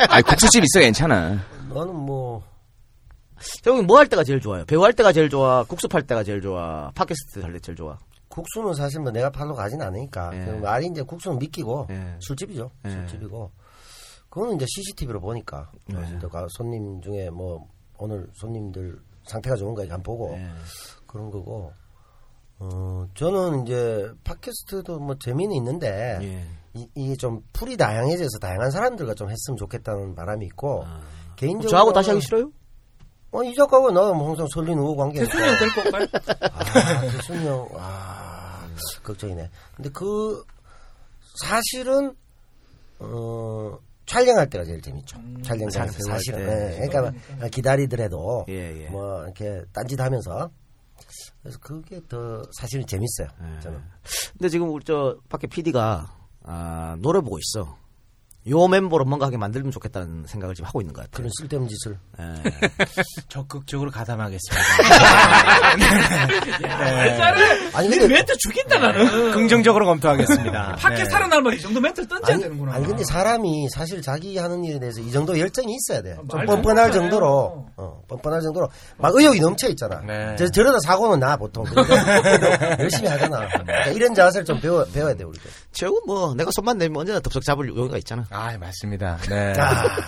Speaker 3: 아, 국수집 있어 괜찮아.
Speaker 11: 나는 뭐.
Speaker 2: 태우 형이 뭐 할 때가 제일 좋아요? 배우 할 때가 제일 좋아? 국수 팔 때가 제일 좋아? 팟캐스트 할 때 제일 좋아?
Speaker 11: 국수는 사실 뭐 내가 팔로 가진 않으니까
Speaker 2: 예.
Speaker 11: 그 말이 이제 국수는 믿기고
Speaker 2: 예.
Speaker 11: 술집이죠
Speaker 2: 예.
Speaker 11: 술집이고 그거는 이제 CCTV로 보니까 그래서 가- 손님 중에 뭐 오늘 손님들 상태가 좋은가 이렇게 한번 보고
Speaker 2: 예.
Speaker 11: 그런 거고 어 저는 이제 팟캐스트도 뭐 재미는 있는데
Speaker 2: 예.
Speaker 11: 이, 이게 좀 풀이 다양해져서 다양한 사람들과 좀 했으면 좋겠다는 바람이 있고 개인적으로
Speaker 2: 아. 저하고 다시 하기 싫어요?
Speaker 11: 어, 이 작가가 나 항상 설린 우호 관계.
Speaker 9: 대통령 될 건가요?
Speaker 11: 아, 대순영, 아, 걱정이네. 근데 그, 사실은, 어, 촬영할 때가 제일 재밌죠. 촬영
Speaker 2: 사-
Speaker 11: 때 사실은.
Speaker 2: 사실은.
Speaker 11: 예, 그러니까 기다리더라도,
Speaker 2: 음. 예, 예.
Speaker 11: 뭐, 이렇게 딴짓 하면서. 그래서 그게 더 사실은 재밌어요.
Speaker 2: 예.
Speaker 11: 저는.
Speaker 2: 근데 지금 우리 저 밖에 PD가 아, 노래 보고 있어. 요 멤버로 뭔가 하게 만들면 좋겠다는 생각을 지금 하고 있는 것 같아요.
Speaker 11: 그런 쓸데없는 짓을.
Speaker 2: 예.
Speaker 4: 적극적으로 가담하겠습니다.
Speaker 9: 잘해.
Speaker 11: 아니,
Speaker 9: 네
Speaker 11: 근데-
Speaker 9: 멘트 죽인다 나는.
Speaker 4: 네. 긍정적으로 검토하겠습니다.
Speaker 9: 밖에
Speaker 4: 네.
Speaker 9: 살아남아 이 정도 멘트를 던져야
Speaker 11: 아니,
Speaker 9: 되는구나.
Speaker 11: 아니, 근데 사람이 사실 자기 하는 일에 대해서 이 정도 열정이 있어야 돼. 좀
Speaker 9: 말도
Speaker 11: 뻔뻔할
Speaker 9: 못하네.
Speaker 11: 정도로, 어, 뻔뻔할 정도로 막 의욕이 넘쳐 있잖아.
Speaker 4: 네.
Speaker 11: 저, 저러다 사고는 나 보통 그러니까 열심히 하잖아. 그러니까 이런 자세를 좀 배워 배워야 돼 우리도.
Speaker 2: 최고 뭐 내가 손만 내면 언제나 덥석 잡을 용의가 있잖아.
Speaker 4: 아, 맞습니다. 네.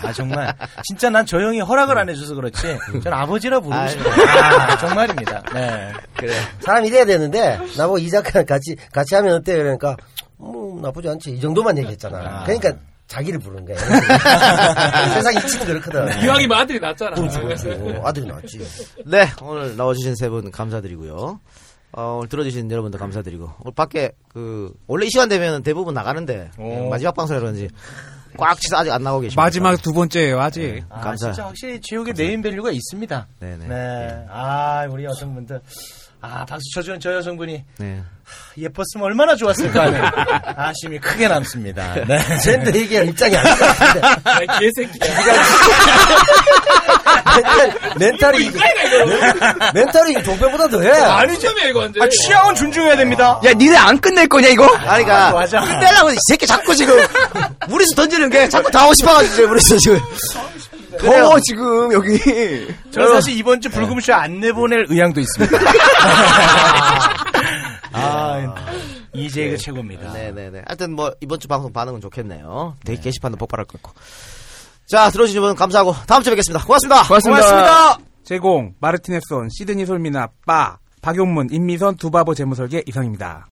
Speaker 4: 아, 정말. 진짜 난 저 형이 허락을 안 해줘서 그렇지. 전 아버지라 부르고
Speaker 2: 아유.
Speaker 4: 싶어요. 아, 정말입니다. 네.
Speaker 2: 그래.
Speaker 11: 사람 이래야 되는데 나보고 이 작가랑 같이 같이 하면 어때 그러니까 뭐 나쁘지 않지 이 정도만 얘기했잖아. 그러니까 자기를 부르는 거야. 세상 이치는 그렇거든.
Speaker 9: 이왕이 면 아들이 낫잖아.
Speaker 11: 어, 아들이 낫지.
Speaker 2: 네 오늘 나와주신 세 분 감사드리고요. 어, 오늘 들어주신 여러분들 감사드리고 오늘 밖에 그 원래 이 시간 되면 대부분 나가는데
Speaker 4: 오.
Speaker 2: 마지막 방송이라 그런지 꽉 치서 아직 안 나오고 계십니다.
Speaker 10: 마지막 두 번째예요, 아직.
Speaker 4: 아, 진짜 확실히 제육의 네임 밸류가 있습니다.
Speaker 2: 네네.
Speaker 11: 예.
Speaker 4: 네. 아, 우리 여성분들. 아, 박수 쳐주는 저 여성분이
Speaker 2: 네.
Speaker 4: 예뻤으면 얼마나 좋았을까 하는 아쉬움이 크게 남습니다. 네.
Speaker 11: 젠더 얘기할 입장이 아닌 것 같은데.
Speaker 9: 개새끼.
Speaker 11: 뭐 멘탈이, 멘- 멘탈이 종편보다 더해.
Speaker 9: 아니잖아요, 이거 완전.
Speaker 4: 아, 취향은 존중해야 됩니다.
Speaker 3: 야, 니네 안 끝낼 거냐, 이거?
Speaker 2: 아니, 그니까.
Speaker 3: 맞아.
Speaker 2: 끝내려고 이 새끼 자꾸 지금. 무리수 던지는 게 자꾸 다 오고 싶어가지고 지금 무리수 지금. 어,
Speaker 3: 더워, 지금, 여기.
Speaker 4: 저는 사실 이번
Speaker 11: 네.
Speaker 4: 주 불금쇼 안 내보낼 의향도 있습니다. 아, 이재가 최고입니다.
Speaker 2: 네네네. 하여튼 뭐, 이번 주 방송 반응은 좋겠네요. 되게 게시판도 폭발할 것 같고. 자, 들어주신 분 감사하고 다음 주에 뵙겠습니다. 고맙습니다.
Speaker 10: 제공 마르티네스온 시드니 솔미나 빠 박용문 임미선 두바보 재무설계 이상입니다.